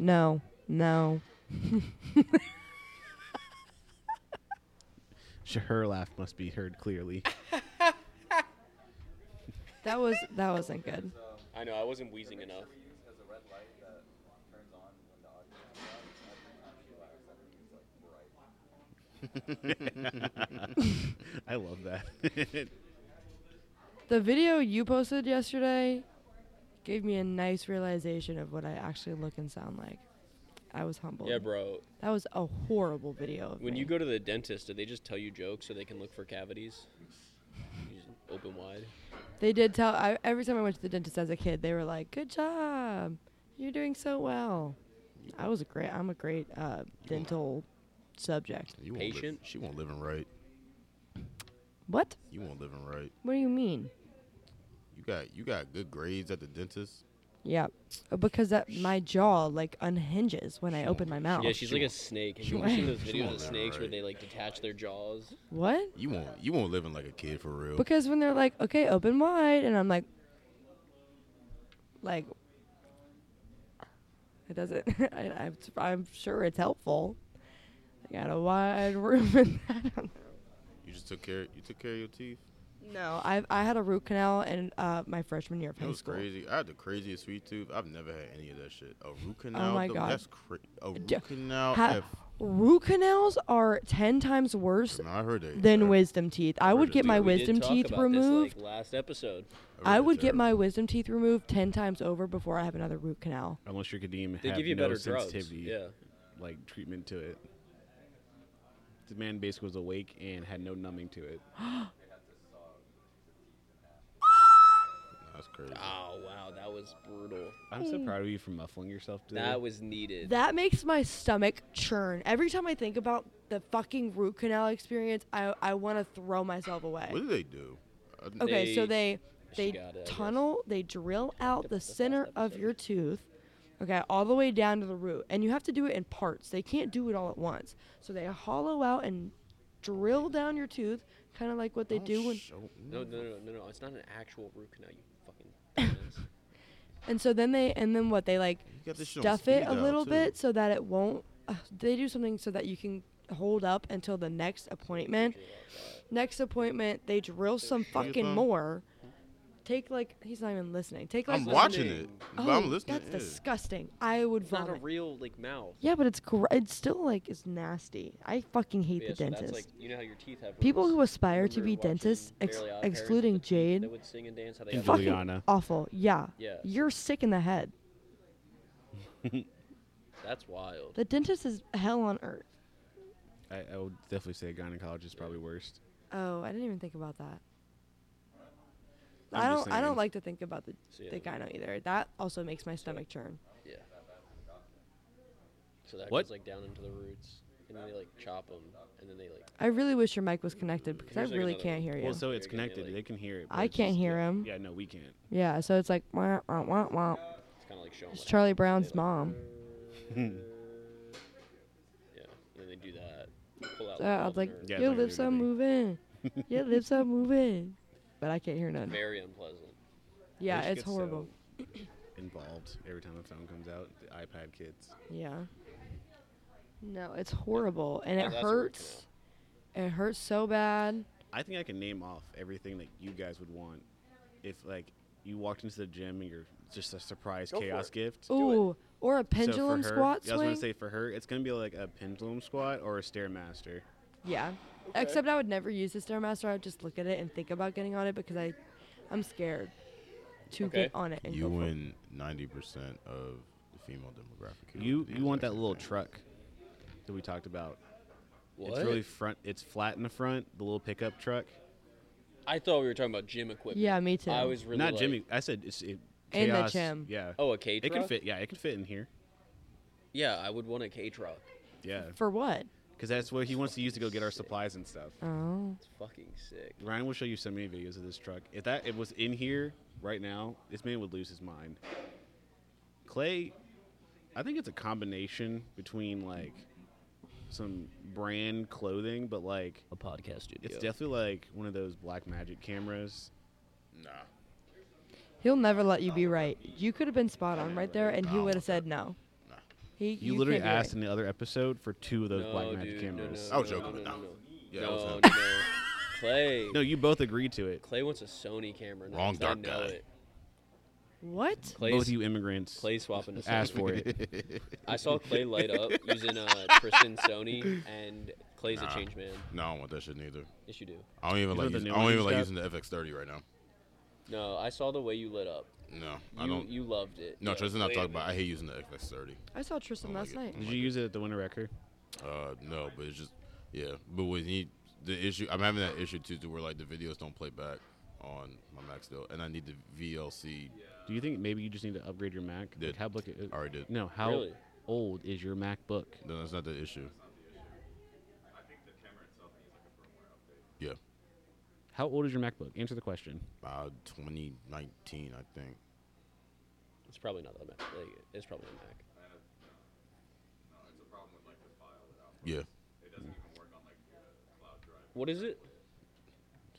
Speaker 2: No, no.
Speaker 3: Sh- Her laugh must be heard clearly. <laughs>
Speaker 2: That was that wasn't good.
Speaker 4: I know I wasn't wheezing enough.
Speaker 6: Use as a red light.
Speaker 3: I love that. <laughs>
Speaker 2: The video you posted yesterday gave me a nice realization of what I actually look and sound like. I was humbled.
Speaker 4: Yeah, bro.
Speaker 2: That was a horrible video. Of
Speaker 4: When
Speaker 2: me.
Speaker 4: you go to the dentist, do they just tell you jokes so they can look for cavities? You just open wide.
Speaker 2: They did tell. I, every time I went to the dentist as a kid, they were like, "Good job, you're doing so well." I was a great. I'm a great uh, dental subject.
Speaker 1: You won't live-
Speaker 4: Patient?
Speaker 1: she won't live in right.
Speaker 2: What?
Speaker 1: You won't live in right.
Speaker 2: What do you mean?
Speaker 1: You got you got good grades at the dentist.
Speaker 2: Yeah, uh, because that my jaw like unhinges when I open my mouth.
Speaker 3: Oh,
Speaker 4: Yeah, she's like a snake. Have you
Speaker 1: Sure.
Speaker 4: seen those
Speaker 1: Sure.
Speaker 4: videos of
Speaker 1: Sure.
Speaker 4: snakes where
Speaker 1: Right.
Speaker 4: they like detach their jaws?
Speaker 2: what?
Speaker 1: You won't you won't live in like a kid for real.
Speaker 2: Because when they're like, "Okay, open wide," and I'm like, like, it doesn't. <laughs> I, I'm, I'm sure it's helpful. I got a wide <laughs> room in that. I'm
Speaker 1: You just took care you took care of your teeth.
Speaker 2: No, I I had a root canal in uh, my freshman year of
Speaker 1: That
Speaker 2: high
Speaker 1: was
Speaker 2: school.
Speaker 1: crazy. I had the craziest sweet tooth. I've never had any of that shit. A root canal.
Speaker 2: Oh my
Speaker 1: though,
Speaker 2: God.
Speaker 1: That's crazy. A root
Speaker 2: D-
Speaker 1: canal.
Speaker 2: Ha-
Speaker 1: F.
Speaker 2: root canals are ten times worse
Speaker 1: No, I heard that.
Speaker 2: than wisdom teeth. I
Speaker 1: heard
Speaker 2: would
Speaker 1: it.
Speaker 2: get
Speaker 1: Dude,
Speaker 2: my
Speaker 4: We did
Speaker 2: wisdom
Speaker 4: talk
Speaker 2: teeth
Speaker 4: about
Speaker 2: removed.
Speaker 4: This, like, last episode.
Speaker 2: I would get my wisdom teeth removed ten times over before I have another root canal.
Speaker 3: Unless your Kadeem
Speaker 4: They
Speaker 3: have
Speaker 4: give you
Speaker 3: no
Speaker 4: better drugs.
Speaker 3: sensitivity,
Speaker 4: Yeah.
Speaker 3: like treatment to it. The man basically was awake and had no numbing to it.
Speaker 1: That's crazy.
Speaker 4: Oh wow, that was brutal.
Speaker 3: I'm so proud of you for muffling yourself today.
Speaker 4: That was needed.
Speaker 2: That makes my stomach churn every time I think about the fucking root canal experience. I I want to throw myself away.
Speaker 1: What do they do? I-
Speaker 2: Okay, so they
Speaker 4: They-
Speaker 2: they
Speaker 4: she got it, I guess.
Speaker 2: tunnel, they drill out the
Speaker 4: that's last
Speaker 2: center of
Speaker 4: episode.
Speaker 2: your tooth, okay, all the way down to the root, and you have to do it in parts. They can't do it all at once. So they hollow out and drill down your tooth, kind of like what they
Speaker 4: Oh,
Speaker 1: Don't
Speaker 2: do when.
Speaker 1: show me.
Speaker 4: no, no, no, no, no. It's not an actual root canal. You
Speaker 2: <laughs>
Speaker 4: fucking. dumbass.
Speaker 2: And so then they and then what they like
Speaker 1: got this shit on
Speaker 2: stuff it a
Speaker 1: speed dial,
Speaker 2: little
Speaker 1: too.
Speaker 2: bit so that it won't. Uh, they do something so that you can hold up until the next appointment. Next appointment, they drill some fucking
Speaker 1: thumb?
Speaker 2: more. Take like he's not even listening. Take like
Speaker 1: I'm
Speaker 2: some-
Speaker 1: watching it.
Speaker 2: Oh,
Speaker 1: but I'm listening.
Speaker 2: That's
Speaker 1: yeah.
Speaker 2: disgusting. I would
Speaker 4: It's not a
Speaker 2: vomit.
Speaker 4: real like mouth.
Speaker 2: yeah, but it's gr- it's still like it's nasty. I fucking hate
Speaker 4: Yeah,
Speaker 2: the
Speaker 4: so that's
Speaker 2: dentist.
Speaker 4: like you know how your teeth have.
Speaker 2: People
Speaker 4: roots?
Speaker 2: who aspire to
Speaker 4: Remember
Speaker 2: be
Speaker 4: watching
Speaker 2: dentists, ex-
Speaker 4: Fairly Odd Parents with
Speaker 2: excluding
Speaker 4: the teeth
Speaker 2: Jade,
Speaker 4: That would sing and dance. How they
Speaker 3: And
Speaker 4: got
Speaker 2: fucking
Speaker 4: the-
Speaker 3: Juliana.
Speaker 2: awful. Yeah.
Speaker 4: Yeah.
Speaker 2: You're sick in the head.
Speaker 4: That's wild.
Speaker 2: The dentist is hell on earth.
Speaker 3: I, I would definitely say gynecologist is probably worst.
Speaker 2: Oh, I didn't even think about that. I
Speaker 3: I'm just
Speaker 2: don't. I
Speaker 3: saying.
Speaker 2: don't like to think about the
Speaker 4: So, yeah,
Speaker 2: the
Speaker 4: the-
Speaker 2: gyno either. That also makes my stomach churn.
Speaker 4: Yeah. So that
Speaker 3: What?
Speaker 4: goes like down into the roots, and then they like chop them, and then they like.
Speaker 2: I really wish your mic was connected because
Speaker 4: Here's,
Speaker 2: I
Speaker 4: like,
Speaker 2: really
Speaker 4: another
Speaker 2: can't
Speaker 4: one.
Speaker 2: hear you.
Speaker 3: Well, so it's
Speaker 4: You're gonna get,
Speaker 3: connected.
Speaker 4: like-
Speaker 3: They can hear it. but
Speaker 2: I
Speaker 3: it's
Speaker 2: can't
Speaker 3: just-
Speaker 2: hear him.
Speaker 3: Yeah, no, we can't.
Speaker 2: Yeah, so it's like wah, wah, wah, wah.
Speaker 4: It's kind of like showing.
Speaker 2: It's
Speaker 4: what
Speaker 2: Charlie
Speaker 4: happens.
Speaker 2: Brown's
Speaker 4: They, like,
Speaker 2: mom.
Speaker 4: Yeah, and then they do that. Pull out.
Speaker 2: So
Speaker 4: like,
Speaker 2: I
Speaker 4: all
Speaker 2: was
Speaker 4: the
Speaker 2: like,
Speaker 4: nerves.
Speaker 3: Yeah,
Speaker 2: your
Speaker 3: it's like
Speaker 2: lips
Speaker 3: a
Speaker 2: are
Speaker 3: thing. <laughs>
Speaker 2: moving. Your lips are moving. But I can't hear none.
Speaker 4: Very unpleasant.
Speaker 2: Yeah,
Speaker 3: They should
Speaker 2: it's
Speaker 3: get so
Speaker 2: horrible.
Speaker 3: involved every time a phone comes out. The iPad kids.
Speaker 2: Yeah. No, it's horrible. And
Speaker 4: Yeah,
Speaker 2: it
Speaker 4: that's a root
Speaker 2: hurts. It hurts so bad.
Speaker 3: I think I can name off everything that you guys would want if like you walked into the gym and you're just a surprise
Speaker 4: Go for
Speaker 3: chaos
Speaker 4: it.
Speaker 3: gift. So
Speaker 2: Ooh, or a
Speaker 3: for
Speaker 2: pendulum
Speaker 3: her-
Speaker 2: squat
Speaker 3: I was gonna
Speaker 2: swing.
Speaker 3: say for her, it's gonna be like a pendulum squat or a stairmaster.
Speaker 2: Yeah. Except I would never use the Stairmaster. I would just look at it and think about getting on it because I, I'm scared to
Speaker 4: Okay.
Speaker 2: get on it. And
Speaker 1: You
Speaker 2: go for it.
Speaker 1: win ninety percent of the female demographic. who
Speaker 3: You
Speaker 1: do the
Speaker 3: you want that
Speaker 1: exact same
Speaker 3: little
Speaker 1: thing.
Speaker 3: truck that we talked about.
Speaker 4: What?
Speaker 3: It's really front. It's flat in the front. The little pickup truck.
Speaker 4: I thought we were talking about gym equipment.
Speaker 2: Yeah, me too.
Speaker 4: I was really
Speaker 3: Not
Speaker 4: like,
Speaker 3: Jimmy. I said it's it,
Speaker 2: In the
Speaker 3: chaos.
Speaker 2: gym.
Speaker 3: Yeah.
Speaker 4: Oh, a K
Speaker 3: it
Speaker 4: truck.
Speaker 3: can fit. Yeah, it can fit in here.
Speaker 4: Yeah, I would want a K truck.
Speaker 3: Yeah,
Speaker 2: For what?
Speaker 3: because that's what he wants to use to go get our supplies and stuff.
Speaker 2: Oh.
Speaker 4: It's fucking sick.
Speaker 3: Ryan will show you so many videos of this truck. If that it was in here right now, this man would lose his mind. Clay, I think it's a combination between like some brand clothing, but like
Speaker 4: A podcast studio.
Speaker 3: it's definitely like one of those black magic cameras.
Speaker 1: Nah,
Speaker 2: He'll never let you be right. You could have been spot on right there, and he
Speaker 1: I
Speaker 2: would have
Speaker 1: want
Speaker 2: said no.
Speaker 1: nah.
Speaker 2: He
Speaker 3: You,
Speaker 2: you
Speaker 3: literally
Speaker 2: can't be right.
Speaker 3: asked in the other episode for two of those
Speaker 4: no,
Speaker 3: black
Speaker 4: dude,
Speaker 3: magic cameras.
Speaker 4: No, no,
Speaker 1: I was
Speaker 4: no,
Speaker 1: joking,
Speaker 4: No, no,
Speaker 1: but
Speaker 4: no.
Speaker 1: Yeah, I
Speaker 4: no,
Speaker 1: was
Speaker 4: no.
Speaker 1: joking.
Speaker 4: Clay.
Speaker 1: <laughs>
Speaker 3: No, you both agreed to it.
Speaker 4: Clay wants a Sony camera. Now,
Speaker 1: Wrong
Speaker 4: 'cause I
Speaker 1: dark
Speaker 4: know
Speaker 1: guy.
Speaker 4: It.
Speaker 2: What?
Speaker 4: Clay's,
Speaker 3: Both you immigrants
Speaker 4: Clay swapping to
Speaker 3: asked
Speaker 4: Sony.
Speaker 3: for
Speaker 4: <laughs>
Speaker 3: it.
Speaker 4: I saw Clay
Speaker 1: <laughs>
Speaker 4: light up using uh, Tristan Sony, and Clay's
Speaker 1: Nah.
Speaker 4: a change man.
Speaker 1: No, I don't want that shit neither.
Speaker 4: Yes, you do.
Speaker 1: I don't even
Speaker 3: know
Speaker 1: like.
Speaker 3: the
Speaker 1: Use,
Speaker 3: new
Speaker 1: I don't
Speaker 3: one
Speaker 1: even
Speaker 3: he's
Speaker 1: like
Speaker 3: got?
Speaker 1: using the FX30 right now.
Speaker 4: No, I saw the way you lit up.
Speaker 1: No,
Speaker 4: You,
Speaker 1: I don't.
Speaker 4: You loved it.
Speaker 1: no,
Speaker 4: Yeah,
Speaker 1: Tristan, I'm
Speaker 4: Clay-
Speaker 1: talking about. I hate using the FX30.
Speaker 2: I saw Tristan
Speaker 1: Don't
Speaker 2: last
Speaker 1: like it.
Speaker 2: night.
Speaker 3: Did you use it at the Winter Record?
Speaker 1: Uh, no, but it's just yeah. But when you the issue, I'm having that issue too, to where like the videos don't play back on my Mac still, and I need the VLC.
Speaker 3: Do you think maybe you just need to upgrade your Mac?
Speaker 1: Did.
Speaker 3: Like, how book it, uh,
Speaker 1: I already did.
Speaker 3: No, how
Speaker 4: Really?
Speaker 3: old is your MacBook?
Speaker 1: No, that's not the issue.
Speaker 6: I think the camera itself needs like a firmware update.
Speaker 1: Yeah,
Speaker 3: How old is your MacBook? Answer the question.
Speaker 1: uh, 2019, I think.
Speaker 4: It's probably not that Mac. Like, it's probably a Mac.
Speaker 6: No, it's a problem with like the file that output.
Speaker 1: Yeah,
Speaker 6: It doesn't even work on like the cloud drive.
Speaker 4: What is it?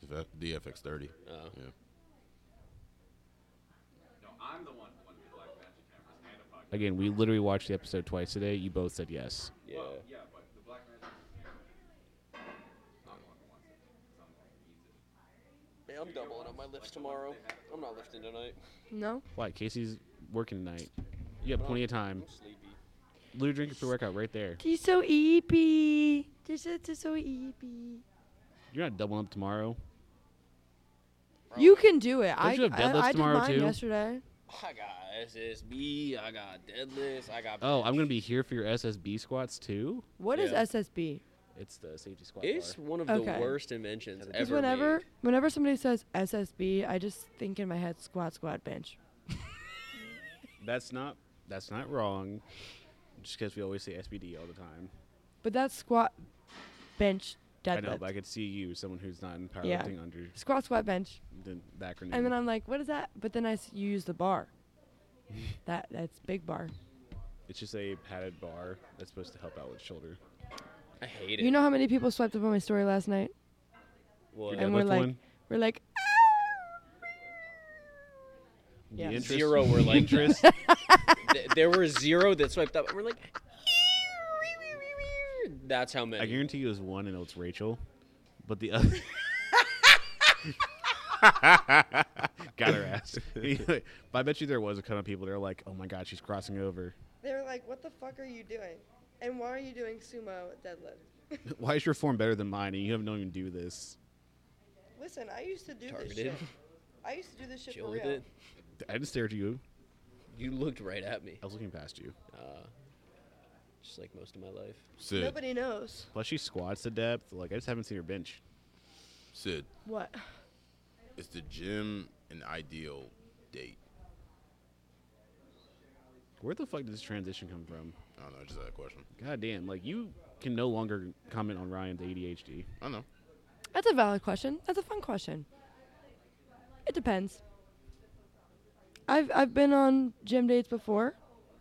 Speaker 1: just F- the FX30.
Speaker 4: Oh.
Speaker 1: Yeah.
Speaker 6: No, I'm the one who wanted the black magic cameras and a podcast.
Speaker 3: Again, we literally watched the episode twice today. You both said yes.
Speaker 4: Yeah.
Speaker 6: Well, yeah, but the black magic camera. I'm the one who wants it. 'cause I'm the one who needs it.
Speaker 4: Man, I'm doubling up my lifts tomorrow. I'm not lifting tonight.
Speaker 2: No.
Speaker 3: Why? Casey's working tonight. You got plenty of time.
Speaker 4: I'm sleepy.
Speaker 3: Literally drink your pre-workout right there.
Speaker 2: He's so eepy. This is so E eepy.
Speaker 3: You're not doubling up tomorrow.
Speaker 2: You can do it. I,
Speaker 3: you have
Speaker 2: I,
Speaker 3: deadlifts
Speaker 2: I did
Speaker 3: tomorrow,
Speaker 2: mine
Speaker 3: too?
Speaker 2: yesterday.
Speaker 4: I got SSB. I got deadlifts. I got.
Speaker 3: Oh, I'm gonna be here for your SSB squats too.
Speaker 2: What is
Speaker 4: Yeah.
Speaker 2: SSB?
Speaker 3: It's the safety squat.
Speaker 4: It's
Speaker 3: bar.
Speaker 4: one of
Speaker 2: Okay.
Speaker 4: the worst inventions ever.
Speaker 2: Because whenever
Speaker 4: made.
Speaker 2: whenever somebody says SSB, I just think in my head squat squat bench.
Speaker 3: that's not that's not wrong. Just because we always say SBD all the time.
Speaker 2: But that's squat bench deadlift.
Speaker 3: I know, but I could see you, someone who's not in
Speaker 2: Yeah.
Speaker 3: powerlifting, under
Speaker 2: squat squat bench.
Speaker 3: the, the acronym.
Speaker 2: And then I'm like, what is that? But then I s- you use the
Speaker 3: <laughs>
Speaker 2: bar. that that's big bar.
Speaker 3: it's just a padded bar that's supposed to help out with shoulder.
Speaker 4: I hate it.
Speaker 2: You know how many people swiped up on my story last night?
Speaker 4: What?
Speaker 3: Yeah,
Speaker 2: and we're
Speaker 3: that's
Speaker 2: like
Speaker 3: one.
Speaker 2: we're like
Speaker 3: The
Speaker 2: Yeah.
Speaker 3: interest-
Speaker 4: Zero were like interest. <laughs> Th- there were zero that swiped up. We're like, that's how
Speaker 3: I
Speaker 4: many.
Speaker 3: guarantee you, is one, and it's Rachel. But the <laughs> other got her ass. <laughs> but I bet you there was a ton of people. They're like, "Oh my god, she's crossing over.
Speaker 2: They were like, what the fuck are you doing? And why are you doing sumo deadlift?
Speaker 3: Why is your form better than mine? And you have no even do this."
Speaker 2: Listen, I used to do
Speaker 4: Targeted. <laughs>
Speaker 2: I used to do this shit
Speaker 4: Chill with it.
Speaker 3: I didn't stare at you.
Speaker 4: You looked right at me.
Speaker 3: I was looking past you.
Speaker 4: Uh, just like most of my life.
Speaker 1: Sid,
Speaker 2: knows.
Speaker 3: Plus, she squats to depth. Like I just haven't seen her bench.
Speaker 1: Sid,
Speaker 2: What?
Speaker 1: is the gym an ideal date?
Speaker 3: Where the fuck did this transition come from?
Speaker 1: I don't know. Just that question.
Speaker 3: God damn! Like you can no longer comment on Ryan's ADHD.
Speaker 1: I don't know.
Speaker 2: That's a valid question. That's a fun question. It depends. I've I've been on gym dates before.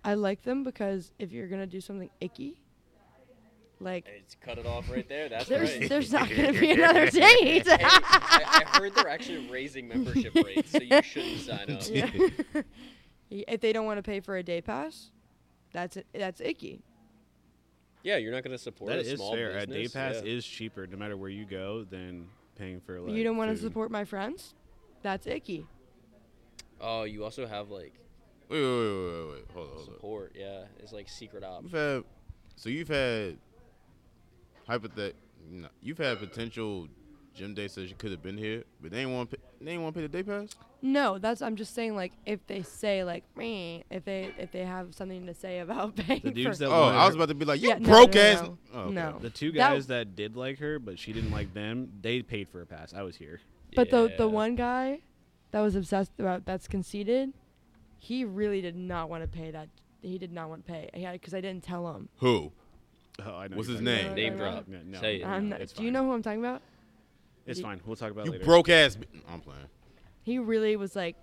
Speaker 2: I like them because if you're gonna do something icky, like
Speaker 4: It's cut it off right there. That's
Speaker 2: there's
Speaker 4: <laughs> right.
Speaker 2: there's not gonna be another date. <laughs>
Speaker 4: Hey, I, I heard they're actually raising membership rates, so you shouldn't sign up.
Speaker 2: <laughs>
Speaker 3: <laughs>
Speaker 2: Yeah. if they don't want to pay for a day pass, that's it, that's icky.
Speaker 4: Yeah, you're not going to support
Speaker 3: That
Speaker 4: a
Speaker 3: is
Speaker 4: small
Speaker 3: fair. A day
Speaker 4: business.
Speaker 3: pass
Speaker 4: yeah.
Speaker 3: is cheaper, no matter where you go, than paying for like.
Speaker 2: you don't want to
Speaker 3: food.
Speaker 2: support my friends? That's icky.
Speaker 4: Oh, you also have like
Speaker 1: Wait, wait, wait, wait, wait. Hold on, hold on.
Speaker 4: support. Yeah, it's like secret op.
Speaker 1: You've had, so you've had hypothet, no, you've had potential gym day says you could have been here, but they ain't want they ain't want to pay the day pass.
Speaker 2: No, that's I'm just saying like if they say like meh, if they if they have something to say about <laughs> paying
Speaker 3: The dudes
Speaker 2: for,
Speaker 3: that
Speaker 1: Oh,
Speaker 3: wanted
Speaker 1: I was
Speaker 3: her-
Speaker 1: about to be like, you
Speaker 2: Yeah, no,
Speaker 1: broke
Speaker 2: no, no,
Speaker 1: ass.
Speaker 2: no.
Speaker 1: Oh, okay.
Speaker 2: No.
Speaker 3: the two
Speaker 2: That-
Speaker 3: guys that did like her, but she didn't like them. They paid for a pass. I was here.
Speaker 2: But the
Speaker 4: Yeah.
Speaker 2: the one guy that was obsessed about that's conceited, he really did not want to pay that. He did not want to pay. Yeah, because I didn't tell him.
Speaker 1: Who?
Speaker 3: Oh, I know.
Speaker 1: What's
Speaker 3: you're
Speaker 1: his
Speaker 3: talking
Speaker 1: name?
Speaker 3: about.
Speaker 2: Name
Speaker 3: No,
Speaker 2: drop.
Speaker 3: No, no,
Speaker 4: Say it.
Speaker 3: no,
Speaker 2: I'm
Speaker 3: no,
Speaker 2: not,
Speaker 3: it's
Speaker 2: do you
Speaker 3: fine.
Speaker 2: know who I'm talking about?
Speaker 3: It's fine. We'll talk about it
Speaker 1: You
Speaker 3: Oh, later.
Speaker 1: broke ass. bi- I'm playing.
Speaker 2: He really was like,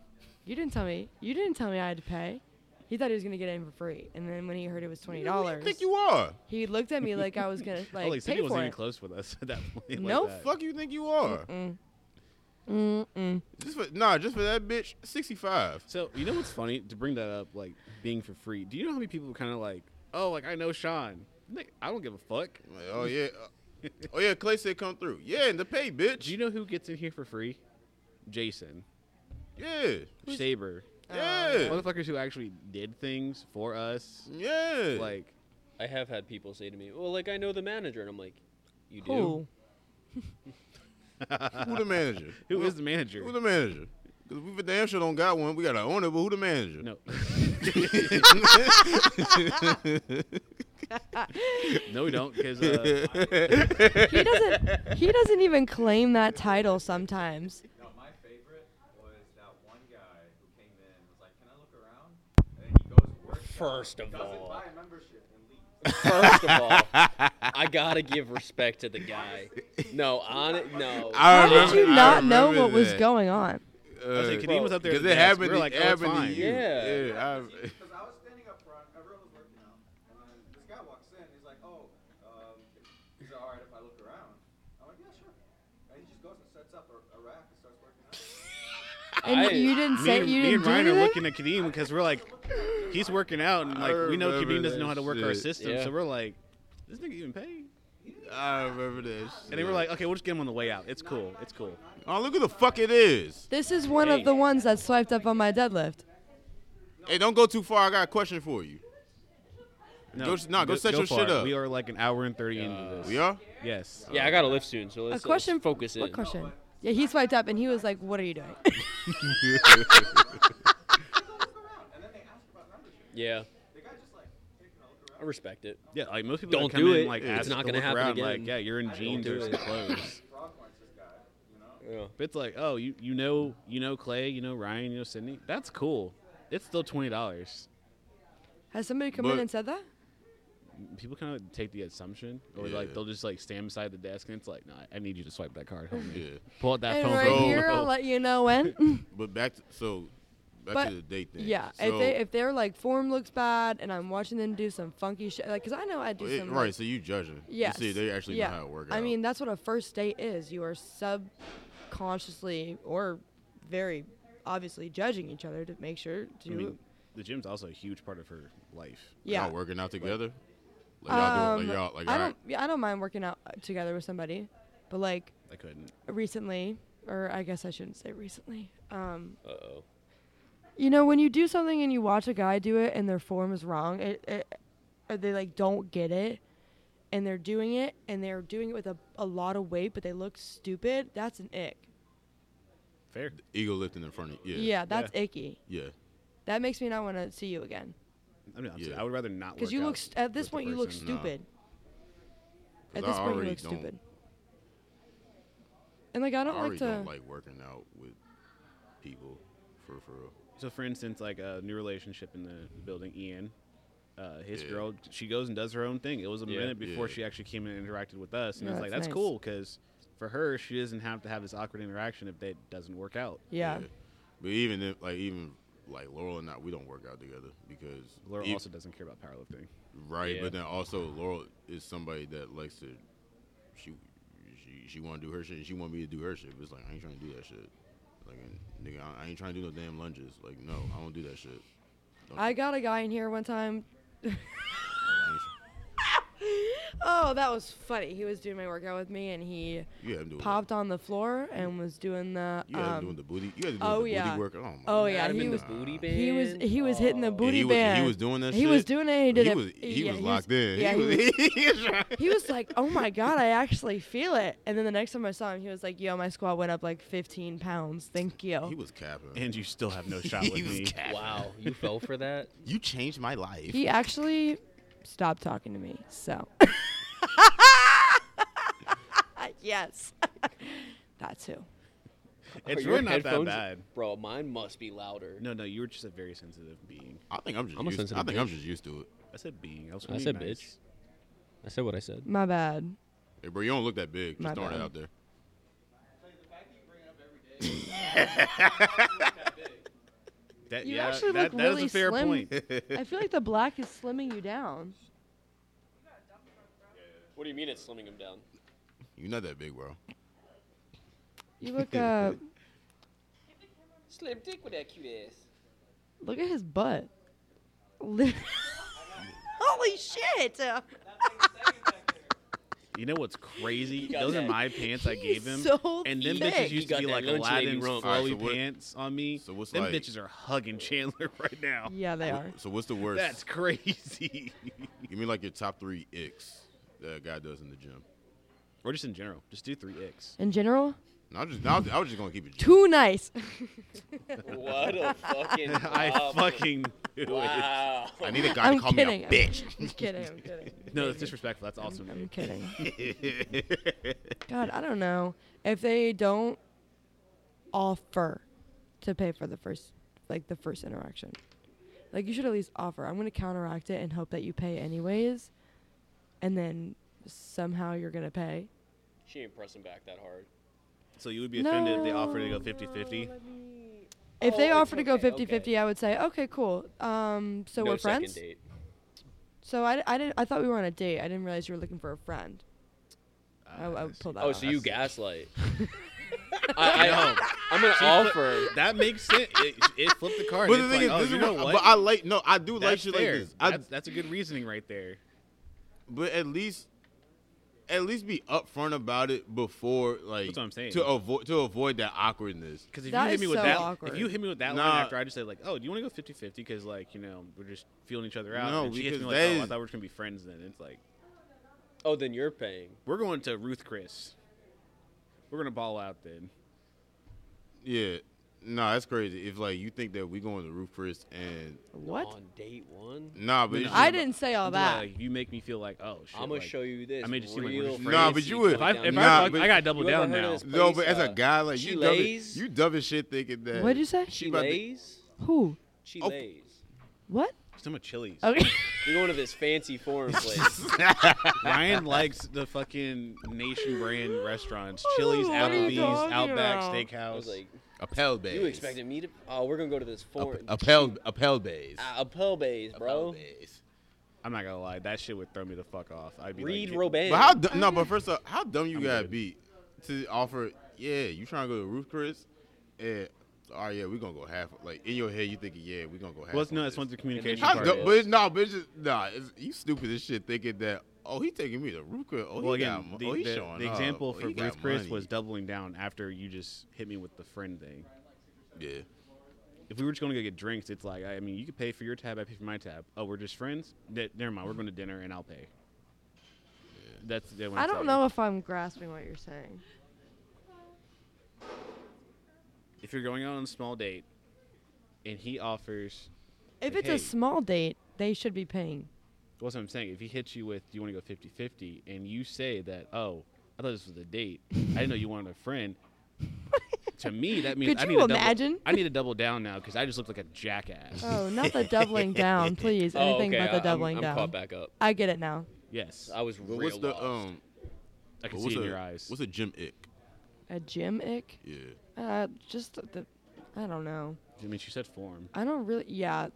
Speaker 2: "You didn't tell me. You didn't tell me I had to pay." He thought he was gonna get it in for free, and then when he heard it was twenty
Speaker 1: Who do you
Speaker 2: dollars,
Speaker 1: think you are?
Speaker 2: he looked at me like I was gonna
Speaker 3: Oh,
Speaker 2: like,
Speaker 3: like
Speaker 2: pay
Speaker 3: Cindy wasn't
Speaker 2: for
Speaker 3: even
Speaker 2: it.
Speaker 3: close with us <laughs> at that point.
Speaker 2: No
Speaker 3: like that.
Speaker 1: Fuck you think you are?
Speaker 2: Mm-mm.
Speaker 1: Just for nah, just for that bitch, sixty five.
Speaker 3: So you know what's funny to bring that up, like being for free. Do you know how many people kind of like, oh, like I know Sean. Nick, I don't give a fuck.
Speaker 1: Like, oh
Speaker 3: <laughs>
Speaker 1: yeah, uh, oh yeah. Clay said come through. Yeah, and the pay, bitch.
Speaker 3: Do you know who gets in here for free? Jason,
Speaker 1: yeah.
Speaker 3: Saber,
Speaker 2: Uh,
Speaker 1: Yeah.
Speaker 3: Motherfuckers who actually did things for us.
Speaker 1: Yeah.
Speaker 3: Like,
Speaker 4: I have had people say to me, "Well, like I know the manager," and I'm like, "You do?
Speaker 2: Cool.
Speaker 1: who the manager?
Speaker 3: <laughs> who is the manager?
Speaker 1: Who the manager? Because we for damn sure don't got one. We got our owner, but who the manager? <laughs>
Speaker 3: no, <laughs>
Speaker 2: he
Speaker 3: no, we don't. Because
Speaker 1: <laughs>
Speaker 3: uh,
Speaker 2: doesn't. He doesn't even claim that title sometimes.
Speaker 6: No, my favorite was that one guy who came in was like, "Can I look around?" And then he goes to work.
Speaker 4: First of
Speaker 6: doesn't
Speaker 4: all.
Speaker 6: buy a membership and leaves.
Speaker 4: First of all,
Speaker 3: <laughs>
Speaker 4: I gotta give respect to the guy. No, on it, no.
Speaker 1: I
Speaker 2: How
Speaker 1: remember,
Speaker 2: did you
Speaker 1: I
Speaker 2: not know
Speaker 1: remember
Speaker 2: what was
Speaker 1: that. Uh,
Speaker 2: going on?
Speaker 3: I was like, Kadeem was up there. at
Speaker 1: Because
Speaker 3: the
Speaker 1: it
Speaker 3: desk.
Speaker 1: happened.
Speaker 3: We were
Speaker 1: to-
Speaker 3: like, oh, it's
Speaker 1: happened
Speaker 3: fine.
Speaker 1: to you.
Speaker 4: Yeah.
Speaker 6: <laughs>
Speaker 1: I-
Speaker 6: Because I was standing up front, everyone was working out, and then this guy walks in. He's like, "Oh, um, is it all right if I look around?" I'm like, "Yeah, sure." And he just goes and sets up a, a rack and starts working out.
Speaker 2: And
Speaker 4: I-
Speaker 2: you didn't
Speaker 3: Me
Speaker 2: say
Speaker 3: and,
Speaker 2: you
Speaker 3: me and
Speaker 2: didn't do
Speaker 3: Ryan are
Speaker 2: anything.
Speaker 3: looking at Kadeem because we're like, he's working out, and
Speaker 1: I
Speaker 3: like we know
Speaker 1: remember
Speaker 3: Kadeem
Speaker 1: that
Speaker 3: doesn't know how to work our
Speaker 1: shit.
Speaker 3: system,
Speaker 4: Yeah.
Speaker 3: so we're like, this nigga even paid?
Speaker 1: I remember this.
Speaker 3: And they were like, okay, we'll just get him on the way out. It's cool. It's cool.
Speaker 1: "Oh, look who the fuck it is!
Speaker 2: This is one
Speaker 4: Hey.
Speaker 2: of the ones that swiped up on my deadlift.
Speaker 1: Hey, don't go too far. I got a question for you. Go s- nah, go set your
Speaker 3: for
Speaker 1: shit
Speaker 3: it.
Speaker 1: up.
Speaker 3: We are like an hour and thirty into this.
Speaker 1: We are?
Speaker 3: Yes.
Speaker 4: yeah, I gotta lift soon, so
Speaker 2: A
Speaker 4: let's,
Speaker 2: question.
Speaker 4: let's focus in.
Speaker 2: What question? Yeah, he swiped up and he was like, "What are you doing?"
Speaker 4: Yeah,
Speaker 6: The guy just like taking a look
Speaker 4: I
Speaker 6: around.
Speaker 4: respect it.
Speaker 3: Yeah, like most people that
Speaker 4: Don't
Speaker 3: come
Speaker 4: do
Speaker 3: in,
Speaker 4: it.
Speaker 3: Like,
Speaker 4: It's
Speaker 3: ask
Speaker 4: not
Speaker 3: to
Speaker 4: gonna
Speaker 3: look
Speaker 4: happen
Speaker 3: around,
Speaker 4: again.
Speaker 3: Like, yeah, you're in jeans
Speaker 4: do
Speaker 3: or
Speaker 4: it.
Speaker 3: some clothes.
Speaker 6: Frog points this guy, you know.
Speaker 4: Yeah.
Speaker 3: But it's like, oh, you you know you know Clay, you know Ryan, you know Sydney. That's cool. It's still twenty dollars.
Speaker 2: Has somebody come in
Speaker 1: But-
Speaker 2: and said that?
Speaker 3: People kind of take the assumption, or
Speaker 1: Yeah.
Speaker 3: like they'll just like stand beside the desk and it's like, no, I need you to swipe that card. Help me.
Speaker 1: Yeah.
Speaker 3: Pull out that
Speaker 2: And
Speaker 3: phone.
Speaker 2: right
Speaker 1: bro.
Speaker 3: <laughs>
Speaker 2: here, I'll let you know when.
Speaker 1: But back to so back
Speaker 2: But-
Speaker 1: to the date thing.
Speaker 2: yeah,
Speaker 1: So,
Speaker 2: if they if their like form looks bad and I'm watching them do some funky shit, like, cause I know I do
Speaker 1: it-
Speaker 2: some like,
Speaker 1: Oh, right, so you judging?
Speaker 2: Yes.
Speaker 1: You see, they actually
Speaker 2: yeah.
Speaker 1: know how it works.
Speaker 2: I mean, that's what a first date is. You are subconsciously or very obviously judging each other to make sure to.
Speaker 3: I mean, the gym's also a huge part of her life.
Speaker 2: yeah.
Speaker 1: y'all working out together. Like y'all doing,
Speaker 2: Um,
Speaker 1: like y'all, like
Speaker 2: I
Speaker 1: all
Speaker 2: don't.
Speaker 1: right.
Speaker 2: Yeah, I don't mind working out uh, together with somebody, but like
Speaker 3: I couldn't.
Speaker 2: recently, or I guess I shouldn't say recently. Um,
Speaker 4: Uh oh.
Speaker 2: you know, when you do something and you watch a guy do it and their form is wrong, it, it or they like don't get it, and they're doing it and they're doing it with a, a lot of weight, but they look stupid. That's an ick.
Speaker 3: Fair.
Speaker 1: Ego lifting in front of you.
Speaker 2: Yeah,
Speaker 1: Yeah.
Speaker 2: that's icky.
Speaker 1: Yeah.
Speaker 2: That makes me not want to see you again.
Speaker 3: I mean, I'm
Speaker 1: Yeah.
Speaker 3: I would rather not.
Speaker 2: Because you
Speaker 3: Because
Speaker 2: look st- at this point, you look
Speaker 1: no.
Speaker 2: stupid. At
Speaker 1: I
Speaker 2: this point, you
Speaker 1: already
Speaker 2: look
Speaker 1: don't-
Speaker 2: stupid. And like I
Speaker 1: I
Speaker 2: don't
Speaker 1: already
Speaker 2: like to.
Speaker 1: don't like working out with people for for real.
Speaker 3: So, for instance, like a new relationship in the building, Ian, uh, his
Speaker 1: Yeah.
Speaker 3: girl, she goes and does her own thing. It was a
Speaker 4: Yeah.
Speaker 3: minute before
Speaker 1: Yeah.
Speaker 3: she actually came in and interacted with us, and
Speaker 2: No,
Speaker 3: it's like
Speaker 2: that's
Speaker 3: that's
Speaker 2: nice.
Speaker 3: cool because for her, she doesn't have to have this awkward interaction if that doesn't work out.
Speaker 2: yeah.
Speaker 1: But even if like even like Laurel and I, we don't work out together because
Speaker 3: Laura
Speaker 1: e-
Speaker 3: also doesn't care about powerlifting.
Speaker 1: right. But
Speaker 4: Yeah.
Speaker 1: then also Laurel is somebody that likes to she she she want to do her shit and she want me to do her shit. But it's like I ain't trying to do that shit. Like and, nigga, I, I ain't trying to do no damn lunges. Like no, I don't do that shit. Don't-
Speaker 2: I got a guy in here one time.
Speaker 1: I ain't-
Speaker 2: Oh, that was funny. He was doing my workout with me, and he
Speaker 1: you had him doing
Speaker 2: popped on the floor and was doing the.
Speaker 1: You had him doing
Speaker 2: Um,
Speaker 1: the booty. You had him doing
Speaker 2: oh,
Speaker 1: the
Speaker 2: yeah.
Speaker 1: booty work. Oh, my
Speaker 2: Oh,
Speaker 1: God.
Speaker 2: yeah,
Speaker 4: Adam
Speaker 2: he
Speaker 4: in the
Speaker 2: was-
Speaker 4: booty band.
Speaker 2: he was he was hitting the
Speaker 4: Oh.
Speaker 2: booty
Speaker 1: he was- he
Speaker 2: band.
Speaker 1: was doing that
Speaker 2: He was
Speaker 1: shit?
Speaker 2: doing it. and He
Speaker 1: He
Speaker 2: did it.
Speaker 1: was he
Speaker 2: yeah,
Speaker 1: was locked in.
Speaker 2: Yeah,
Speaker 1: he was, <laughs> he was trying-
Speaker 2: he was like, "Oh my god, I actually feel it." And then the next time I saw him, he was like, "Yo, my squat went up like 15 pounds. Thank you."
Speaker 1: he was capping.
Speaker 3: <laughs> And you still <laughs> have no shot
Speaker 1: He
Speaker 3: with
Speaker 1: was
Speaker 3: me.
Speaker 1: capping.
Speaker 4: Wow, you fell for that? <laughs>
Speaker 1: You changed my life.
Speaker 2: He actually stopped talking to me.
Speaker 1: <laughs>
Speaker 2: So. <laughs> yes. <laughs> That's who.
Speaker 3: It's
Speaker 4: Are your
Speaker 3: really not that
Speaker 4: headphones-
Speaker 3: bad.
Speaker 4: Bro, mine must be louder.
Speaker 3: No, no, you were just a very sensitive being.
Speaker 1: I think I'm just.
Speaker 4: I'm a
Speaker 1: used to, I
Speaker 4: sensitive
Speaker 1: think I'm just used to it.
Speaker 3: I said being. I was.
Speaker 4: I
Speaker 3: gonna be
Speaker 4: said
Speaker 3: nice.
Speaker 4: bitch. I said what I said.
Speaker 2: My bad.
Speaker 1: Hey, bro, you don't look that big.
Speaker 2: My
Speaker 1: Just throwing
Speaker 2: bad.
Speaker 1: it out there.
Speaker 3: That,
Speaker 2: You
Speaker 3: yeah,
Speaker 2: actually
Speaker 3: that,
Speaker 2: look
Speaker 3: that is
Speaker 2: really
Speaker 3: a fair
Speaker 2: slim.
Speaker 3: point. <laughs>
Speaker 2: I feel like the black is slimming you down.
Speaker 4: What do you mean it's slimming him down?
Speaker 1: You're not that big, bro. <laughs>
Speaker 2: You look uh
Speaker 4: Slim dick with that cute ass.
Speaker 2: look at his butt. <laughs> Li- Holy shit.
Speaker 3: You know what's crazy?
Speaker 4: got
Speaker 3: Those are
Speaker 4: that-
Speaker 3: my pants I gave him.
Speaker 2: So
Speaker 3: and them
Speaker 2: thick.
Speaker 3: bitches
Speaker 4: He
Speaker 3: used to
Speaker 4: got
Speaker 3: be
Speaker 4: that
Speaker 3: like
Speaker 4: lunch lady
Speaker 3: Aladdin's
Speaker 4: rump.
Speaker 1: All right,
Speaker 3: flowy
Speaker 1: so what-
Speaker 3: pants on me.
Speaker 1: so what's
Speaker 3: them
Speaker 1: like-
Speaker 3: bitches are hugging Chandler <laughs> right now.
Speaker 2: Yeah, they are.
Speaker 1: So what's the worst?
Speaker 3: That's crazy. <laughs>
Speaker 1: Give me like your top three icks that a guy does in the gym.
Speaker 3: or just in general, just do three icks.
Speaker 2: In general,
Speaker 1: No, I just, no, I was just gonna keep it.
Speaker 2: too nice.
Speaker 4: What a fucking.
Speaker 3: I
Speaker 4: problem.
Speaker 3: fucking knew it.
Speaker 4: Um, Wow.
Speaker 1: I need a guy
Speaker 2: I'm
Speaker 1: to call
Speaker 2: kidding.
Speaker 1: me a
Speaker 2: I'm-
Speaker 1: bitch.
Speaker 2: <laughs> I'm kidding. I'm kidding.
Speaker 3: No, that's disrespectful. That's awesome.
Speaker 2: I'm kidding.
Speaker 1: <laughs>
Speaker 2: God, I don't know if they don't offer to pay for the first, like the first interaction. Like you should at least offer. I'm gonna counteract it and hope that you pay anyways, and then somehow you're gonna pay.
Speaker 4: <laughs> She ain't pressing back that hard.
Speaker 3: So you would be offended if they offered to go 50-50?
Speaker 2: If they
Speaker 4: Oh,
Speaker 2: offer to
Speaker 4: it's
Speaker 2: go
Speaker 4: okay,
Speaker 2: 50 50, I would say, okay, cool. Um, so
Speaker 4: no
Speaker 2: we're friends.
Speaker 4: Second date.
Speaker 2: So I, I, didn't, I thought we were on a date. I didn't realize you were looking for a friend. I, I would pull that
Speaker 4: Oh,
Speaker 2: off.
Speaker 4: so you <laughs> gaslight. I, I know. I'm gonna offer.
Speaker 3: That makes sense. It, it flipped the card.
Speaker 1: But
Speaker 3: It's
Speaker 1: the thing
Speaker 3: like,
Speaker 1: is,
Speaker 3: oh,
Speaker 1: this
Speaker 3: you
Speaker 1: is
Speaker 3: know
Speaker 1: what-
Speaker 3: what?
Speaker 1: But I like no, I do like
Speaker 3: that's
Speaker 1: shit
Speaker 3: fair.
Speaker 1: like this. I,
Speaker 3: that's, that's a good reasoning right there.
Speaker 1: but at least, at least be upfront about it before, like
Speaker 3: That's what I'm saying.
Speaker 1: to avoid to avoid that awkwardness.
Speaker 3: Because if
Speaker 2: That
Speaker 3: you hit
Speaker 2: is
Speaker 3: me with
Speaker 2: so
Speaker 3: that,
Speaker 2: awkward.
Speaker 3: if you hit me with that
Speaker 1: Nah.
Speaker 3: line after I just said like, "Oh, do you want to go 50-50? Because like you know we're just feeling each other out.
Speaker 1: No,
Speaker 3: and she hits me
Speaker 1: because
Speaker 3: like,
Speaker 1: that
Speaker 3: "Oh, I
Speaker 1: is-
Speaker 3: thought we were just gonna be friends." Then it's like
Speaker 4: Oh, then you're paying.
Speaker 3: we're going to Ruth Chris. We're gonna ball out then.
Speaker 1: Yeah, no, that's crazy. If like you think that we going to roof first and
Speaker 2: What?
Speaker 4: On date one,
Speaker 1: nah, but it's just
Speaker 2: I
Speaker 1: about-
Speaker 2: didn't say all
Speaker 3: Something like,
Speaker 2: that.
Speaker 3: you make me feel like, oh, shit,
Speaker 4: I'm gonna
Speaker 3: like,
Speaker 4: show you this.
Speaker 3: I made you seem like we're
Speaker 4: real
Speaker 3: just friends.
Speaker 1: Nah, but you would-
Speaker 3: If I,
Speaker 1: down
Speaker 3: if
Speaker 1: there.
Speaker 3: I,
Speaker 1: Nah,
Speaker 3: fuck-
Speaker 1: but-
Speaker 3: I gotta double
Speaker 4: You ever
Speaker 3: down
Speaker 4: heard of
Speaker 3: now.
Speaker 4: this
Speaker 1: No,
Speaker 4: place,
Speaker 1: but as a
Speaker 4: uh,
Speaker 1: guy, like you dumb,
Speaker 4: Chile's?
Speaker 1: as- you dumb as shit thinking that.
Speaker 2: What'd you say?
Speaker 1: She about to-
Speaker 4: Chile's.
Speaker 1: Oh.
Speaker 2: Who?
Speaker 4: Chile's.
Speaker 2: What?
Speaker 3: Some of Chili's.
Speaker 4: <laughs>
Speaker 2: Okay.
Speaker 4: We're going to this
Speaker 1: <laughs>
Speaker 4: fancy foreign place.
Speaker 3: <laughs> Ryan likes the fucking nation brand restaurants:
Speaker 2: I don't
Speaker 3: Chili's,
Speaker 2: know what you're
Speaker 3: Applebee's,
Speaker 2: talking
Speaker 3: Outback,
Speaker 2: about.
Speaker 4: I
Speaker 3: Steakhouse.
Speaker 4: was like,
Speaker 1: Appel bays.
Speaker 4: you expected me to? Oh, we're gonna go to this foreign.
Speaker 1: Appel Appel bays.
Speaker 4: Ah, Appel Bays, bro.
Speaker 3: I'm not gonna lie, that shit would throw me the fuck off. I'd be
Speaker 4: Reed
Speaker 3: like,
Speaker 4: Robin.
Speaker 1: But how dumb, no? But first up, how dumb you
Speaker 3: I'm
Speaker 1: gotta
Speaker 3: good.
Speaker 1: be to offer? Yeah, you trying to go to Roof Chris? Yeah. All right, yeah, we gonna go half. Like in your head, you thinking, yeah, we gonna go half.
Speaker 3: Well, it's
Speaker 1: on
Speaker 3: no, it's
Speaker 1: this.
Speaker 3: one of the communication
Speaker 1: How
Speaker 3: part.
Speaker 1: dumb?
Speaker 4: is.
Speaker 1: But it's, no, but it's just nah. It's, you stupid as shit thinking that. Oh, he taking me to Roof Chris. Oh, he
Speaker 3: Well, again,
Speaker 1: got, mo-
Speaker 3: the,
Speaker 1: oh, he
Speaker 3: the-
Speaker 1: showing
Speaker 3: the
Speaker 1: up.
Speaker 3: example
Speaker 1: Oh,
Speaker 3: for
Speaker 1: he got
Speaker 3: Ruth Chris
Speaker 1: money.
Speaker 3: was doubling down after you just hit me with the friend thing.
Speaker 1: yeah.
Speaker 3: If we were just going to go get drinks, it's like, I I mean, you could pay for your tab, I pay for my tab. Oh, we're just friends? Ne- never mind, we're going to dinner and I'll pay. That's the
Speaker 2: <laughs>
Speaker 3: one
Speaker 2: I
Speaker 3: it's
Speaker 2: don't
Speaker 3: like-
Speaker 2: know if I'm grasping what you're saying.
Speaker 3: If you're going out on a small date and he offers,
Speaker 2: If
Speaker 3: Like,
Speaker 2: it's
Speaker 3: hey.
Speaker 2: a small date, they should be
Speaker 4: <laughs>
Speaker 2: paying.
Speaker 3: what's what I'm saying? If he hits you with, do you want to go 50 50, and you say that, oh, I thought this was a date, I didn't know you wanted a
Speaker 2: <laughs>
Speaker 3: friend. To me, that means
Speaker 2: Could
Speaker 3: I
Speaker 2: you
Speaker 3: need to
Speaker 2: imagine?
Speaker 3: Double, I need to double down now because I just look like a jackass.
Speaker 2: Oh, not the doubling down, please.
Speaker 4: Oh,
Speaker 2: Anything
Speaker 4: okay,
Speaker 2: but the
Speaker 4: I- I'm-
Speaker 2: doubling
Speaker 4: I'm,
Speaker 2: down.
Speaker 4: caught back up.
Speaker 2: I get it now.
Speaker 3: Yes,
Speaker 4: I was
Speaker 1: But
Speaker 4: real
Speaker 1: what's the
Speaker 4: lost.
Speaker 1: um?
Speaker 3: I can
Speaker 1: but
Speaker 3: see
Speaker 1: what's
Speaker 3: it in
Speaker 1: a-
Speaker 3: your eyes.
Speaker 1: What's a gym ick?
Speaker 2: A gym ick?
Speaker 1: Yeah.
Speaker 2: Uh, just the, I don't know.
Speaker 3: I mean, she said form.
Speaker 2: I don't really. Yeah,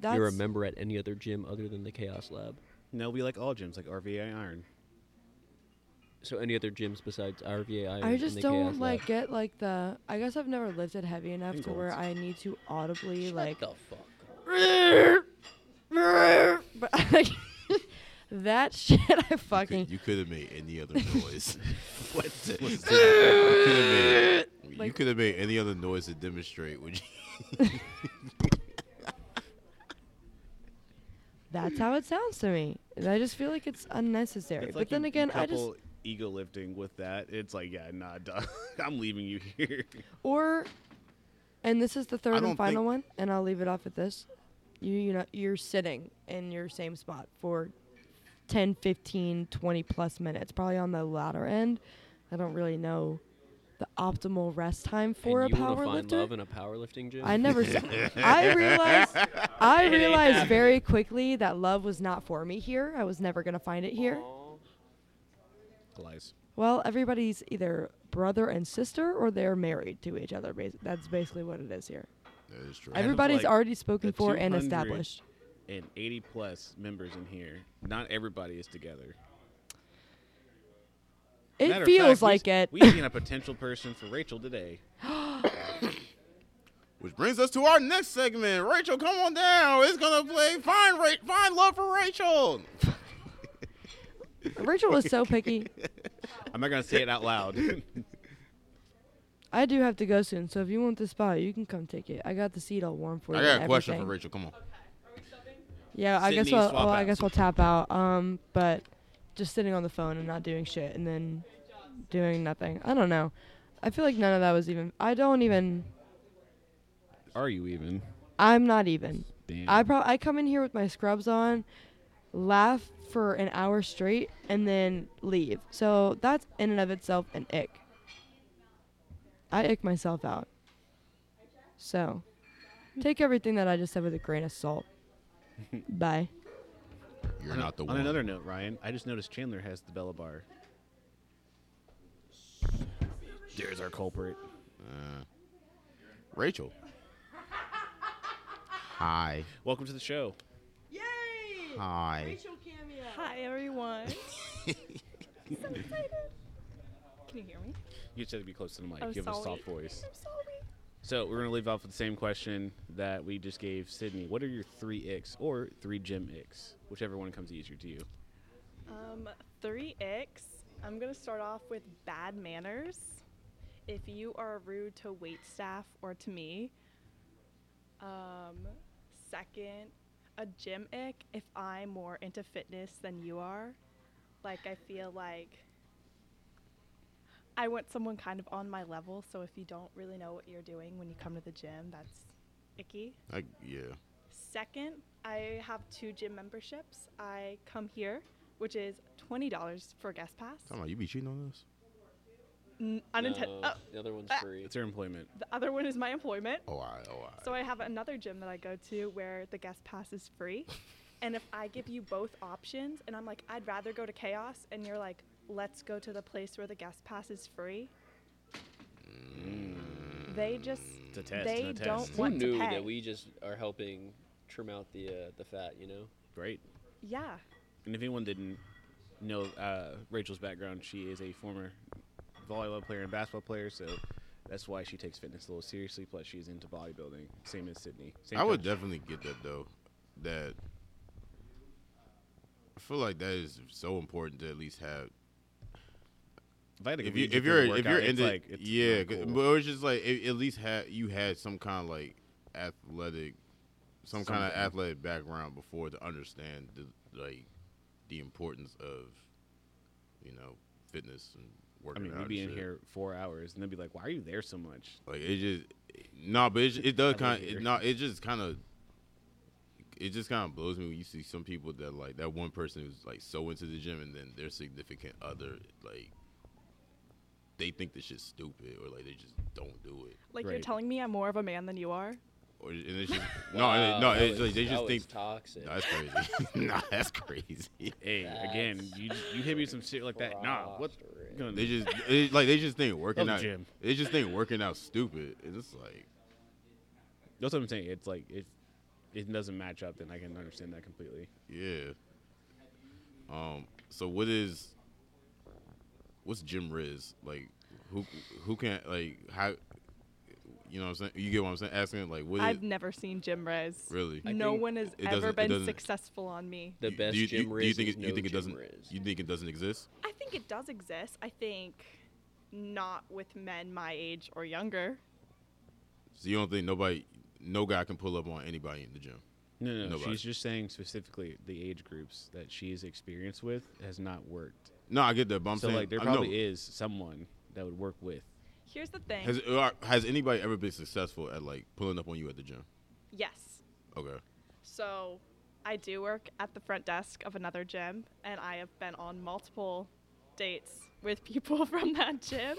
Speaker 2: that's.
Speaker 4: You're a member at any other gym other than the Chaos Lab?
Speaker 3: No, we like all gyms, like RVA Iron.
Speaker 4: So any other gyms besides RVA? Iron
Speaker 2: I
Speaker 4: and
Speaker 2: just
Speaker 4: the
Speaker 2: don't
Speaker 4: Chaos
Speaker 2: like
Speaker 4: Lab?
Speaker 2: get like the. I guess I've never lifted heavy enough to where I need to audibly like. <laughs>
Speaker 4: What the fuck?
Speaker 2: but <laughs> like, that shit I fucking.
Speaker 1: Could, you could have made any
Speaker 3: <laughs>
Speaker 1: other noise. what? The, <laughs> you
Speaker 3: <laughs>
Speaker 2: Like-
Speaker 1: could have made, any other noise to demonstrate what you
Speaker 2: That's how it sounds to me. And I just feel like it's unnecessary. but then again, I just
Speaker 3: ego lifting with that. It's like, yeah, nah, duh. <laughs> I'm leaving you here.
Speaker 2: or, and this is the third
Speaker 1: don't
Speaker 2: and final
Speaker 1: think-
Speaker 2: one, and I'll leave it off at this. You you know you're sitting in your same spot for 10, 15, 20 plus minutes, probably on the latter end. I don't really know the optimal rest time for
Speaker 4: and
Speaker 2: a
Speaker 4: you wanna
Speaker 2: power
Speaker 4: find
Speaker 2: lifter.
Speaker 4: love in a powerlifting gym?
Speaker 2: I
Speaker 4: <laughs>
Speaker 2: never. s- I realized. I realized very quickly that love was not for me here. I was never gonna find it here.
Speaker 3: <laughs> Lies.
Speaker 2: Well, everybody's either brother and sister or they're married to each other. basi- That's basically what it is here.
Speaker 1: That is true.
Speaker 3: I-
Speaker 2: Everybody's
Speaker 3: like,
Speaker 2: already spoken
Speaker 3: the
Speaker 2: for and
Speaker 3: 200
Speaker 2: established.
Speaker 3: And 80 plus members in here. Not everybody is together. Matter
Speaker 2: It
Speaker 3: of
Speaker 2: feels
Speaker 3: fact,
Speaker 2: like
Speaker 3: we,
Speaker 2: it.
Speaker 3: We <laughs> seen a potential person for Rachel today.
Speaker 1: Which brings us to our next segment. Rachel, come on down. It's gonna play Find Ra- Find Love for Rachel.
Speaker 2: <laughs> Rachel was so
Speaker 3: <laughs>
Speaker 2: picky.
Speaker 3: I'm not gonna say it out loud.
Speaker 2: I do have to go soon, so if you want the spot, you can come take it. I got the seat all warm for
Speaker 1: I
Speaker 2: you.
Speaker 1: got
Speaker 2: and
Speaker 1: a question for Rachel.
Speaker 2: everything.
Speaker 1: Come on.
Speaker 2: Yeah, I guess
Speaker 3: Sydney,
Speaker 2: we'll,
Speaker 3: swap
Speaker 2: well, I
Speaker 3: out.
Speaker 2: guess we'll tap out. Um, but just sitting on the phone and not doing shit, and then doing nothing. I don't know. I feel like none of that was even. I don't even.
Speaker 3: <laughs> Are you even?
Speaker 2: I'm not even.
Speaker 3: Damn.
Speaker 2: I prob I come in here with my scrubs on, laugh for an hour straight, and then leave. So that's in and of itself an ick. I ick myself out. So, take everything that I just said with a grain of salt. Bye.
Speaker 1: You're not the
Speaker 3: on
Speaker 1: one.
Speaker 3: another note, Ryan, I just noticed Chandler has the Bella Bar. There's our culprit.
Speaker 1: Rachel. Hi.
Speaker 3: Welcome to the show.
Speaker 7: Yay!
Speaker 1: Hi.
Speaker 7: Rachel cameo.
Speaker 8: Hi, everyone. Can you hear me?
Speaker 3: You just have to be close to the mic.
Speaker 8: Oh,
Speaker 3: you have a
Speaker 8: sorry.
Speaker 3: soft
Speaker 8: <laughs>
Speaker 3: voice.
Speaker 8: I'm sorry.
Speaker 3: So we're gonna leave off with the same question that we just gave Sydney. What are your three icks or three gym icks, whichever one comes easier to you?
Speaker 8: Um, three X. I'm gonna start off with bad manners. If you are rude to wait staff or to me. Um, second, a gym ick. If I'm more into fitness than you are, like I feel like I want someone kind of on my level. So if you don't really know what you're doing when you come to the gym, that's icky.
Speaker 1: I, yeah.
Speaker 8: Second, I have two gym memberships. I come here, which is twenty dollars for a guest pass.
Speaker 1: Talking about you be cheating on us?
Speaker 8: N- uninten-
Speaker 4: No,
Speaker 8: oh,
Speaker 4: the other one's
Speaker 8: Ah.
Speaker 4: free.
Speaker 3: It's her employment.
Speaker 8: the other one is my employment.
Speaker 1: Oh, I. Oh, I.
Speaker 8: So I have another gym that I go to where the guest pass is free. and if I give you both options, and I'm like, I'd rather go to Chaos, and you're like, Let's go to the place where the guest pass is free. They just
Speaker 3: It's a test.
Speaker 8: They
Speaker 3: it's a
Speaker 8: don't
Speaker 3: test.
Speaker 8: want-
Speaker 4: Who
Speaker 8: what to
Speaker 4: knew
Speaker 8: pay.
Speaker 4: that we just are helping trim out the uh, the fat? You know,
Speaker 3: Great.
Speaker 8: yeah.
Speaker 3: And if anyone didn't know uh, Rachel's background, she is a former volleyball player and basketball player, so that's why she takes fitness a little seriously. Plus, she's into bodybuilding, same as Sydney. Same
Speaker 1: I would
Speaker 3: coach.
Speaker 1: definitely get that though. That I feel like that is so important to at least have.
Speaker 3: If, I had to
Speaker 1: If you
Speaker 3: read you
Speaker 1: if
Speaker 3: through the
Speaker 1: you're if
Speaker 3: workout,
Speaker 1: you're
Speaker 3: it's
Speaker 1: into
Speaker 3: like, it's
Speaker 1: yeah,
Speaker 3: not
Speaker 1: 'cause-
Speaker 3: cool.
Speaker 1: but it's just like it, at least had you had some kind of like athletic, some kind of
Speaker 3: Something.
Speaker 1: athletic background before to understand the like the importance of you know fitness and
Speaker 3: I
Speaker 1: working
Speaker 3: mean,
Speaker 1: out.
Speaker 3: we'd
Speaker 1: and
Speaker 3: be in
Speaker 1: shit.
Speaker 3: here four hours, and they'd be like, "Why are you there so much?"
Speaker 1: Like it just no, but it, it does
Speaker 3: I
Speaker 1: kind
Speaker 3: live
Speaker 1: of
Speaker 3: here.
Speaker 1: no. It just kind of it just kind of blows me when you see some people that like that one person who's like so into the gym and then their significant other like they think this shit's stupid or like they just don't do it
Speaker 8: Like you're
Speaker 3: Right.
Speaker 8: telling me I'm more of a man than you are.
Speaker 1: or and it's
Speaker 3: <laughs>
Speaker 1: just no
Speaker 4: Wow,
Speaker 1: no
Speaker 4: that
Speaker 1: it's
Speaker 4: was-
Speaker 1: like they
Speaker 4: Um, that
Speaker 1: just
Speaker 4: was
Speaker 1: think
Speaker 4: toxic.
Speaker 1: nah, that's
Speaker 3: <laughs>
Speaker 1: crazy <laughs> nah that's crazy
Speaker 3: Hey, again,
Speaker 4: That's
Speaker 3: you just, you hit me with some shit like that. Nah, what?
Speaker 4: frostering.
Speaker 3: Gonna,
Speaker 1: they just it, like they just think working
Speaker 3: Love the
Speaker 1: out
Speaker 3: gym.
Speaker 1: they just think working out stupid it's just like
Speaker 3: that's what I'm saying. It's like if it doesn't match up, then I can understand that completely.
Speaker 1: Yeah. Um. So what is? What's Jim Riz like? Who who can like how? You know what I'm saying? You get what I'm saying? Asking like what is
Speaker 8: I've never seen gym res.
Speaker 1: really?
Speaker 4: I
Speaker 8: no
Speaker 4: think
Speaker 8: one has
Speaker 1: it doesn't-
Speaker 8: ever
Speaker 1: it
Speaker 8: been
Speaker 1: doesn't-
Speaker 8: successful on me.
Speaker 4: the
Speaker 1: You-
Speaker 4: best
Speaker 1: do you,
Speaker 4: gym
Speaker 1: you,
Speaker 4: riz
Speaker 1: do you think
Speaker 4: is
Speaker 1: it,
Speaker 4: no
Speaker 1: you think it
Speaker 4: gym
Speaker 1: doesn't
Speaker 4: riz.
Speaker 1: you think it doesn't exist?
Speaker 8: I think it does exist. I think not with men my age or younger.
Speaker 1: So you don't think nobody, no guy can pull up on anybody in the gym?
Speaker 3: No, no,
Speaker 1: Nobody.
Speaker 3: she's just saying specifically the age groups that she's experienced with has not worked.
Speaker 1: No, I get that, but I'm
Speaker 3: so
Speaker 1: saying
Speaker 3: like, there
Speaker 1: I know.
Speaker 3: probably is someone that would work with.
Speaker 8: Here's the thing.
Speaker 1: Has are- has anybody ever been successful at like pulling up on you at the gym?
Speaker 8: yes.
Speaker 1: Okay.
Speaker 8: So I do work at the front desk of another gym, and I have been on multiple dates with people <laughs> from
Speaker 1: <laughs>
Speaker 8: that gym.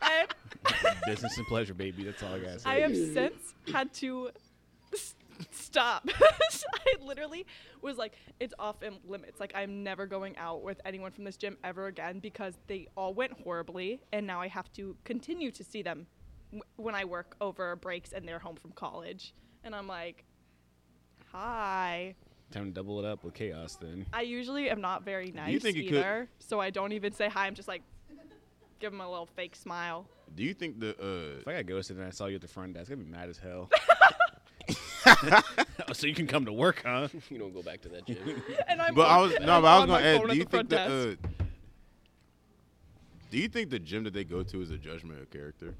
Speaker 8: I,
Speaker 3: Business and pleasure, baby. That's all I gotta say.
Speaker 8: I have since had to s- stop. <laughs> I literally was like, it's off in limits. Like, I'm never going out with anyone from this gym ever again because they all went horribly, and now I have to continue to see them w- when I work over breaks and they're home from college. And I'm like, hi.
Speaker 3: Time to double it up with chaos. Then
Speaker 8: I usually am not very nice
Speaker 1: think it could-
Speaker 8: either, so I don't even say hi. I'm just like, give them a little fake smile.
Speaker 1: Do you think the uh,
Speaker 3: <laughs> if I got ghosted and I saw you at the front desk, I'd be mad as hell. Oh, so you can come to work, huh?
Speaker 4: <laughs> you don't go back to
Speaker 1: <laughs>
Speaker 4: that gym.
Speaker 8: and I'm
Speaker 1: But I
Speaker 8: on-
Speaker 1: was
Speaker 8: <laughs> and
Speaker 1: no,
Speaker 8: I'm
Speaker 1: but I was
Speaker 8: on
Speaker 1: gonna
Speaker 8: my phone
Speaker 1: add.
Speaker 8: at
Speaker 1: Do you
Speaker 8: the front
Speaker 1: think that?
Speaker 8: desk.
Speaker 1: Uh, do you think the gym that they go to is a judgment of character?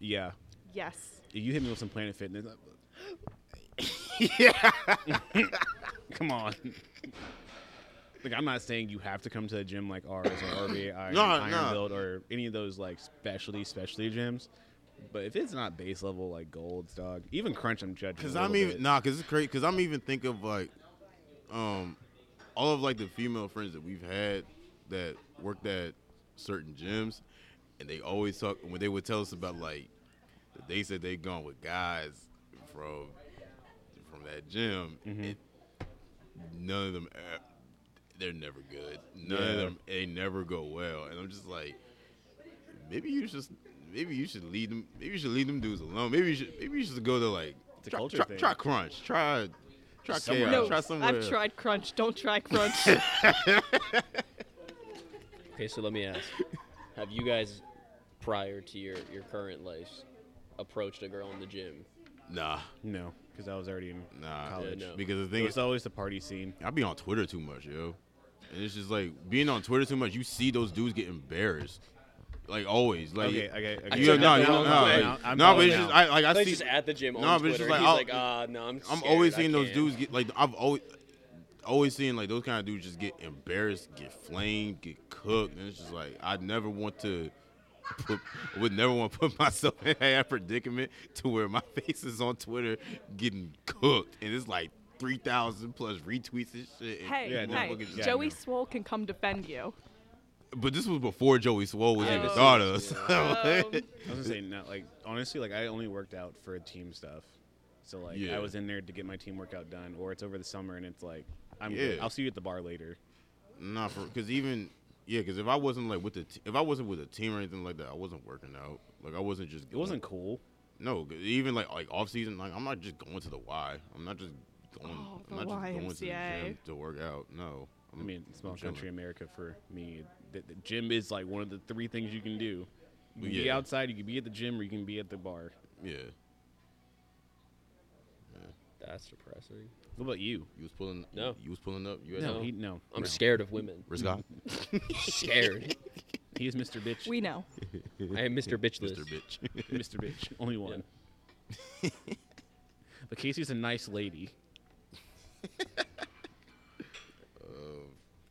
Speaker 3: Yeah.
Speaker 8: yes.
Speaker 3: If You hit me with some
Speaker 1: <laughs>
Speaker 3: Planet Fitness.
Speaker 1: yeah.
Speaker 3: <laughs> Come on. Like I'm not saying you have to come to a gym like
Speaker 1: <coughs>
Speaker 3: ours or RBI,
Speaker 1: No,
Speaker 3: Iron
Speaker 1: no.
Speaker 3: Build, or any of those like specialty specialty gyms. But if it's not base level like golds, dog, even crunch, I'm judging.
Speaker 1: Cause
Speaker 3: a
Speaker 1: I'm
Speaker 3: little
Speaker 1: even
Speaker 3: bit.
Speaker 1: nah, cause it's crazy. Cause I'm even thinking of like, um, all of like the female friends that we've had that worked at certain gyms, and they always talk when they would tell us about like, that they said they gone with guys from from that gym.
Speaker 3: Mm-hmm.
Speaker 1: and none of them, eh, they're never good. None of
Speaker 3: Yeah.
Speaker 1: them, they never go well. And I'm just like, maybe you just. Maybe you should leave them. Maybe you should leave them dudes alone. Maybe you should. Maybe you should go to like
Speaker 3: It's a
Speaker 1: try,
Speaker 3: culture
Speaker 1: try,
Speaker 3: thing.
Speaker 1: try Crunch. Try try
Speaker 3: Somewhere
Speaker 1: chaos.
Speaker 8: No,
Speaker 1: try somewhere.
Speaker 8: I've
Speaker 1: else.
Speaker 8: tried Crunch. Don't
Speaker 1: <laughs>
Speaker 8: try Crunch.
Speaker 4: Okay, so let me ask: Have you guys, prior to your your current lives, approached a girl in the gym?
Speaker 1: Nah,
Speaker 3: no, because I was already in
Speaker 1: nah.
Speaker 3: college.
Speaker 4: no.
Speaker 1: Because the
Speaker 3: It
Speaker 1: thing
Speaker 3: was
Speaker 1: is,
Speaker 3: always the party scene.
Speaker 1: I be on Twitter too much, yo. And it's just like being on Twitter too much. You see those dudes get embarrassed, like always. Like
Speaker 3: Okay, okay, okay.
Speaker 1: You,
Speaker 4: I'm
Speaker 1: no,
Speaker 4: out,
Speaker 1: you
Speaker 4: I'm
Speaker 1: don't
Speaker 4: out, I'm
Speaker 1: know.
Speaker 3: out,
Speaker 1: Like,
Speaker 3: I'm
Speaker 1: no,
Speaker 3: out
Speaker 1: but it's
Speaker 3: now.
Speaker 1: just I like I
Speaker 4: Like
Speaker 1: see.
Speaker 4: just at the gym on
Speaker 1: no, but
Speaker 4: Twitter.
Speaker 1: it's just like,
Speaker 4: He's
Speaker 1: I'll-
Speaker 4: like, ah, no, I'm.
Speaker 1: I'm
Speaker 4: scared,
Speaker 1: always
Speaker 4: I
Speaker 1: seeing those
Speaker 4: can't."
Speaker 1: dudes get like I've always always seeing like those kind of dudes just get embarrassed, get flamed, get cooked, and it's just like I never want to put <laughs> would never want to put <laughs> myself in that predicament to where my <laughs> face is on Twitter getting cooked, and it's like three thousand plus retweets and shit. and
Speaker 8: hey,
Speaker 3: Yeah, no,
Speaker 8: hey,
Speaker 1: motherfuckers just-
Speaker 3: yeah,
Speaker 8: Joey
Speaker 3: no.
Speaker 8: Swole can come defend you.
Speaker 1: But this was before Joey Swole was even
Speaker 8: Oh.
Speaker 1: thought of. <laughs> So.
Speaker 8: Um,
Speaker 3: I was gonna say not like honestly, like I only worked out for team stuff. So like
Speaker 1: Yeah.
Speaker 3: I was in there to get my team workout done, or it's over the summer and it's like I'm
Speaker 1: Yeah.
Speaker 3: good. I'll see you at the bar later.
Speaker 1: Nah, for because even yeah, because if I wasn't like with the t- if I wasn't with a team or anything like that, I wasn't working out. Like I wasn't just
Speaker 3: It wasn't cool.
Speaker 1: no 'cause even like like off season. Like I'm not just going to the Y. I'm not just going.
Speaker 8: Oh,
Speaker 1: I'm
Speaker 8: the
Speaker 1: not just going to the
Speaker 8: YMCA.
Speaker 1: gym to work out. No, I'm,
Speaker 3: I mean, small
Speaker 1: I'm Mm. chilling.
Speaker 3: country America for me, the, the gym is like one of the three things you can do. You can be
Speaker 1: Yeah.
Speaker 3: outside, you can be at the gym, or you can be at the bar.
Speaker 1: Yeah,
Speaker 4: That's depressing.
Speaker 3: What about you?
Speaker 1: you was pulling.
Speaker 4: No.
Speaker 1: you was pulling up. You had
Speaker 3: No,
Speaker 1: no.
Speaker 3: he no.
Speaker 4: I'm
Speaker 3: no.
Speaker 4: scared of women.
Speaker 1: <laughs> Rizgot,
Speaker 4: scared.
Speaker 1: <laughs>
Speaker 3: He is Mr. Bitch.
Speaker 8: we know.
Speaker 4: I am Mr. Bitchless.
Speaker 1: Mister Bitch. <laughs>
Speaker 3: Mr. Bitch, only one. <laughs> but Casey's a nice lady.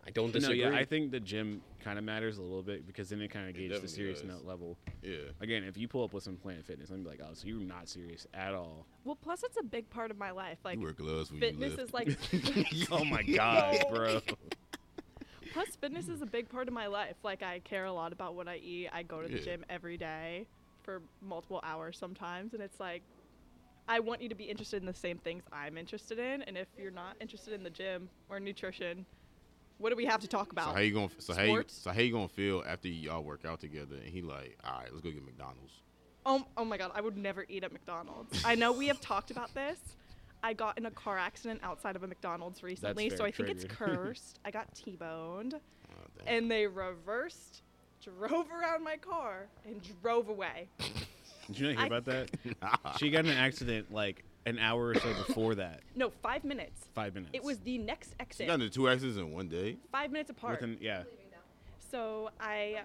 Speaker 4: I don't
Speaker 3: But no,
Speaker 4: disagree.
Speaker 3: yeah, I think the gym kind of matters a little bit because then it kind of gauges the
Speaker 1: definitely
Speaker 3: serious
Speaker 1: does.
Speaker 3: note level.
Speaker 1: yeah,
Speaker 3: Again, if you pull up with some Planet Fitness, I'm like, oh, so you're not serious at all.
Speaker 8: Well, plus it's a big part of my life. Like
Speaker 1: you wear gloves when
Speaker 8: fitness
Speaker 1: you lift.
Speaker 8: is like
Speaker 3: oh my <laughs> god, bro.
Speaker 8: <laughs> plus fitness is a big part of my life. Like I care a lot about what I eat. I go to the
Speaker 1: Yeah.
Speaker 8: gym every day for multiple hours sometimes and it's like I want you to be interested in the same things I'm interested in and if you're not interested in the gym or nutrition, what do we have to talk
Speaker 1: so
Speaker 8: about?
Speaker 1: how you gonna so how you,
Speaker 8: Sports?
Speaker 1: so how you gonna feel after y'all work out together? And he like, all right, let's go get McDonald's.
Speaker 8: Oh, oh my god, I would never eat at McDonald's. I know we have
Speaker 3: <laughs>
Speaker 8: talked about this. I got in a car accident outside of a McDonald's recently, so
Speaker 3: very
Speaker 8: I think it's
Speaker 3: <laughs> triggered.
Speaker 8: cursed. I got T-boned,
Speaker 1: Oh, damn. <laughs>
Speaker 8: and they reversed, drove around my car, and drove away.
Speaker 3: Did you not
Speaker 8: I-
Speaker 3: hear about that? She got in an accident like an hour or so before that.
Speaker 8: No, five minutes.
Speaker 3: Five minutes.
Speaker 8: It was the next
Speaker 1: you
Speaker 8: exit,
Speaker 1: got into two accidents in one day. <laughs>
Speaker 8: five minutes apart.
Speaker 3: Within, yeah.
Speaker 8: So I,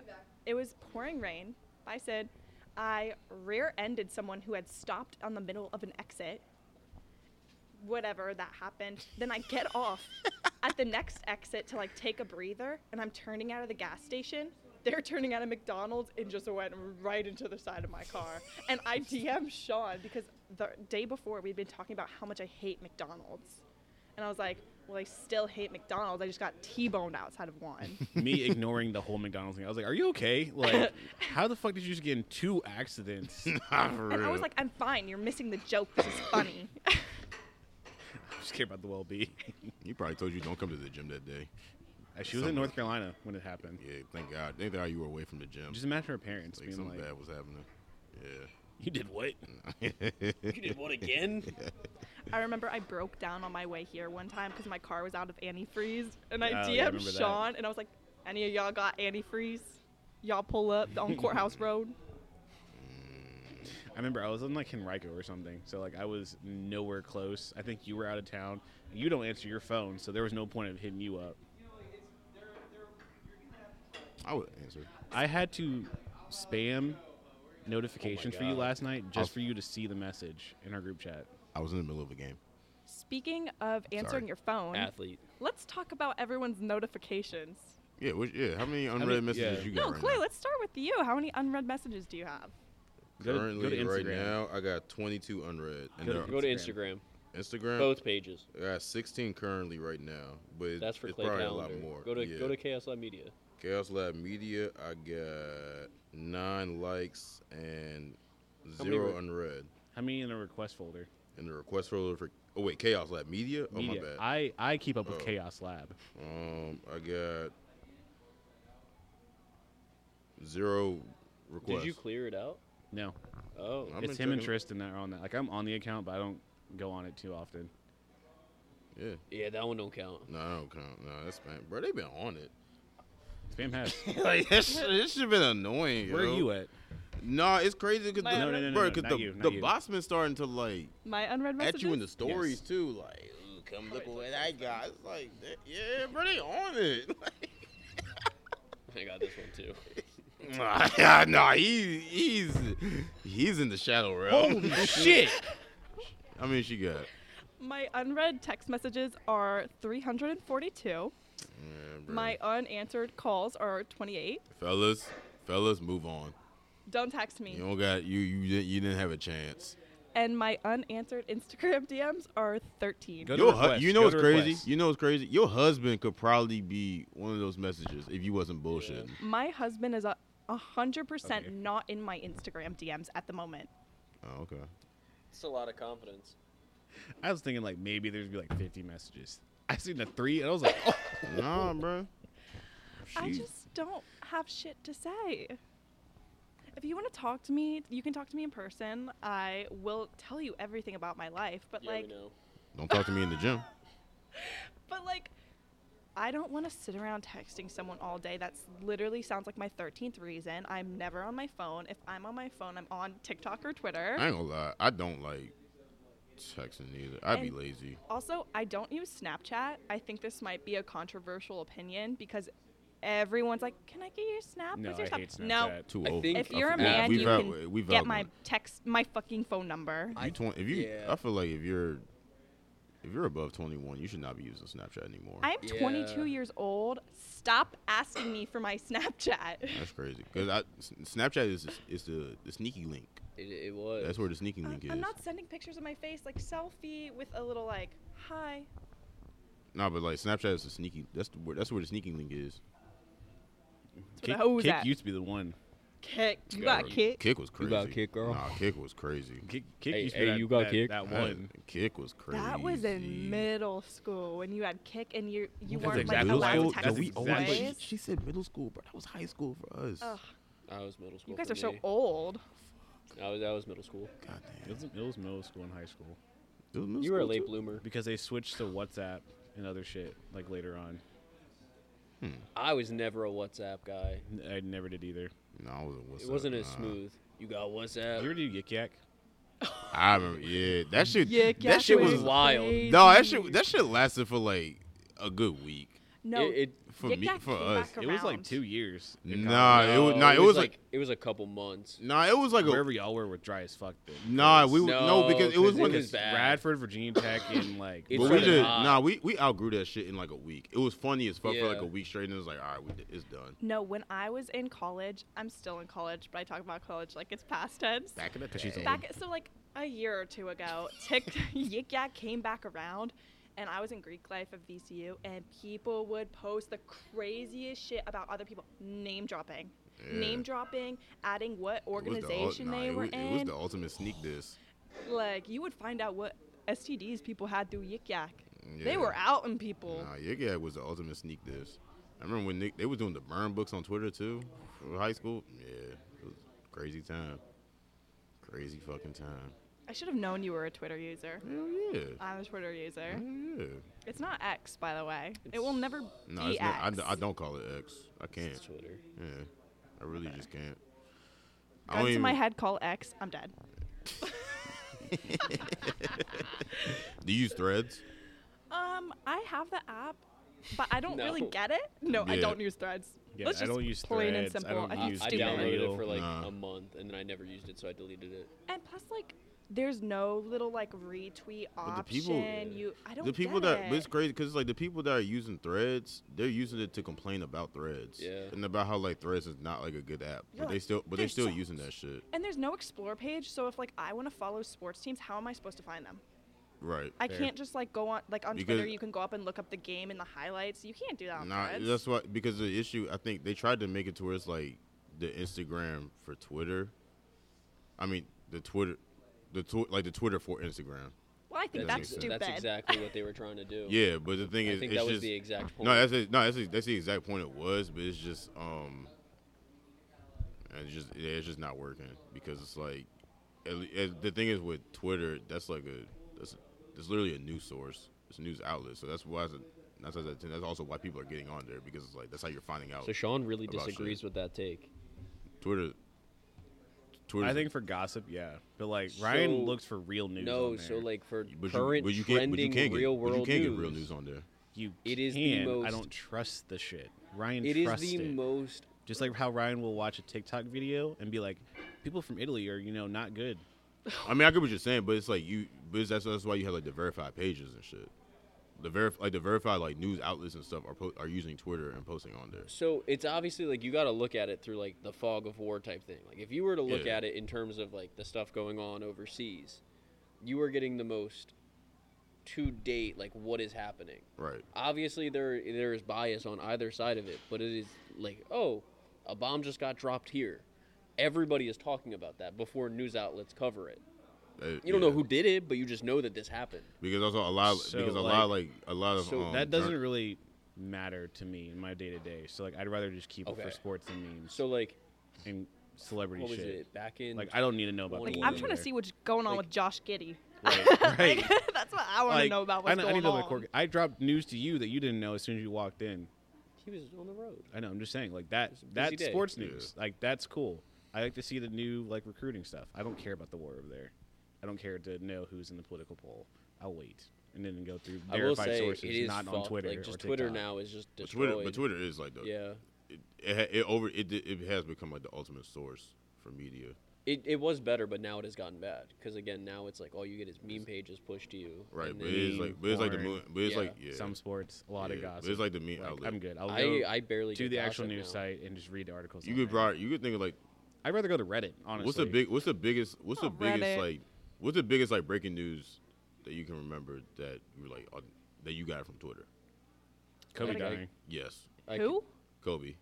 Speaker 8: it was pouring rain. I said, I rear-ended someone who had stopped on the middle of an exit. Whatever that happened. Then I get off at the next exit to like take a breather, and I'm turning out of the gas station. They're turning out of McDonald's and just went right into the side of my car. And I DM Sean because the day before we'd been talking about how much I hate McDonald's. And I was like, well, I still hate McDonald's. I just got T boned outside of one.
Speaker 3: Me ignoring the whole McDonald's thing. I was like, are you okay? Like, how the fuck did you just get in two accidents? <laughs>
Speaker 1: Nah, for
Speaker 8: And I
Speaker 1: real.
Speaker 8: was like, I'm fine. You're missing the joke. This is funny. <laughs>
Speaker 3: just care about the well being.
Speaker 1: he probably told you don't come to the gym that day.
Speaker 3: Uh, She was in North Carolina when it happened.
Speaker 1: Yeah, thank God. Thank God you were away from the gym.
Speaker 3: Just imagine her parents
Speaker 1: like
Speaker 3: being
Speaker 1: something
Speaker 3: like,
Speaker 1: bad was happening. Yeah.
Speaker 3: you did what?
Speaker 1: <laughs>
Speaker 4: you did what again?
Speaker 8: I remember I broke down on my way here one time because my car was out of antifreeze. And I
Speaker 3: Oh,
Speaker 8: DM'd
Speaker 3: yeah, I remember that.
Speaker 8: Sean and I was like, any of y'all got antifreeze? Y'all pull up on Courthouse Road?
Speaker 3: I remember I was in like Henrico or something, so like I was nowhere close. I think you were out of town. You don't answer your phone, so there was no point of hitting you up.
Speaker 1: I would answer.
Speaker 3: I had to spam notifications for you
Speaker 4: God.
Speaker 3: last night
Speaker 1: I'll-
Speaker 3: just for you to see the message in our group chat.
Speaker 1: I was in the middle of a game.
Speaker 8: Speaking of answering
Speaker 1: Sorry.
Speaker 8: your phone,
Speaker 4: Athlete.
Speaker 8: let's talk about everyone's notifications.
Speaker 1: Yeah, which, yeah. How many unread
Speaker 3: many-
Speaker 1: messages
Speaker 3: yeah.
Speaker 1: you
Speaker 8: No,
Speaker 1: got right
Speaker 8: Clay,
Speaker 1: now?
Speaker 8: let's start with you. How many unread messages do you have?
Speaker 3: Go to- go
Speaker 1: Currently,
Speaker 3: to
Speaker 1: right
Speaker 3: Instagram.
Speaker 1: now, I got 22 unread. And
Speaker 3: Go to-
Speaker 1: they're-
Speaker 4: Go to
Speaker 3: Instagram.
Speaker 4: Instagram.
Speaker 1: Instagram,
Speaker 4: Both pages.
Speaker 1: I got 16 currently right now, but it-
Speaker 4: That's for
Speaker 1: it's
Speaker 4: Clay
Speaker 1: probably
Speaker 4: Calendar.
Speaker 1: a lot more.
Speaker 4: Go to
Speaker 1: yeah.
Speaker 4: go to Chaos Lab Media.
Speaker 1: Chaos Lab Media. I got nine likes and
Speaker 3: many
Speaker 1: zero
Speaker 3: were-
Speaker 1: unread
Speaker 3: How many in a request folder?
Speaker 1: in the request folder for. Oh wait, Chaos Lab Media. Oh
Speaker 3: Media.
Speaker 1: my bad.
Speaker 3: I, I keep up with
Speaker 1: Oh.
Speaker 3: Chaos Lab.
Speaker 1: um, I got zero requests.
Speaker 4: Did you clear it out?
Speaker 3: No,
Speaker 4: Oh,
Speaker 1: I'm
Speaker 3: it's
Speaker 1: been
Speaker 3: him and
Speaker 1: checking-
Speaker 3: Tristan that are on that. Like I'm on the account, but I don't go on it too often.
Speaker 1: yeah.
Speaker 4: yeah, that one don't count. <laughs>
Speaker 1: No, I don't count. No, that's spam. Bro, they been on
Speaker 3: <laughs>
Speaker 1: it.
Speaker 3: Spam
Speaker 1: <laughs>
Speaker 3: has.
Speaker 1: like that shit, this shit been annoying.
Speaker 3: Where are
Speaker 1: yo.
Speaker 3: you at?
Speaker 1: Nah, it's crazy because
Speaker 8: No,
Speaker 1: the,
Speaker 8: no, no,
Speaker 3: no,
Speaker 1: bro,
Speaker 3: no,
Speaker 1: 'cause
Speaker 3: not
Speaker 1: the,
Speaker 3: you, not
Speaker 1: the
Speaker 3: you.
Speaker 1: bots been starting to like
Speaker 8: My unread
Speaker 1: at
Speaker 8: messages.
Speaker 1: you in the stories
Speaker 3: Yes.
Speaker 1: too. Like, "Ooh, come look at what I got. It's like, that- yeah, bro, they on it. <laughs>
Speaker 4: I got this one too.
Speaker 1: <laughs> nah, nah, he, he's he's in the shadow realm. Holy <laughs> shit! I mean, she got.
Speaker 8: My unread text messages are 342.
Speaker 1: Yeah, bro.
Speaker 8: My unanswered calls are 28.
Speaker 1: fellas, fellas, move on.
Speaker 8: Don't text me.
Speaker 1: You don't got you you didn't, you didn't have a chance.
Speaker 8: And my unanswered Instagram <laughs> DMs are 13.
Speaker 3: Go to
Speaker 1: Your hu-
Speaker 3: requests,
Speaker 1: you know
Speaker 3: go
Speaker 1: what's
Speaker 3: to
Speaker 1: crazy?
Speaker 3: requests.
Speaker 1: You know what's crazy? Your husband could probably be one of those messages if you wasn't bullshitting.
Speaker 8: My husband is a 100%
Speaker 3: Okay.
Speaker 8: not in my Instagram DMs at the moment.
Speaker 1: Oh, okay.
Speaker 4: <laughs> It's a lot of confidence.
Speaker 3: I was thinking like maybe there'd be like 50 messages. <laughs> I seen the three and I was like, oh.
Speaker 1: Nah, bro.
Speaker 8: <laughs> I
Speaker 1: Jeez.
Speaker 8: just don't have shit to say. If you want to talk to me, you can talk to me in person. I will tell you everything about my life, but
Speaker 4: Yeah,
Speaker 8: like
Speaker 4: we know.
Speaker 1: Don't talk to me in the gym.
Speaker 8: but like I don't want to sit around texting someone all day. That's literally sounds like my 13th reason. I'm never on my phone. If I'm on my phone, I'm on TikTok or Twitter.
Speaker 1: I ain't gonna lie. I don't like texting either. I'd be
Speaker 8: And-
Speaker 1: lazy.
Speaker 8: Also, I don't use Snapchat. I think this might be a controversial opinion because everyone's like, "Can I get your Snap?"
Speaker 3: No,
Speaker 8: What's your
Speaker 3: I
Speaker 8: Snap?"
Speaker 3: hate Snapchat.
Speaker 8: No,
Speaker 1: Too
Speaker 4: I
Speaker 1: old.
Speaker 4: think-
Speaker 8: if you're a
Speaker 4: I've-
Speaker 8: man,
Speaker 1: we've
Speaker 8: you
Speaker 1: out-
Speaker 8: can
Speaker 1: we've
Speaker 8: get
Speaker 1: outgrown
Speaker 8: my
Speaker 1: it.
Speaker 8: text, my fucking phone number.
Speaker 1: You twen- if you,
Speaker 4: yeah.
Speaker 1: I feel like if you're, if you're above 21, you should not be using Snapchat anymore.
Speaker 8: I'm 22
Speaker 4: Yeah.
Speaker 8: years old. Stop asking me for my <laughs> Snapchat.
Speaker 1: That's crazy. Cause I, S- Snapchat is is the, the sneaky link.
Speaker 4: It, it was.
Speaker 1: That's where the sneaky
Speaker 8: I'm
Speaker 1: link is.
Speaker 8: I'm not sending pictures of my face, like selfie with a little like, "Hi."
Speaker 1: nah, but like Snapchat is the sneaky. That's the, where that's where the sneaky link is.
Speaker 8: That's
Speaker 3: Kick,
Speaker 8: what I was
Speaker 3: Kick
Speaker 8: at.
Speaker 3: used to be the one.
Speaker 8: Kick. You
Speaker 1: Nah,
Speaker 8: got kick.
Speaker 1: Kick was
Speaker 4: You
Speaker 1: crazy.
Speaker 4: got kick, girl?
Speaker 1: Nah, kick was crazy.
Speaker 3: Kick, kick
Speaker 4: Hey,
Speaker 3: used to
Speaker 4: hey,
Speaker 3: be that,
Speaker 4: you got
Speaker 3: that,
Speaker 4: kicked?
Speaker 3: that
Speaker 1: That-
Speaker 3: one.
Speaker 1: Kick was crazy.
Speaker 8: That was in middle school when you had kick and you you
Speaker 3: That's
Speaker 8: weren't
Speaker 3: exactly
Speaker 8: like
Speaker 3: why-
Speaker 8: allowed to
Speaker 3: that's
Speaker 8: text
Speaker 3: we
Speaker 8: boys.
Speaker 3: exactly-
Speaker 1: She, she said middle school, but that was high school for us.
Speaker 8: Ugh,
Speaker 4: I was middle school.
Speaker 8: you guys
Speaker 4: for
Speaker 8: are so
Speaker 4: me.
Speaker 8: old.
Speaker 4: I was, I was middle school.
Speaker 1: God damn.
Speaker 3: It was, it was middle school and high school
Speaker 1: It was middle
Speaker 4: You were a
Speaker 1: school,
Speaker 4: late
Speaker 1: too?
Speaker 4: bloomer.
Speaker 3: because they switched to WhatsApp and other shit like later on.
Speaker 4: I was never a WhatsApp guy.
Speaker 3: N- I never did either.
Speaker 1: No, I wasn't. What's
Speaker 4: it wasn't
Speaker 1: up?
Speaker 4: as
Speaker 1: Nah.
Speaker 4: smooth. You got
Speaker 3: Did you ever
Speaker 4: WhatsApp.
Speaker 3: do Yik Yak?
Speaker 1: I remember. Yeah, that shit.
Speaker 8: Yeah,
Speaker 1: that shit was.
Speaker 4: was wild.
Speaker 1: No, that shit. That shit lasted for like a good week
Speaker 8: No,
Speaker 4: It, it,
Speaker 1: for
Speaker 8: Yik
Speaker 1: me.
Speaker 8: Yak
Speaker 1: For
Speaker 8: came
Speaker 1: us,
Speaker 8: back
Speaker 3: It was like
Speaker 8: Around.
Speaker 3: two years. in
Speaker 1: Nah,
Speaker 3: college.
Speaker 1: it was- nah, it was like-
Speaker 4: it was a couple months.
Speaker 1: nah, it was like a.
Speaker 3: wherever y'all were were dry as fuck. Though.
Speaker 1: Nah, we w- no
Speaker 4: No,
Speaker 1: because it was
Speaker 4: 'cause
Speaker 1: one.
Speaker 4: it was
Speaker 1: But
Speaker 4: bad.
Speaker 3: Radford, Virginia Tech,
Speaker 4: <laughs>
Speaker 3: and like.
Speaker 4: It's
Speaker 1: we
Speaker 4: really
Speaker 1: did.
Speaker 4: hot.
Speaker 1: Nah, we we outgrew that shit in like a week. It was funny as fuck for like
Speaker 4: Yeah.
Speaker 1: a week straight, and it was like, all right, we did, it's done.
Speaker 8: No, when I was in college, I'm still in college, but I talk about college like it's past tense.
Speaker 1: Back in the
Speaker 3: she's
Speaker 1: day.
Speaker 3: old.
Speaker 8: Back so like a year or two ago,
Speaker 4: <laughs>
Speaker 8: Tick <laughs> Yik Yak came back around, and I was in Greek life of VCU, and people would post the craziest shit about other people, name dropping,
Speaker 1: Yeah.
Speaker 8: name dropping, adding what
Speaker 1: It was the ul-
Speaker 8: organization
Speaker 1: nah,
Speaker 8: they
Speaker 1: it
Speaker 8: were
Speaker 1: was, It was
Speaker 8: in.
Speaker 1: the ultimate sneak diss.
Speaker 8: like you would find out what STDs people had through Yik Yak.
Speaker 1: Yeah.
Speaker 8: They were out in
Speaker 4: Oh.
Speaker 8: people.
Speaker 1: Nah, Yig Yak was the ultimate sneak diss. I remember when they, they was doing the burn books on Twitter too, for high school. Yeah, it was crazy time, crazy fucking time.
Speaker 8: I should have known you were a Twitter user.
Speaker 1: Hell yeah,
Speaker 8: I'm a Twitter user.
Speaker 1: hell yeah.
Speaker 8: It's not X, by the way. it will never
Speaker 1: No,
Speaker 8: be
Speaker 1: it's not, I,
Speaker 8: X.
Speaker 1: d- I don't call it X. I can't.
Speaker 4: It's Twitter.
Speaker 1: Yeah, I really just can't. I
Speaker 8: Gun
Speaker 1: don't
Speaker 8: to my
Speaker 1: even-
Speaker 8: head, call X. I'm dead.
Speaker 1: Do you use threads?
Speaker 8: Um, I have the app, but I don't really
Speaker 4: No.
Speaker 8: get it. No, I
Speaker 1: Yeah.
Speaker 8: don't use ththreads.
Speaker 3: Yeah,
Speaker 8: Let's
Speaker 3: I
Speaker 8: just
Speaker 3: don't use
Speaker 8: plain
Speaker 3: Threads. I
Speaker 8: and simple.
Speaker 3: don't
Speaker 8: I,
Speaker 4: I,
Speaker 8: think
Speaker 3: use
Speaker 8: it's
Speaker 4: I
Speaker 8: stupid.
Speaker 4: downloaded
Speaker 3: Reel.
Speaker 4: it for like
Speaker 1: Nah.
Speaker 4: a month and then I never used it, so I deleted it.
Speaker 8: And plus, like, there's no little like retweet option.
Speaker 1: the people-
Speaker 8: you, I don't.
Speaker 1: The people
Speaker 8: get
Speaker 1: that
Speaker 8: it.
Speaker 1: but it's crazy because like the people that are using threads, they're using it to complain about threads.
Speaker 4: Yeah.
Speaker 1: And about how like threads is not like a good app,
Speaker 8: You're
Speaker 1: but they
Speaker 8: like,
Speaker 1: still but they
Speaker 8: "This
Speaker 1: still
Speaker 8: sucks."
Speaker 1: using that shit.
Speaker 8: And there's no explore page, so if like I want to follow sports teams, how am I supposed to find them?
Speaker 1: Right.
Speaker 8: I can't just like go on like on
Speaker 1: Because-
Speaker 8: Twitter. You can go up and look up the game and the highlights. You can't do that on
Speaker 1: Nah,
Speaker 8: uh, Threads.
Speaker 1: that's why because the issue I think they tried to make it to where it's like the Instagram for Twitter. I mean the Twitter, the tw- like the Twitter for Instagram.
Speaker 8: well, I think
Speaker 1: That
Speaker 8: that's
Speaker 1: makes sense.
Speaker 8: stupid.
Speaker 4: That's exactly what they were trying to do.
Speaker 1: Yeah, but the thing
Speaker 4: I
Speaker 1: is,
Speaker 4: think
Speaker 1: it's
Speaker 4: that was
Speaker 1: just-
Speaker 4: the exact point.
Speaker 1: No, that's it. no, that's the- that's the exact point it was, but it's just um, it's just yeah, it's just not working because it's like, at, le- at, the thing is with Twitter, that's like a that's that's literally a news source. It's a news outlet, so that's why it's a, that's why it's a- that's also why people are getting on there because it's like that's how you're finding out.
Speaker 4: So Sean really
Speaker 1: About shit.
Speaker 4: disagrees with that take.
Speaker 1: Twitter. Twitter.
Speaker 3: I think for gossip, yeah, but like Ryan
Speaker 4: So-
Speaker 3: looks for real news.
Speaker 4: No,
Speaker 3: on
Speaker 4: so
Speaker 3: there.
Speaker 4: like for
Speaker 1: but
Speaker 4: current
Speaker 1: you, but you can't, but you
Speaker 4: trending
Speaker 1: can't get,
Speaker 4: real
Speaker 1: but you
Speaker 4: world
Speaker 1: can't
Speaker 4: news,
Speaker 1: get real news on there.
Speaker 3: you,
Speaker 4: it
Speaker 3: can,
Speaker 4: is the
Speaker 3: I
Speaker 4: most-
Speaker 3: don't trust the shit. Ryan
Speaker 4: it is
Speaker 3: trusts
Speaker 4: the
Speaker 3: it.
Speaker 4: most.
Speaker 3: Just like how Ryan will watch a TikTok video and be like, "People from Italy are you know not good."
Speaker 1: I mean, I get what you're saying, but it's like you, but that's that's why you have like the verified pages and shit. The verif- like the verified like news outlets and stuff are po- are using Twitter and posting on there.
Speaker 4: So it's obviously like you got to look at it through like the fog of war type thing. Like if you were to look
Speaker 1: Yeah.
Speaker 4: at it in terms of like the stuff going on overseas, you are getting the most to date like what is happening.
Speaker 1: Right.
Speaker 4: obviously there there is bias on either side of it, but it is like, oh, a bomb just got dropped here. Everybody is talking about that before news outlets cover it.
Speaker 1: Uh,
Speaker 4: You don't know
Speaker 1: yeah.
Speaker 4: who did it, but you just know that this happened.
Speaker 1: because also a lot of,
Speaker 3: So,
Speaker 1: because a
Speaker 3: like-
Speaker 1: lot of, like a lot of
Speaker 4: so
Speaker 1: um,
Speaker 3: that doesn't
Speaker 1: jour-
Speaker 3: really matter to me in my day to day. So like, I'd rather just keep it for
Speaker 4: Okay.
Speaker 3: sports and memes
Speaker 4: So like,
Speaker 3: and celebrity
Speaker 4: what was
Speaker 3: shit.
Speaker 4: it back in?
Speaker 3: Like, I don't need to know about.
Speaker 4: Like,
Speaker 8: like
Speaker 3: people
Speaker 8: I'm
Speaker 3: over
Speaker 8: trying to
Speaker 3: there.
Speaker 8: see what's going on
Speaker 4: Like-
Speaker 8: with Josh Giddy.
Speaker 3: Right, right.
Speaker 8: <laughs> that's what <laughs> I want to
Speaker 3: Like,
Speaker 8: know about what's
Speaker 3: I, kn- I
Speaker 8: going
Speaker 3: need to know
Speaker 8: on.
Speaker 3: about Cork- I dropped news to you that you didn't know as soon as you walked in.
Speaker 4: he was on the road.
Speaker 3: I know. I'm just saying, like that.
Speaker 4: It's a busy
Speaker 3: That
Speaker 4: day.
Speaker 3: sports
Speaker 1: Yeah.
Speaker 3: news, like that's cool. I like to see the new like recruiting stuff. I don't care about the war over there. I don't care to know who's in the political poll. I'll wait and then go through
Speaker 4: I will
Speaker 3: verified
Speaker 4: say
Speaker 3: sources,
Speaker 4: it is
Speaker 3: not on
Speaker 4: fucked.
Speaker 3: Twitter
Speaker 4: Like
Speaker 3: or
Speaker 4: just Twitter
Speaker 3: TikTok.
Speaker 4: now is just
Speaker 1: but
Speaker 4: destroyed.
Speaker 1: Twitter, but Twitter is like the
Speaker 4: Yeah,
Speaker 1: it, it, ha- it over it, di- it has become like the ultimate source for media.
Speaker 4: it, it was better, but now it has gotten bad. Because again, now it's like all you get is meme pages pushed to you.
Speaker 1: Right,
Speaker 4: and
Speaker 1: but
Speaker 4: then-
Speaker 1: it is like but it's like the
Speaker 3: porn.
Speaker 1: moon, but it's
Speaker 4: Yeah.
Speaker 1: like yeah,
Speaker 3: Some sports, a lot of
Speaker 1: yeah, but
Speaker 3: gossip.
Speaker 1: It's like the mean
Speaker 3: Like,
Speaker 1: outlet.
Speaker 3: I'm good. I'll go
Speaker 4: I I barely
Speaker 3: to
Speaker 4: get
Speaker 3: the actual
Speaker 4: gossip
Speaker 3: news
Speaker 4: now.
Speaker 3: site and just read the articles.
Speaker 1: You
Speaker 3: on
Speaker 1: could
Speaker 3: there.
Speaker 1: probably you could think of like
Speaker 3: I'd rather go to Reddit. Honestly,
Speaker 1: What's the big? What's the biggest? What's the
Speaker 8: Oh,
Speaker 1: biggest
Speaker 8: Reddit.
Speaker 1: like? What's the biggest like breaking news that you can remember that you were like uh, that you got from Twitter?
Speaker 3: Kobe
Speaker 4: Like,
Speaker 3: dying?
Speaker 1: Yes,
Speaker 4: I could-
Speaker 8: Who?
Speaker 1: Kobe.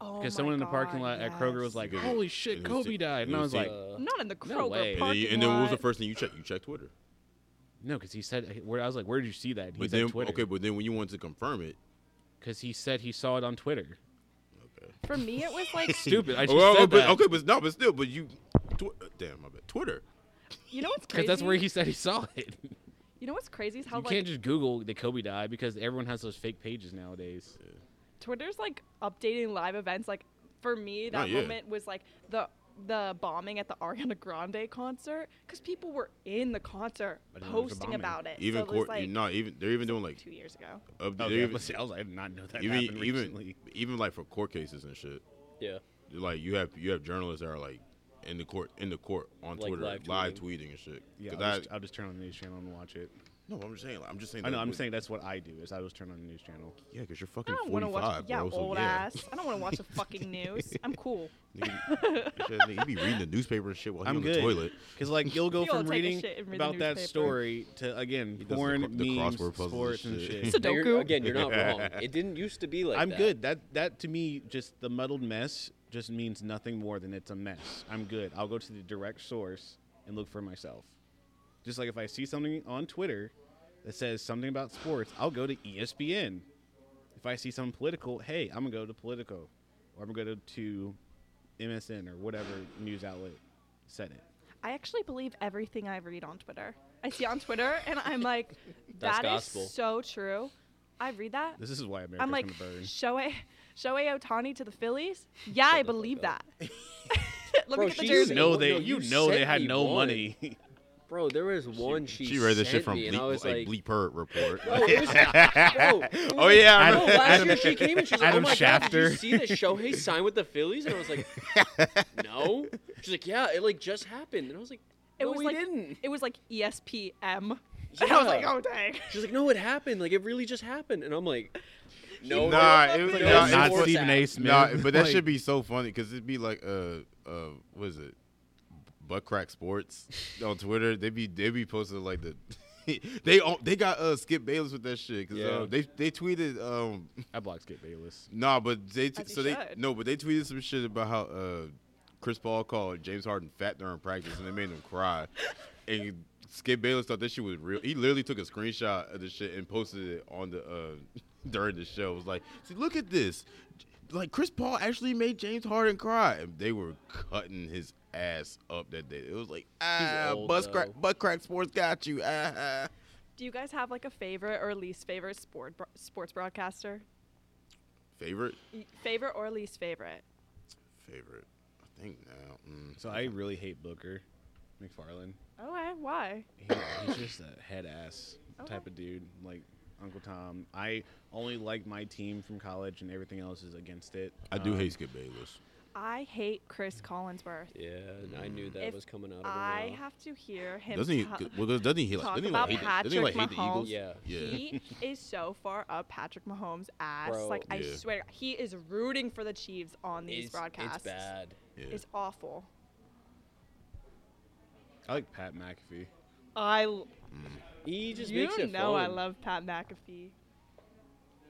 Speaker 8: Oh
Speaker 3: Because
Speaker 8: my
Speaker 3: someone in the
Speaker 8: God,
Speaker 3: parking lot at Kroger was
Speaker 8: yes.
Speaker 3: like,
Speaker 1: Because it-
Speaker 3: "Holy shit,
Speaker 1: and it was
Speaker 3: Kobe
Speaker 1: the-
Speaker 3: died,"
Speaker 1: it
Speaker 3: and I
Speaker 1: was
Speaker 3: was
Speaker 1: the-
Speaker 3: like,
Speaker 4: Uh,
Speaker 8: "Not in the Kroger
Speaker 3: No way.
Speaker 8: parking
Speaker 1: And then, you, and then what was the first thing you checked? You checked Twitter.
Speaker 3: "No," because he said, he- "Where?" I was like, "Where did you see that?" And He
Speaker 1: But
Speaker 3: said
Speaker 1: then
Speaker 3: Twitter.
Speaker 1: okay, but then when you wanted to confirm it,
Speaker 3: because he said he saw it on Twitter.
Speaker 1: okay.
Speaker 8: For me,
Speaker 1: <laughs>
Speaker 8: it was like
Speaker 3: Stupid. I just
Speaker 1: Oh, Well,
Speaker 3: said
Speaker 1: but
Speaker 3: that.
Speaker 1: okay, but no, but still, but you, tw- damn, my bad. Twitter.
Speaker 8: you know what's crazy.
Speaker 3: Because that's where he said he saw it. <laughs>
Speaker 8: You know what's crazy is how
Speaker 3: you
Speaker 8: like
Speaker 3: can't just Google that Kobe died because everyone has those fake pages nowadays.
Speaker 8: Twitter's like updating live events. Like for me,
Speaker 1: Not
Speaker 8: that
Speaker 1: yet.
Speaker 8: moment was like the the bombing at the Ariana Grande concert because people were in the concert
Speaker 3: I didn't know it was a
Speaker 8: posting
Speaker 3: bombing.
Speaker 8: about it.
Speaker 1: Even
Speaker 8: so it was,
Speaker 1: court,
Speaker 8: like
Speaker 1: no, even they're even doing like
Speaker 8: two years ago.
Speaker 1: update.
Speaker 3: Okay,
Speaker 1: they're
Speaker 3: I,
Speaker 1: even,
Speaker 3: was, I was- I did not know that
Speaker 1: even
Speaker 3: happened
Speaker 1: even
Speaker 3: recently.
Speaker 1: even like for court cases and shit.
Speaker 4: yeah.
Speaker 1: like you have you have journalists that are like in the court in the court on
Speaker 4: Like
Speaker 1: Twitter live
Speaker 4: live
Speaker 1: tweeting, and shit.
Speaker 3: Yeah,
Speaker 1: 'Cause
Speaker 3: I'll
Speaker 1: I-
Speaker 3: just, I'll just turn on the news channel and watch it.
Speaker 1: no, I'm just saying. Like, I'm just saying.
Speaker 3: I know.
Speaker 1: that
Speaker 3: I'm
Speaker 1: would-
Speaker 3: saying that's what I do. Is I just turn on the news channel.
Speaker 1: Yeah, because you're
Speaker 8: I
Speaker 1: fucking
Speaker 8: don't want to
Speaker 1: 45,
Speaker 8: watch. Yeah,
Speaker 1: bro. so
Speaker 8: old
Speaker 1: yeah.
Speaker 8: ass. I don't want to watch the fucking news. I'm cool.
Speaker 1: <laughs>
Speaker 8: <laughs>
Speaker 1: Nigga, you- nigga, you be reading the newspaper and shit while
Speaker 3: I'm
Speaker 1: you on
Speaker 3: good.
Speaker 1: the
Speaker 3: <laughs>
Speaker 1: toilet.
Speaker 3: Because like you'll go
Speaker 8: <laughs> You'll
Speaker 3: from
Speaker 8: take a
Speaker 3: reading
Speaker 8: shit and read the
Speaker 3: about that
Speaker 8: newspaper.
Speaker 3: story to again
Speaker 1: does the
Speaker 3: porn,
Speaker 1: cro- the
Speaker 3: memes,
Speaker 1: crossword puzzles
Speaker 3: sports, and
Speaker 1: and shit.
Speaker 3: shit.
Speaker 4: Now you're-
Speaker 8: Sudoku?
Speaker 4: again, you're not wrong. It didn't used to be like
Speaker 3: I'm
Speaker 4: that.
Speaker 3: good. That that to me just the muddled mess just means nothing more than it's a mess. I'm good. I'll go to the direct source and look for myself. Just like if I see something on Twitter that says something about sports, I'll go to E ESPN. If I see something political, hey, I'm gonna go to Politico, or I'm gonna go to MSN or whatever news outlet said it.
Speaker 8: I actually believe everything I read on Twitter. I see on Twitter, and I'm like,
Speaker 4: <laughs> That's
Speaker 8: that is
Speaker 4: gospel.
Speaker 8: so true. I read that.
Speaker 3: This is why America's
Speaker 8: I'm like,
Speaker 3: gonna burn.
Speaker 8: Shohei, Shohei Otani to the Phillies? Yeah,
Speaker 4: <laughs>
Speaker 8: I
Speaker 4: the fuck
Speaker 8: believe
Speaker 4: up.
Speaker 8: that. <laughs> Let me
Speaker 4: Bro,
Speaker 8: get the
Speaker 4: she
Speaker 8: jersey.
Speaker 3: You know
Speaker 4: No,
Speaker 3: they,
Speaker 4: no,
Speaker 3: you
Speaker 4: you
Speaker 3: know they
Speaker 4: sent
Speaker 3: had
Speaker 4: me
Speaker 3: no
Speaker 4: one.
Speaker 3: money.
Speaker 4: Bro, there was one she,
Speaker 1: She read this
Speaker 4: sent
Speaker 1: shit from
Speaker 4: me,
Speaker 1: Bleep,
Speaker 4: and I was
Speaker 1: like,
Speaker 4: like,
Speaker 1: Bleeper <laughs> report.
Speaker 4: Bro, it was- bro, it
Speaker 1: <laughs> Oh,
Speaker 3: <laughs>
Speaker 4: was-
Speaker 1: yeah, I
Speaker 4: bro,
Speaker 1: remember-
Speaker 4: last
Speaker 1: Adam-
Speaker 4: year she came and she was like,
Speaker 3: Adam
Speaker 4: "Oh my god, did
Speaker 3: Shafter.
Speaker 4: you see that Shohei signed with the Phillies?" And I was like, "No." She's like, "Yeah, it like just happened," and I was like,
Speaker 8: It
Speaker 4: "No,
Speaker 8: was
Speaker 4: we
Speaker 8: like <laughs>
Speaker 4: didn't."
Speaker 8: it was like E ESPM. <laughs>
Speaker 4: Yeah.
Speaker 8: And I was like, oh dang.
Speaker 4: She's like, "No, it happened. Like it really just happened," and I'm like, "No,
Speaker 1: Nah,
Speaker 4: no,
Speaker 1: it was-
Speaker 4: no,
Speaker 1: nah,
Speaker 4: it's
Speaker 1: not
Speaker 4: sports
Speaker 3: Stephen
Speaker 4: app."
Speaker 3: A. Smith.
Speaker 1: Nah, but that
Speaker 3: Like,
Speaker 1: should be so funny because it'd be like uh uh what is it, butt crack sports on Twitter. They be they be posting like the. <laughs> they all, they got uh Skip Bayless with that shit because
Speaker 3: Yeah.
Speaker 1: uh, they they tweeted um
Speaker 3: I blocked Skip Bayless.
Speaker 1: nah but they t-
Speaker 8: As you
Speaker 1: so they
Speaker 8: should.
Speaker 1: no but they tweeted some shit about how uh Chris Paul called James Harden fat during practice and it made him cry and Skip Bayless thought that shit was real he literally took a screenshot of the shit and posted it on the uh <laughs> during the show it was like see look at this like Chris Paul actually made James Harden cry and they were cutting his ass up that day it was like ah
Speaker 4: old,
Speaker 1: bus crack
Speaker 4: though.
Speaker 1: butt crack sports got you ah, ah.
Speaker 8: Do you guys have like a favorite or least favorite sport bro- sports broadcaster?
Speaker 1: favorite
Speaker 8: Y- Favorite or least favorite?
Speaker 1: favorite I think now mm,
Speaker 3: So I really hate Booker McFarlane.
Speaker 8: Okay, Oh, why?
Speaker 3: He, he's just a head ass
Speaker 4: Oh.
Speaker 3: type
Speaker 8: Okay.
Speaker 3: of dude, like Uncle Tom. I only like my team from college, and everything else is against it.
Speaker 1: I do
Speaker 3: Um,
Speaker 1: hate Skip Bayless.
Speaker 8: I hate Chris Collinsworth.
Speaker 4: Yeah, and I knew that
Speaker 8: If
Speaker 4: was coming out. Of her
Speaker 8: I
Speaker 4: mouth.
Speaker 8: have to hear him.
Speaker 1: Doesn't he?
Speaker 8: ta-
Speaker 1: Well, doesn't he like?
Speaker 8: talk
Speaker 1: Doesn't he
Speaker 8: about
Speaker 1: like, hate, the- doesn't he like
Speaker 8: Patrick
Speaker 1: hate the
Speaker 8: Mahomes.
Speaker 1: Eagles?
Speaker 4: Yeah,
Speaker 1: Yeah.
Speaker 8: He is so far up Patrick Mahomes' ass.
Speaker 4: Bro.
Speaker 8: like I
Speaker 1: Yeah.
Speaker 8: swear, he is rooting for the Chiefs on these
Speaker 4: it's,
Speaker 8: broadcasts.
Speaker 4: it's bad.
Speaker 1: yeah.
Speaker 8: It's awful.
Speaker 3: I like Pat McAfee.
Speaker 8: I l-
Speaker 4: He just
Speaker 8: you
Speaker 4: makes it
Speaker 8: know I
Speaker 4: fun.
Speaker 8: love Pat McAfee.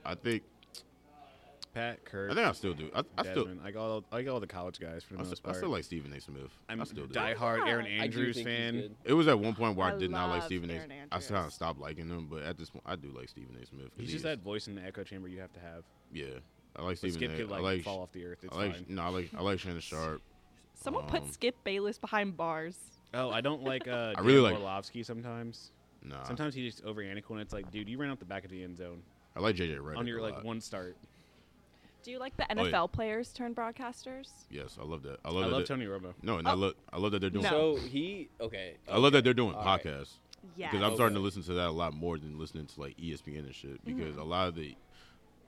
Speaker 1: I think.
Speaker 3: Pat Kirk.
Speaker 1: I think I still do. I, I still.
Speaker 3: Desmond. I got all, I got all the college guys for the
Speaker 1: I
Speaker 3: most
Speaker 1: still, I
Speaker 3: part.
Speaker 1: still like Stephen A. Smith.
Speaker 3: I'm
Speaker 1: I
Speaker 3: a
Speaker 1: still do.
Speaker 3: diehard Aaron
Speaker 8: Yeah.
Speaker 4: I do
Speaker 3: Andrews
Speaker 4: think he's
Speaker 3: fan.
Speaker 4: good.
Speaker 1: It was at one point where I,
Speaker 8: I
Speaker 1: did not like
Speaker 8: love
Speaker 1: Stephen A.
Speaker 8: Aaron
Speaker 1: I
Speaker 8: Andrews.
Speaker 1: kind of stopped liking him, but at this point, I do like Stephen A. Smith. 'cause
Speaker 3: He's
Speaker 1: he
Speaker 3: just
Speaker 1: is-
Speaker 3: that voice in the echo chamber you have to have.
Speaker 1: Yeah, I like
Speaker 3: But
Speaker 1: Stephen
Speaker 3: Skip
Speaker 1: A.
Speaker 3: could
Speaker 1: I
Speaker 3: like,
Speaker 1: like.
Speaker 3: fall off the earth. It's
Speaker 1: I like.
Speaker 3: fine.
Speaker 1: No, I like. I like Shannon Sharp.
Speaker 8: Someone
Speaker 1: Um,
Speaker 8: put Skip Bayless behind bars.
Speaker 3: Oh, I don't like uh,
Speaker 1: <laughs> I
Speaker 3: Dan
Speaker 1: really like- Uh.
Speaker 3: Orlovsky sometimes.
Speaker 1: Nah.
Speaker 3: Sometimes he just over analytical and it's like, dude, you ran out the back of the end zone
Speaker 1: I like JJ Redick.
Speaker 3: on your
Speaker 1: a
Speaker 3: like
Speaker 1: lot.
Speaker 3: one start.
Speaker 8: Do you like the
Speaker 1: Oh, yeah.
Speaker 8: NFL players turn broadcasters?
Speaker 1: Yes, I love that. I
Speaker 3: I
Speaker 1: love. that
Speaker 3: love
Speaker 1: that-
Speaker 3: Tony Romo.
Speaker 1: No, and I love. I love that they're doing.
Speaker 8: Oh. No.
Speaker 4: So he okay.
Speaker 1: I love that they're doing
Speaker 4: All right.
Speaker 1: podcasts.
Speaker 8: Yeah.
Speaker 1: because I'm starting to
Speaker 4: Okay.
Speaker 1: listen to that a lot more than listening to like E ESPN and shit.
Speaker 8: Mm-hmm.
Speaker 1: Because a lot of the,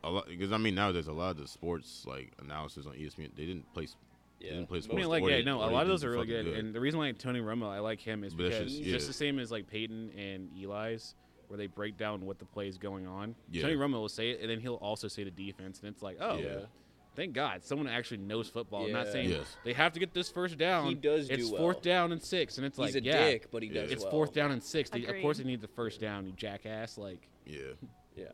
Speaker 1: a lot because I mean now there's a lot of the sports like analysis on ESPN. They didn't play. s- They
Speaker 4: Yeah.
Speaker 1: didn't play
Speaker 4: I mean,
Speaker 1: sports.
Speaker 3: I mean, like,
Speaker 1: or
Speaker 3: yeah,
Speaker 1: they-
Speaker 3: no,
Speaker 1: or
Speaker 3: a
Speaker 1: they
Speaker 3: lot of
Speaker 1: did
Speaker 3: those
Speaker 1: some
Speaker 3: are really
Speaker 1: fucking
Speaker 3: good. And the reason why Tony Romo, I like him, is
Speaker 1: But that's
Speaker 3: because
Speaker 1: just-
Speaker 3: he's
Speaker 1: yeah.
Speaker 3: just the same as like Peyton and Eli's, where they break down what the play is going on.
Speaker 1: Yeah.
Speaker 3: Tony Romo will say it, and then he'll also say the defense, and it's like, oh,
Speaker 1: Yeah.
Speaker 3: thank God, someone actually knows football. I'm not
Speaker 4: Yeah.
Speaker 3: saying
Speaker 1: Yes.
Speaker 3: they have to get this first down.
Speaker 4: He does do
Speaker 3: It's
Speaker 4: well.
Speaker 3: fourth down and six, and it's like,
Speaker 4: He's a
Speaker 3: yeah,
Speaker 4: dick, but he
Speaker 1: Yeah.
Speaker 4: does.
Speaker 3: it's
Speaker 4: well.
Speaker 3: fourth down and six. They, of course, they
Speaker 8: Agreed.
Speaker 3: need the first down. You jackass, like
Speaker 1: Yeah,
Speaker 4: Yeah.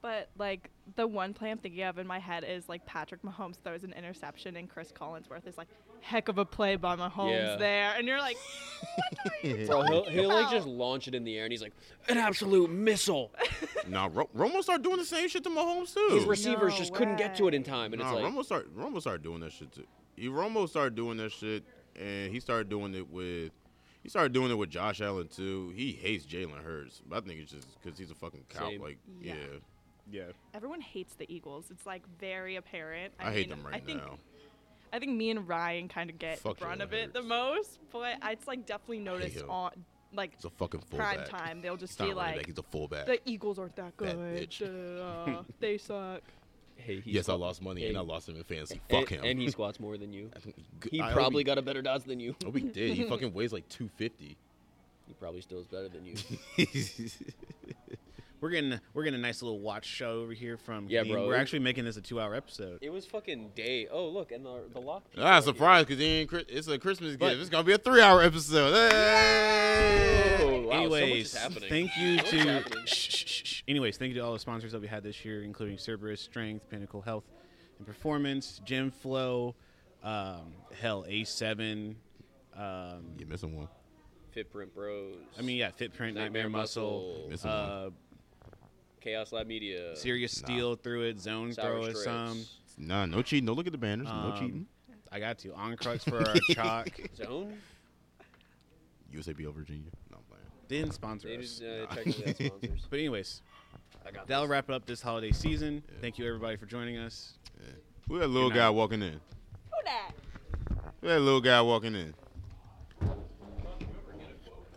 Speaker 8: But like the one play I'm thinking of in my head is like Patrick Mahomes throws an interception and Chris Collinsworth is like, heck of a play by Mahomes
Speaker 4: Yeah.
Speaker 8: there, and you're like,
Speaker 4: Bro, he'll, he'll like
Speaker 8: about?
Speaker 4: just launch it in the air, and he's like, an absolute missile.
Speaker 1: now Ro- Romo started doing the same shit to Mahomes too.
Speaker 4: His receivers
Speaker 8: No
Speaker 4: just couldn't get to it
Speaker 8: way.
Speaker 4: in time, and
Speaker 1: Nah,
Speaker 4: it's like,
Speaker 1: Romo started Romo started doing that shit too. He Romo started doing that shit, and he started doing it with. He started doing it with Josh Allen too. He hates Jalen Hurts, but I think it's just because he's a fucking cow.
Speaker 4: Same.
Speaker 1: Like, yeah,
Speaker 8: Yeah.
Speaker 3: yeah.
Speaker 8: everyone hates the Eagles. It's like very apparent.
Speaker 1: I, hate
Speaker 8: mean,
Speaker 1: them
Speaker 8: I
Speaker 1: right
Speaker 8: think,
Speaker 1: now.
Speaker 8: I think me and Ryan kind of get
Speaker 1: Fuck
Speaker 8: the brunt
Speaker 1: Jalen
Speaker 8: of it the
Speaker 1: Hurts.
Speaker 8: most, but it's like definitely noticed
Speaker 1: him.
Speaker 8: on like
Speaker 1: He's a fucking fullback.
Speaker 8: prime time. They'll just
Speaker 1: He's not
Speaker 8: be
Speaker 1: a running back.
Speaker 8: like,
Speaker 1: he's a fullback.
Speaker 8: the Eagles aren't that
Speaker 1: That <laughs>
Speaker 8: good. uh, they suck.
Speaker 4: hey, he
Speaker 1: Yes, I
Speaker 4: squat-
Speaker 1: lost money and I
Speaker 4: Hey.
Speaker 1: lost him in fantasy.
Speaker 4: and,
Speaker 1: Fuck him. <laughs>
Speaker 4: And he squats more than you.
Speaker 1: Good-
Speaker 4: He
Speaker 1: I hope
Speaker 4: probably
Speaker 1: he-
Speaker 4: got a better dodge than you.
Speaker 1: I hope he did.
Speaker 8: <laughs>
Speaker 1: He fucking weighs like 250.
Speaker 4: He probably still is better than you. <laughs>
Speaker 3: We're getting we're getting a nice little watch show over here from
Speaker 4: Yeah,
Speaker 3: Kadeem.
Speaker 4: bro.
Speaker 3: We're actually making this a two hour episode.
Speaker 4: it was fucking day. Oh, look, and the, the lock. piece
Speaker 1: ah,
Speaker 4: right here.
Speaker 1: surprise! Cause he ain't, Chris- it's a Christmas
Speaker 4: But-
Speaker 1: gift. It's gonna be a three-hour episode. Hey!
Speaker 4: Oh, wow, so much is
Speaker 3: Anyways,
Speaker 4: happening.
Speaker 3: thank you
Speaker 4: So much is
Speaker 3: to.
Speaker 4: happening.
Speaker 3: Shh, shh, shh, shh. Anyways, thank you to all the sponsors that we had this year, including Cerberus Strength, Pinnacle Health and Performance, Gym Flow, um, hell A7. Um,
Speaker 1: You're missing one.
Speaker 4: Fitprint Bros.
Speaker 3: I mean, yeah, Fitprint, Nightmare,
Speaker 4: Nightmare
Speaker 3: Muscle,
Speaker 4: Muscle.
Speaker 1: Missing
Speaker 3: uh,
Speaker 4: Chaos Lab Media.
Speaker 3: Serious
Speaker 1: Nah.
Speaker 3: Steel threw it, Zone
Speaker 4: Sour
Speaker 3: throw it
Speaker 4: Strips.
Speaker 3: some.
Speaker 1: one. Nah, no cheating. No look at the banners. no
Speaker 3: Um,
Speaker 1: cheating.
Speaker 3: I got to. On Crux for our chalk.
Speaker 4: Zone.
Speaker 1: USABL Virginia. No, I'm playing.
Speaker 3: Didn't sponsor
Speaker 4: They
Speaker 3: us.
Speaker 4: didn't uh, check into that
Speaker 1: <laughs>
Speaker 4: sponsors.
Speaker 3: But, anyways,
Speaker 4: I got
Speaker 3: that'll
Speaker 4: this.
Speaker 3: wrap up this holiday season. Thank you, everybody, for joining us.
Speaker 1: Who that little
Speaker 3: Good night.
Speaker 1: guy walking in?
Speaker 8: Who that?
Speaker 1: That little guy walking in.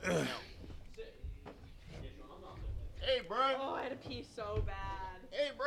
Speaker 1: hey, bro.
Speaker 8: Oh, I had to pee so bad.
Speaker 1: Hey, bro.